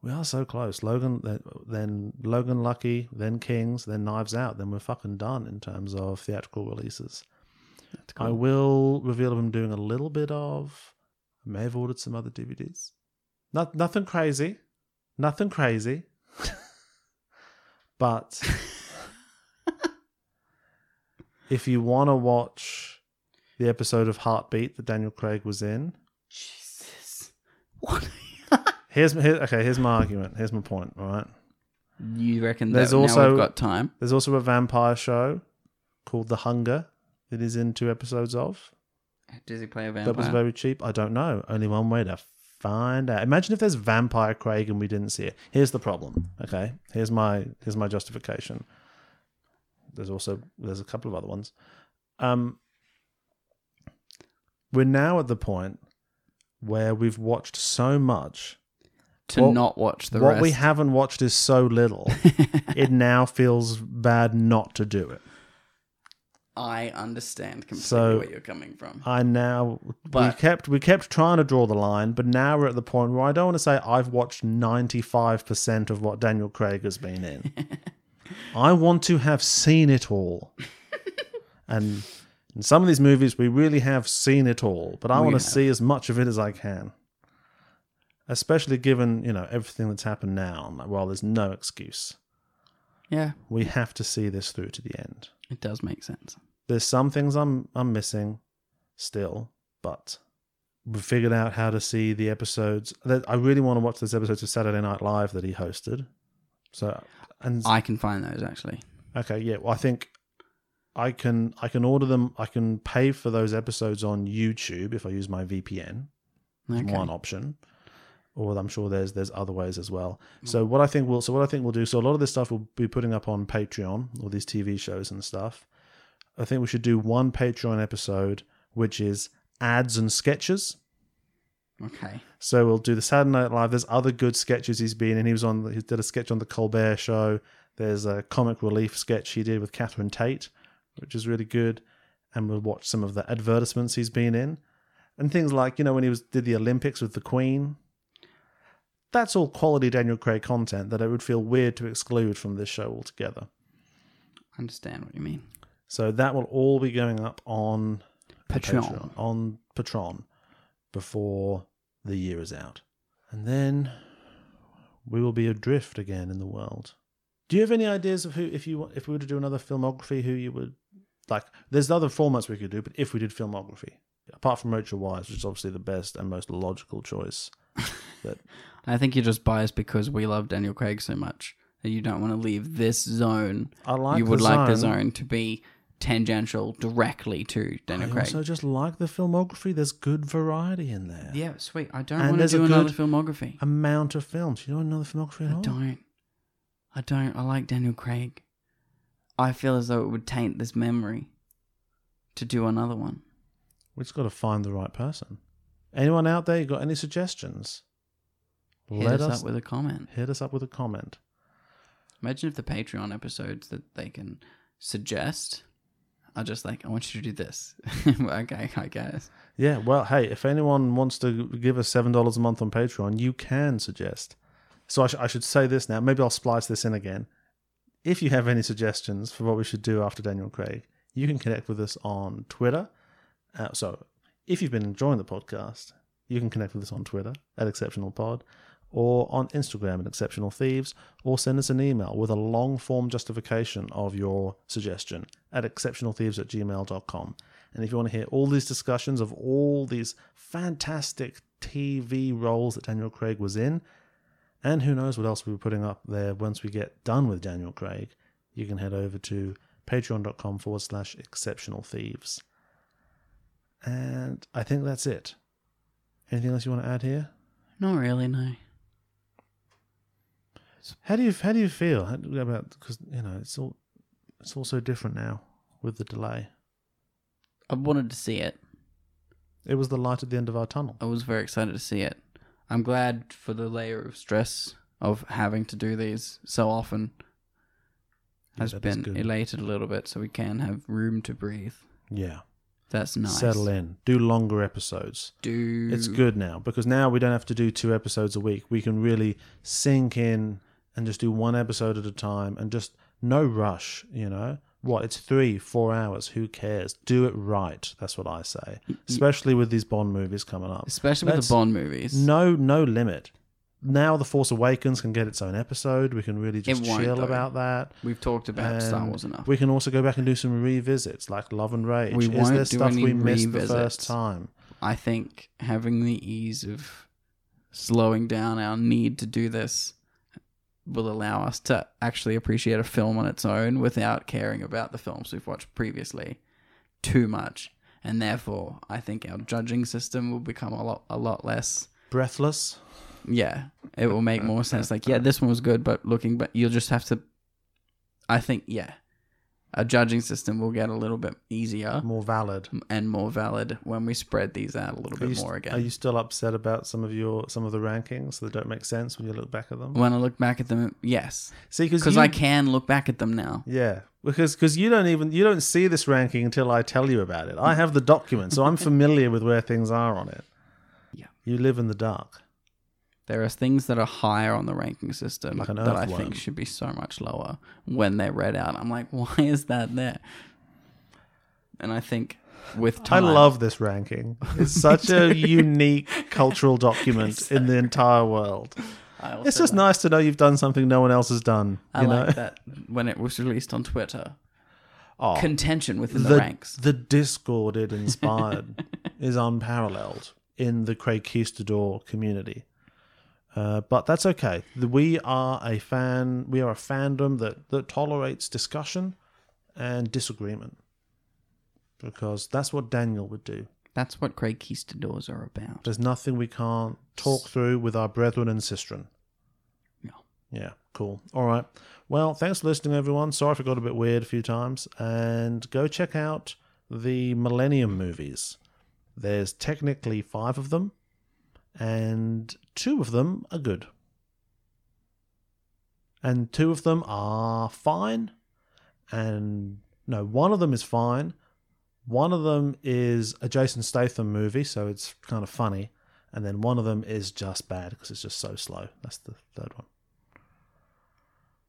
We are so close. Logan, then, then Logan Lucky, then Kings, then Knives Out. Then we're fucking done in terms of theatrical releases.
That's
I
cool.
will reveal I'm doing a little bit of. I may have ordered some other DVDs. Not nothing crazy,
[LAUGHS]
nothing crazy. but if you want to watch the episode of Heartbeat that Daniel Craig was in,
Jesus. What?
here's here, okay. Here's my argument. Here's my point. All right.
you reckon
There's
that now
also-
we've got time?
There's also a vampire show called The Hunger that is in two episodes of.
Does he play a vampire?
That was very cheap. I don't know. Only one way to find out. Imagine if there's vampire Craig and we didn't see it. Here's the problem. Okay. Here's my here's my justification. There's also there's a couple of other ones. Um we're now at the point where we've watched so much.
to
what-
not watch the
what
rest.
we haven't watched is so
[LAUGHS]
little. it now feels bad not to do it.
I understand completely
So-
where you're coming from.
I now
But-
we kept we kept trying to draw the line, but now we're at the point where I don't want to say I've watched ninety five percent of what Daniel Craig has been in.
[LAUGHS]
I want to have seen it all, and in some of these movies we really have seen it all. But I
We
want
have.
to see as much of it as I can, especially given you know everything that's happened now. I'm like, well, there's no excuse.
yeah,
We have to see this through to the end.
it does make sense.
There's some things I'm I'm missing still, but we figured out how to see the episodes. That I really want to watch those episodes of Saturday Night Live that he hosted. So and
I can find those actually.
okay, yeah, well, I think I can I can order them. I can pay for those episodes on YouTube if I use my VPN. It's
Okay.
one option. Or I'm sure there's there's other ways as well. So what I think we'll so what I think we'll do so a lot of this stuff we'll be putting up on Patreon, all these TV shows and stuff. I think we should do one Patreon episode which is ads and sketches.
Okay.
So we'll do the Saturday Night Live. There's other good sketches he's been in. He was on. He did a sketch on the Colbert Show. There's a comic relief sketch he did with Catherine Tate, which is really good. And we'll watch some of the advertisements he's been in, and things like you know when he was did the Olympics with the Queen. That's all quality Daniel Craig content that it would feel weird to exclude from this show altogether.
Understand what you mean.
So that will all be going up on
Patreon.
on Patron before the year is out. And then we will be adrift again in the world. Do you have any ideas of who if you if we were to do another filmography who you would like there's other formats we could do but if we did filmography apart from Rachel Wise which is obviously the best and most logical choice that
I think you're just biased because we love Daniel Craig so much that you don't want to leave this zone.
I like
you would
the
like the
zone.
zone to be tangential directly to
I
Daniel Craig.
also just like the filmography there's good variety in there
yeah, sweet. I don't
And
want to
there's a
do another
good-
filmography.
amount of films you don't know the filmography at
I
all
don't. I don't. I like Daniel Craig. I feel as though it would taint this memory to do another one.
We've just got to find the right person. Anyone out there, you got any suggestions?
Hit
Let
us,
us
up with a comment.
hit us up with a comment.
Imagine if the Patreon episodes that they can suggest are just like, I want you to do this. [LAUGHS] okay, I guess.
Yeah, well, hey, if anyone wants to give us seven dollars a month on Patreon, you can suggest. So I, sh- I should say this now. Maybe I'll splice this in again. If you have any suggestions for what we should do after Daniel Craig, you can connect with us on Twitter. Uh, so, if you've been enjoying the podcast, you can connect with us on Twitter at Exceptional Pod or on Instagram at Exceptional Thieves or send us an email with a long form justification of your suggestion at exceptionalthieves at gmail.com. And if you want to hear all these discussions of all these fantastic TV roles that Daniel Craig was in, and who knows what else we'll be putting up there once we get done with Daniel Craig, you can head over to patreon.com forward slash exceptional thieves. And I think that's it. Anything else you want to add here?
Not really, no.
How do you how do you feel how, do- about because you know it's all it's all so different now with the delay.
I wanted to see it.
It was the light at the end of our tunnel.
I was very excited to see it. I'm glad for the layer of stress of having to do these so often has
that is
been
good.
elated a little bit, so we can have room to breathe.
Yeah,
That's nice. Mm.
settle in, do longer episodes.
Do
It's good now because now we don't have to do two episodes a week. We can really sink in and just do one episode at a time and just no rush, you know. What? It's three, four hours. Who cares? Do it right. That's what I say. Especially with these Bond movies coming up.
especially with
Let's-
the Bond movies.
No, no limit. Now the Force Awakens can get its own episode. We can really just
It won't,
chill
though.
about that.
We've talked about Star
And
Wars enough.
We can also go back and do some revisits, like Love and Rage.
We
Is
won't
there
do
stuff
any
we missed the
revisits.
first time?
I think having the ease of slowing down our need to do this will allow us to actually appreciate a film on its own without caring about the films we've watched previously too much. And therefore, I think our judging system will become a lot a lot less
Breathless.
yeah, it will make more sense. Like, yeah, this one was good, but looking but you'll just have to. I think yeah, a judging system will get a little bit easier
more valid.
and more valid when we spread these out a little
Are
bit
you-
more again.
Are you still upset about some of your some of the rankings that don't make sense when you look back at them?
when I look back at them, yes,
See,
because I can look back at them now.
Yeah, because because you don't even you don't see this ranking until I tell you about it. I have the
[LAUGHS]
document, so I'm familiar with where things are on it.
Yeah.
you live in the dark.
There are things that are higher on the ranking system
Like an
that I
earthworm.
think should be so much lower when they're read out. I'm like, [LAUGHS] why is that there? And I think with time,
I love this ranking. It's
[LAUGHS]
such a unique cultural document in the entire world.
I also
It's just
like-
nice to know you've done something no one else has done.
I
you
like
know?
that when it was released on Twitter.
Oh,
Contention within the, ranks.
the discord
[LAUGHS]
it inspired is unparalleled in the Craig Keistador community. Uh, but that's okay. The- We are a fan. We are a fandom that that tolerates discussion and disagreement, because that's what Daniel would do.
That's what Craig Keistadors are about.
There's nothing we can't talk through with our brethren and sistren.
Yeah.
Yeah, cool. All right. Well, thanks for listening, everyone. Sorry if it got a bit weird a few times. And go check out the Millennium movies. There's technically five of them, and two of them are good. And two of them are fine. And no, one of them is fine. One of them is a Jason Statham movie, so it's kind of funny. And then one of them is just bad because it's just so slow. That's the third one.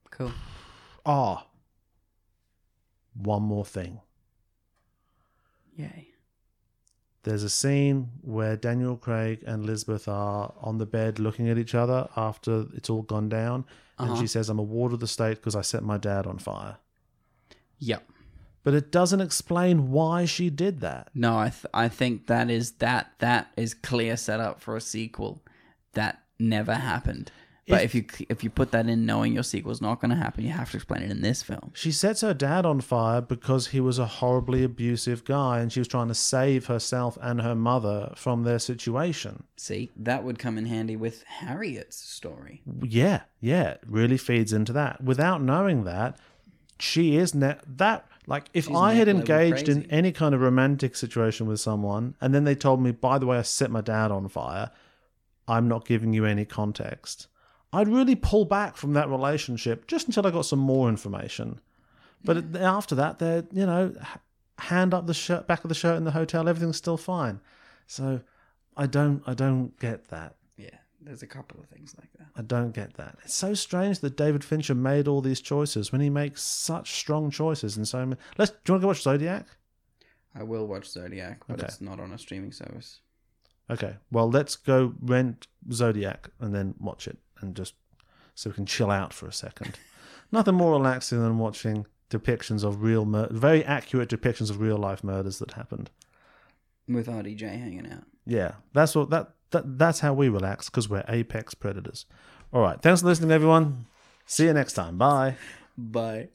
Cool.
Ah, one more thing.
Yay.
There's a scene where Daniel Craig and Elizabeth are on the bed looking at each other after it's all gone down. And
Uh-huh.
she says, I'm a ward of the state because I set my dad on fire.
Yep.
But it doesn't explain why she did that.
No, I th- I think that is that that is clear setup for a sequel. That never happened. But if,
If-
you you if you put that in, knowing your sequel's not going to happen, you have to explain it in this film.
She sets her dad on fire because he was a horribly abusive guy and she was trying to save herself and her mother from their situation.
See, that would come in handy with Harriet's story.
yeah, yeah, it really feeds into that. Without knowing that, she is ne- that like if
She's
I had
Nicola with
engaged in
crazy.
any kind of romantic situation with someone and then they told me, by the way, I set my dad on fire, I'm not giving you any context. I'd really pull back from that relationship just until I got some more information. But it- after that, they're you know, h- hand up the shirt, back of the shirt in the hotel, everything's still fine. So I don't, I don't get that.
Yeah, There's a couple of things like that.
I don't get that. It's so strange that David Fincher made all these choices when he makes such strong choices and so many. Let's. Do you want to go watch Zodiac?
I will watch Zodiac, but
Okay.
it's not on a streaming service.
Okay. Well, let's go rent Zodiac and then watch it and just so we can chill out for a second. [LAUGHS] Nothing more relaxing than watching depictions of real mur- very accurate depictions of real life murders that happened.
With RDJ hanging out.
Yeah, that's what that, that that's how we relax because we're apex predators. All right, thanks for listening, everyone. See you next time. Bye.
Bye.